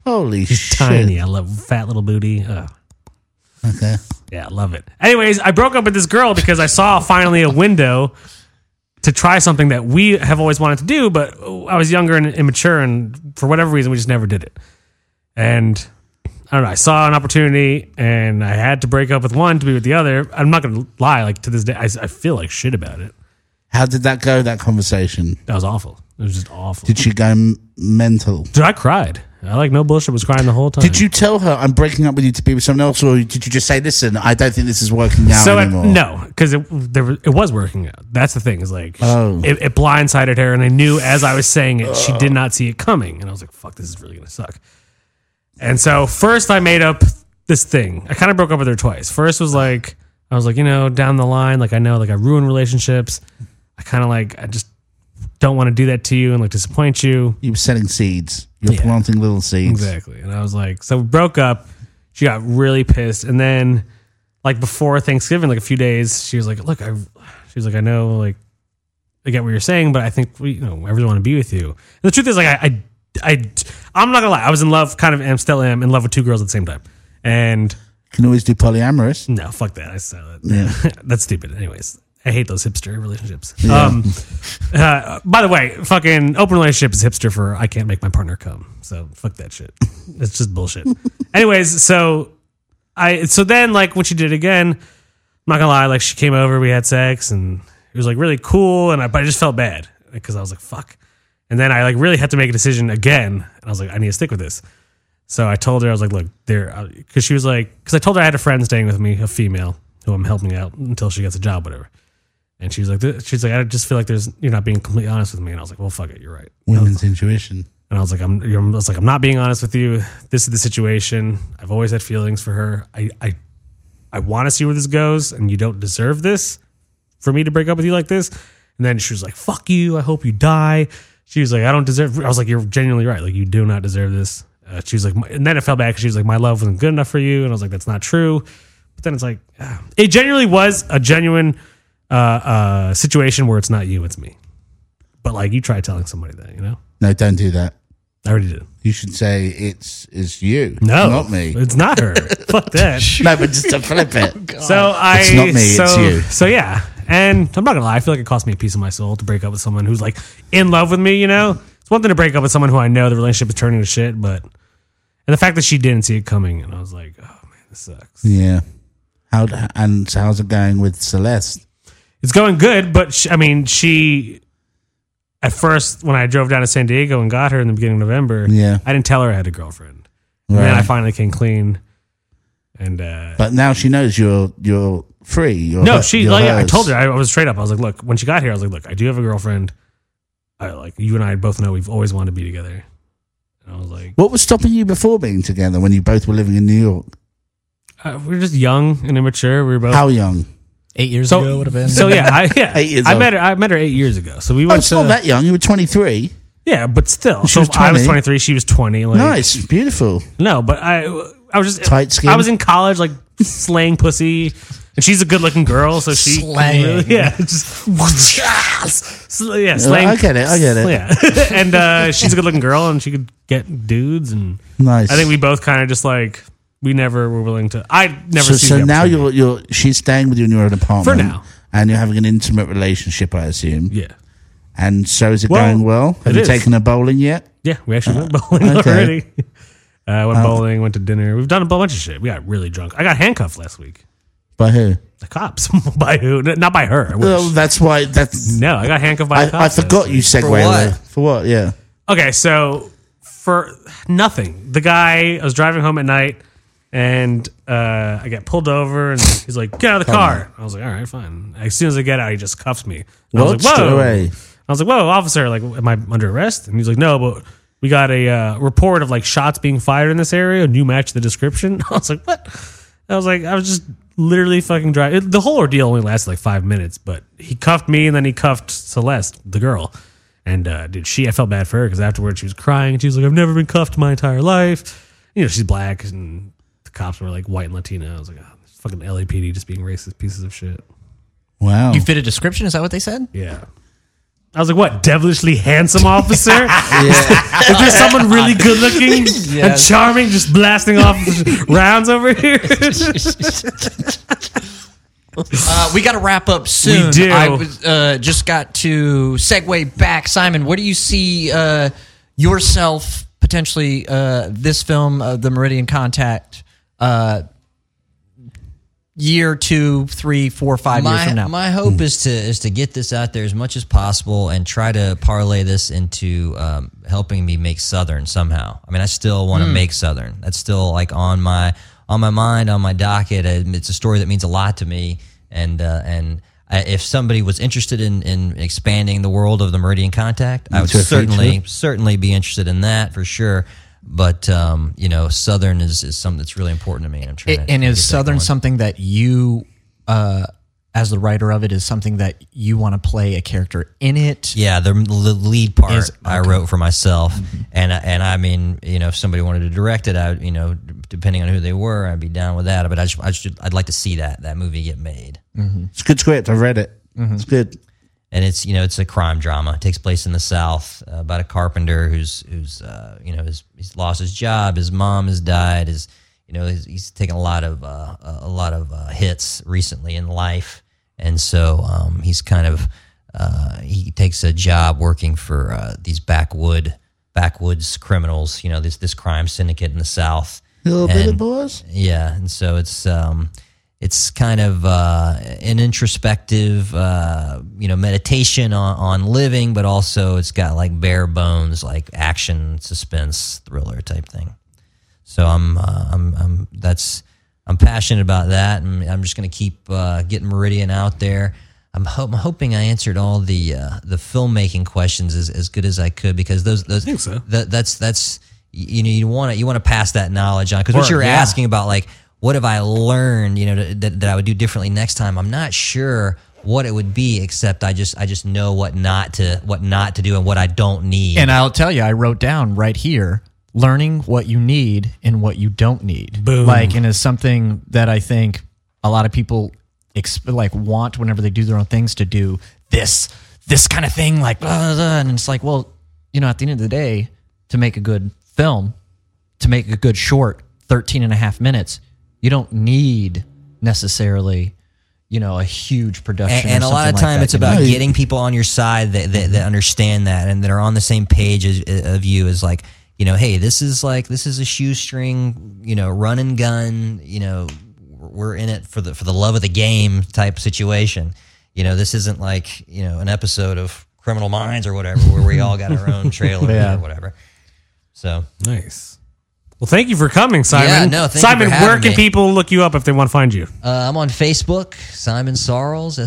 Holy shit. Tiny. I love fat little booty. Ugh. Okay. Yeah, I love it. Anyways, I broke up with this girl because I saw finally a window to try something that we have always wanted to do, but I was younger and immature, and for whatever reason, we just never did it. And I don't know. I saw an opportunity, and I had to break up with one to be with the other. I'm not going to lie. Like to this day, I, I feel like shit about it. How did that go? That conversation? That was awful. It was just awful. Did she go m- mental? Dude, I cried. I like no bullshit was crying the whole time. Did you tell her I'm breaking up with you to be with someone else, or did you just say, "Listen, I don't think this is working out so it, anymore"? no, because it there was, it was working out. That's the thing is like Oh. it, it blindsided her, and I knew as I was saying it, she did not see it coming, and I was like, "Fuck, this is really gonna suck." And so first, I made up this thing. I kind of broke up with her twice. First was like, I was like, you know, down the line, like I know, like I ruin relationships. I kind of like I just don't want to do that to you and like disappoint you. You were selling seeds. You're planting little seeds. Exactly. And I was like, so we broke up. She got really pissed. And then, like, before Thanksgiving, like a few days, she was like, look, I, she was like, I know, like, I get what you're saying, but I think we, you know, I really want to be with you. And the truth is, like, I, I, I, I'm not gonna lie. I was in love, kind of am, still am in love with two girls at the same time. And Can always do polyamorous. no, fuck that. I saw that. *laughs* That's stupid. Anyways, I hate those hipster relationships. Um, uh, by the way, fucking open relationship is hipster for I can't make my partner come. So fuck that shit. It's just bullshit. Anyways, so I so then like when she did it again, I'm not gonna lie, like she came over, we had sex, and it was like really cool, and I but I just felt bad because I was like fuck. And then I like really had to make a decision again, and I was like, I need to stick with this. So I told her, I was like, look, there, because she was like, because I told her I had a friend staying with me, a female who I'm helping out until she gets a job, whatever. And she was like, th- she's like, I just feel like there's, you're not being completely honest with me. And I was like, well, fuck it, you're right. Women's intuition. And I was like, I'm, you're, I was like, I'm not being honest with you. This is the situation. I've always had feelings for her. I, I, I want to see where this goes, and you don't deserve this for me to break up with you like this. And then she was like, "Fuck you. I hope you die." She was like, "I don't deserve." I was like, "You're genuinely right. Like, you do not deserve this." Uh, she was like, my, and then it fell back. She was like, "My love wasn't good enough for you," and I was like, "That's not true." But then it's like, ah. it genuinely was a genuine uh, uh, situation where it's not you, it's me. But like, you try telling somebody that, you know. No, don't do that. I already did. You should say it's it's you, No, not me. It's not *laughs* her. Fuck that. No, but just to flip *laughs* it. So I. It's not me, it's So, you. So yeah, and I'm not gonna lie. I feel like it cost me a piece of my soul to break up with someone who's like in love with me. You know, it's one thing to break up with someone who I know the relationship is turning to shit, but and the fact that she didn't see it coming, and I was like, oh man, this sucks. Yeah. How and so how's it going with Celeste? It's going good, but she, I mean, she. At first, when I drove down to San Diego and got her in the beginning of November, Yeah. I didn't tell her I had a girlfriend. And then Right. I finally came clean, and uh, But now she knows you're you're free. You're No, her- she you're like I hers. told her I, I was straight up. I was like, look, when she got here, I was like, look, I do have a girlfriend. I like you and I both know we've always wanted to be together. And I was like, What was stopping you before being together when you both were living in New York? uh, we were just young and immature. We were both How young? Eight years So ago would have been. *laughs* So yeah, *laughs* I yeah. Eight years I old. met her I met her 8 years ago. So we I went was to Oh, not that young. You were 23. Yeah, but still. She so was I was 20. 23, she was 20 like Nice, beautiful. No, but I I was just Tight skin? I was in college like slaying pussy and she's a good-looking girl, so she *laughs* Slaying. yeah, just Sl- yeah, slaying. I get it, I get it. Yeah. *laughs* and uh, she's a good-looking girl and she could get dudes and Nice. I think we both kind of just like we never were willing to I never So, seized so the now opportunity. you're you're she's staying with you in your own apartment For now. and you're having an intimate relationship, I assume. Yeah. And so is it Well, going well? Have it you is. taken her bowling yet? Yeah, we actually went bowling okay. already. *laughs* Uh, went bowling, went to dinner. We've done a bunch of shit. We got really drunk. I got handcuffed last week. By who? The cops. *laughs* by who? Not by her. I wish. Well, that's why. That's no, I got handcuffed Mm-hmm. by I, the I cops. last forgot week. you segued For what? there. For what? Yeah. Okay, so for nothing, the guy, I was driving home at night and uh, I got pulled over and he's like, get out of the car. I was like, all right, fine. As soon as I get out, he just cuffs me. And I was like, What? whoa. Straight away. I was like, whoa, officer, like, am I under arrest? And he's like, no, but we got a uh, report of like shots being fired in this area and you match the description. *laughs* I was like, what? I was like, I was just literally fucking driving. It- The whole ordeal only lasted like five minutes, but he cuffed me and then he cuffed Celeste, the girl. And uh, dude, she, I felt bad for her because afterwards she was crying. She was like, I've never been cuffed my entire life. You know, she's black and the cops were like white and Latina. I was like, oh, this fucking LAPD just being racist pieces of shit. Wow. you fit a description? Is that what they said? Yeah. I was like, what, devilishly handsome officer? If there's someone really good looking and Yes. charming just blasting off rounds over here. Uh, we got to wrap up soon. We do. I was, uh, just got to segue back. Simon, where do you see uh, yourself potentially uh, this film, uh, The Meridian Contact, uh, year two, three, four, five years my, from now? my hope is to is to get this out there as much as possible and try to parlay this into um, helping me make Southern somehow. I mean, I still want to Hmm. make Southern. That's still like on my on my mind, on my docket. And It's a story that means a lot to me, and uh, and. I- If somebody was interested in, in expanding the world of the Meridian Contact, I would Into a feature. certainly certainly be interested in that for sure. But um, you know, Southern is, is something that's really important to me, and I'm trying. A- to and get is that Southern going. something that you, uh, as the writer of it, is something that you want to play a character in it? Yeah, the, the lead part I wrote for myself, and I- and I mean, you know, if somebody wanted to direct it, I would, you know, depending on who they were, I'd be down with that. But I just, I just I'd like to see that that movie get made, It's a good script. I've read it. Mm-hmm. It's good. and it's you know, it's a crime drama. It takes place in the South uh, about a carpenter who's who's uh, you know, his, he's lost his job, his mom has died, his you know, he's, he's taken a lot of uh, a lot of uh, hits recently in life, and so um, he's kind of uh, he takes a job working for uh, these backwood backwoods criminals. You know this this crime syndicate in the South. Little bit of And- boys. yeah, and so it's um, it's kind of uh, an introspective, uh, you know, meditation on, on living, but also it's got like bare bones, like action, suspense, thriller type thing. So I'm, uh, I'm, I'm that's I'm passionate about that, and I'm just gonna keep uh, getting Meridian out there. I'm, ho- I'm hoping I answered all the uh, the filmmaking questions as, as good as I could because those those think so. that, that's that's you know you want to you want to pass that knowledge on because what Word, you're yeah. asking about like what have I learned you know that, that, that I would do differently next time I'm not sure what it would be except I just I just know what not to what not to do and what I don't need And I'll tell you, I wrote down right here learning what you need and what you don't need. Boom. Like, and is something that I think a lot of people exp- like want whenever they do their own things to do this, this kind of thing. Like, blah, blah, blah. and it's like, well, you know, at the end of the day, to make a good film, to make a good short, 13 and a half minutes, you don't need necessarily, you know, a huge production. or and, and a lot something of like time that. it's You about know? getting people on your side that, that, that understand that and that are on the same page as, of you as like you know hey this is like this is a shoestring you know run and gun you know we're in it for the for the love of the game type situation you know this isn't like you know an episode of criminal minds or whatever where we all got our own trailer Yeah. or whatever so Nice. Well, thank you for coming, Simon. Yeah, no, thank you Simon, for where having can me. people look you up if they want to find you? uh, i'm on facebook simon sorrells E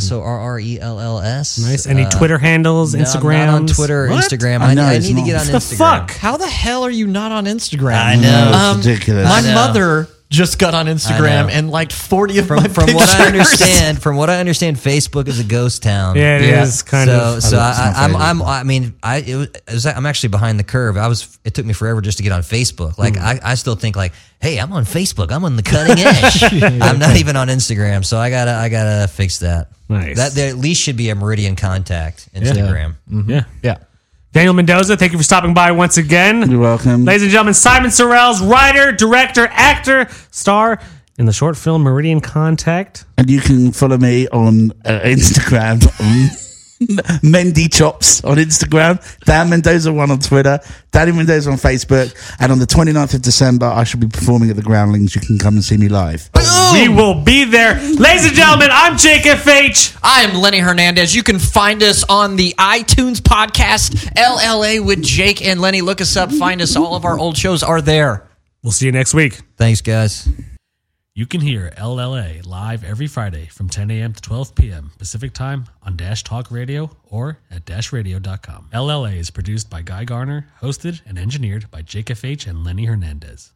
s-o-r-r-e-l-l-s Nice. Any Twitter handles, uh, No, I'm Instagram? not on Twitter or Instagram. I, I know, I he's need to not. get on What the Instagram. fuck? How the hell are you not on Instagram? Um, I know. It's ridiculous. My know. mother just got on Instagram know. and liked 40 of From, my from pictures. what I understand, from what I understand, Facebook is a ghost town. Yeah, it is Yeah. kind so, of. So I, sounds I, I'm, right. I'm, I mean, I, it was, it was- I'm actually behind the curve. I was, it took me forever just to get on Facebook. Like, I, I still think like, hey, I'm on Facebook. I'm on the cutting *laughs* edge. I'm not even on Instagram. So I gotta, I gotta fix that. Nice. That there at least should be a Meridian Contact Instagram. Yeah. Yeah. Daniel Mendoza, thank you for stopping by once again. You're welcome. Ladies and gentlemen, Simon Sorrell's writer, director, actor, star in the short film Meridian Contact. And you can follow me on uh, Instagram. um, *laughs* Mendy Chops on Instagram, Dan Mendoza one on Twitter, Danny Mendoza on Facebook, and on the 29th of December, I shall be performing at the Groundlings. You can come and see me live. We will be there. Ladies and gentlemen, I'm Jake FH. I am Lenny Hernandez. You can find us on the iTunes podcast, LLA with Jake and Lenny. Look us up, find us. All of our old shows are there. We'll see you next week. Thanks, guys. You can hear LLA live every Friday from 10 a.m. to 12 p.m. Pacific Time on Dash Talk Radio or at dashradio.com. LLA is produced by Guy Garner, hosted and engineered by Jake FH and Lenny Hernandez.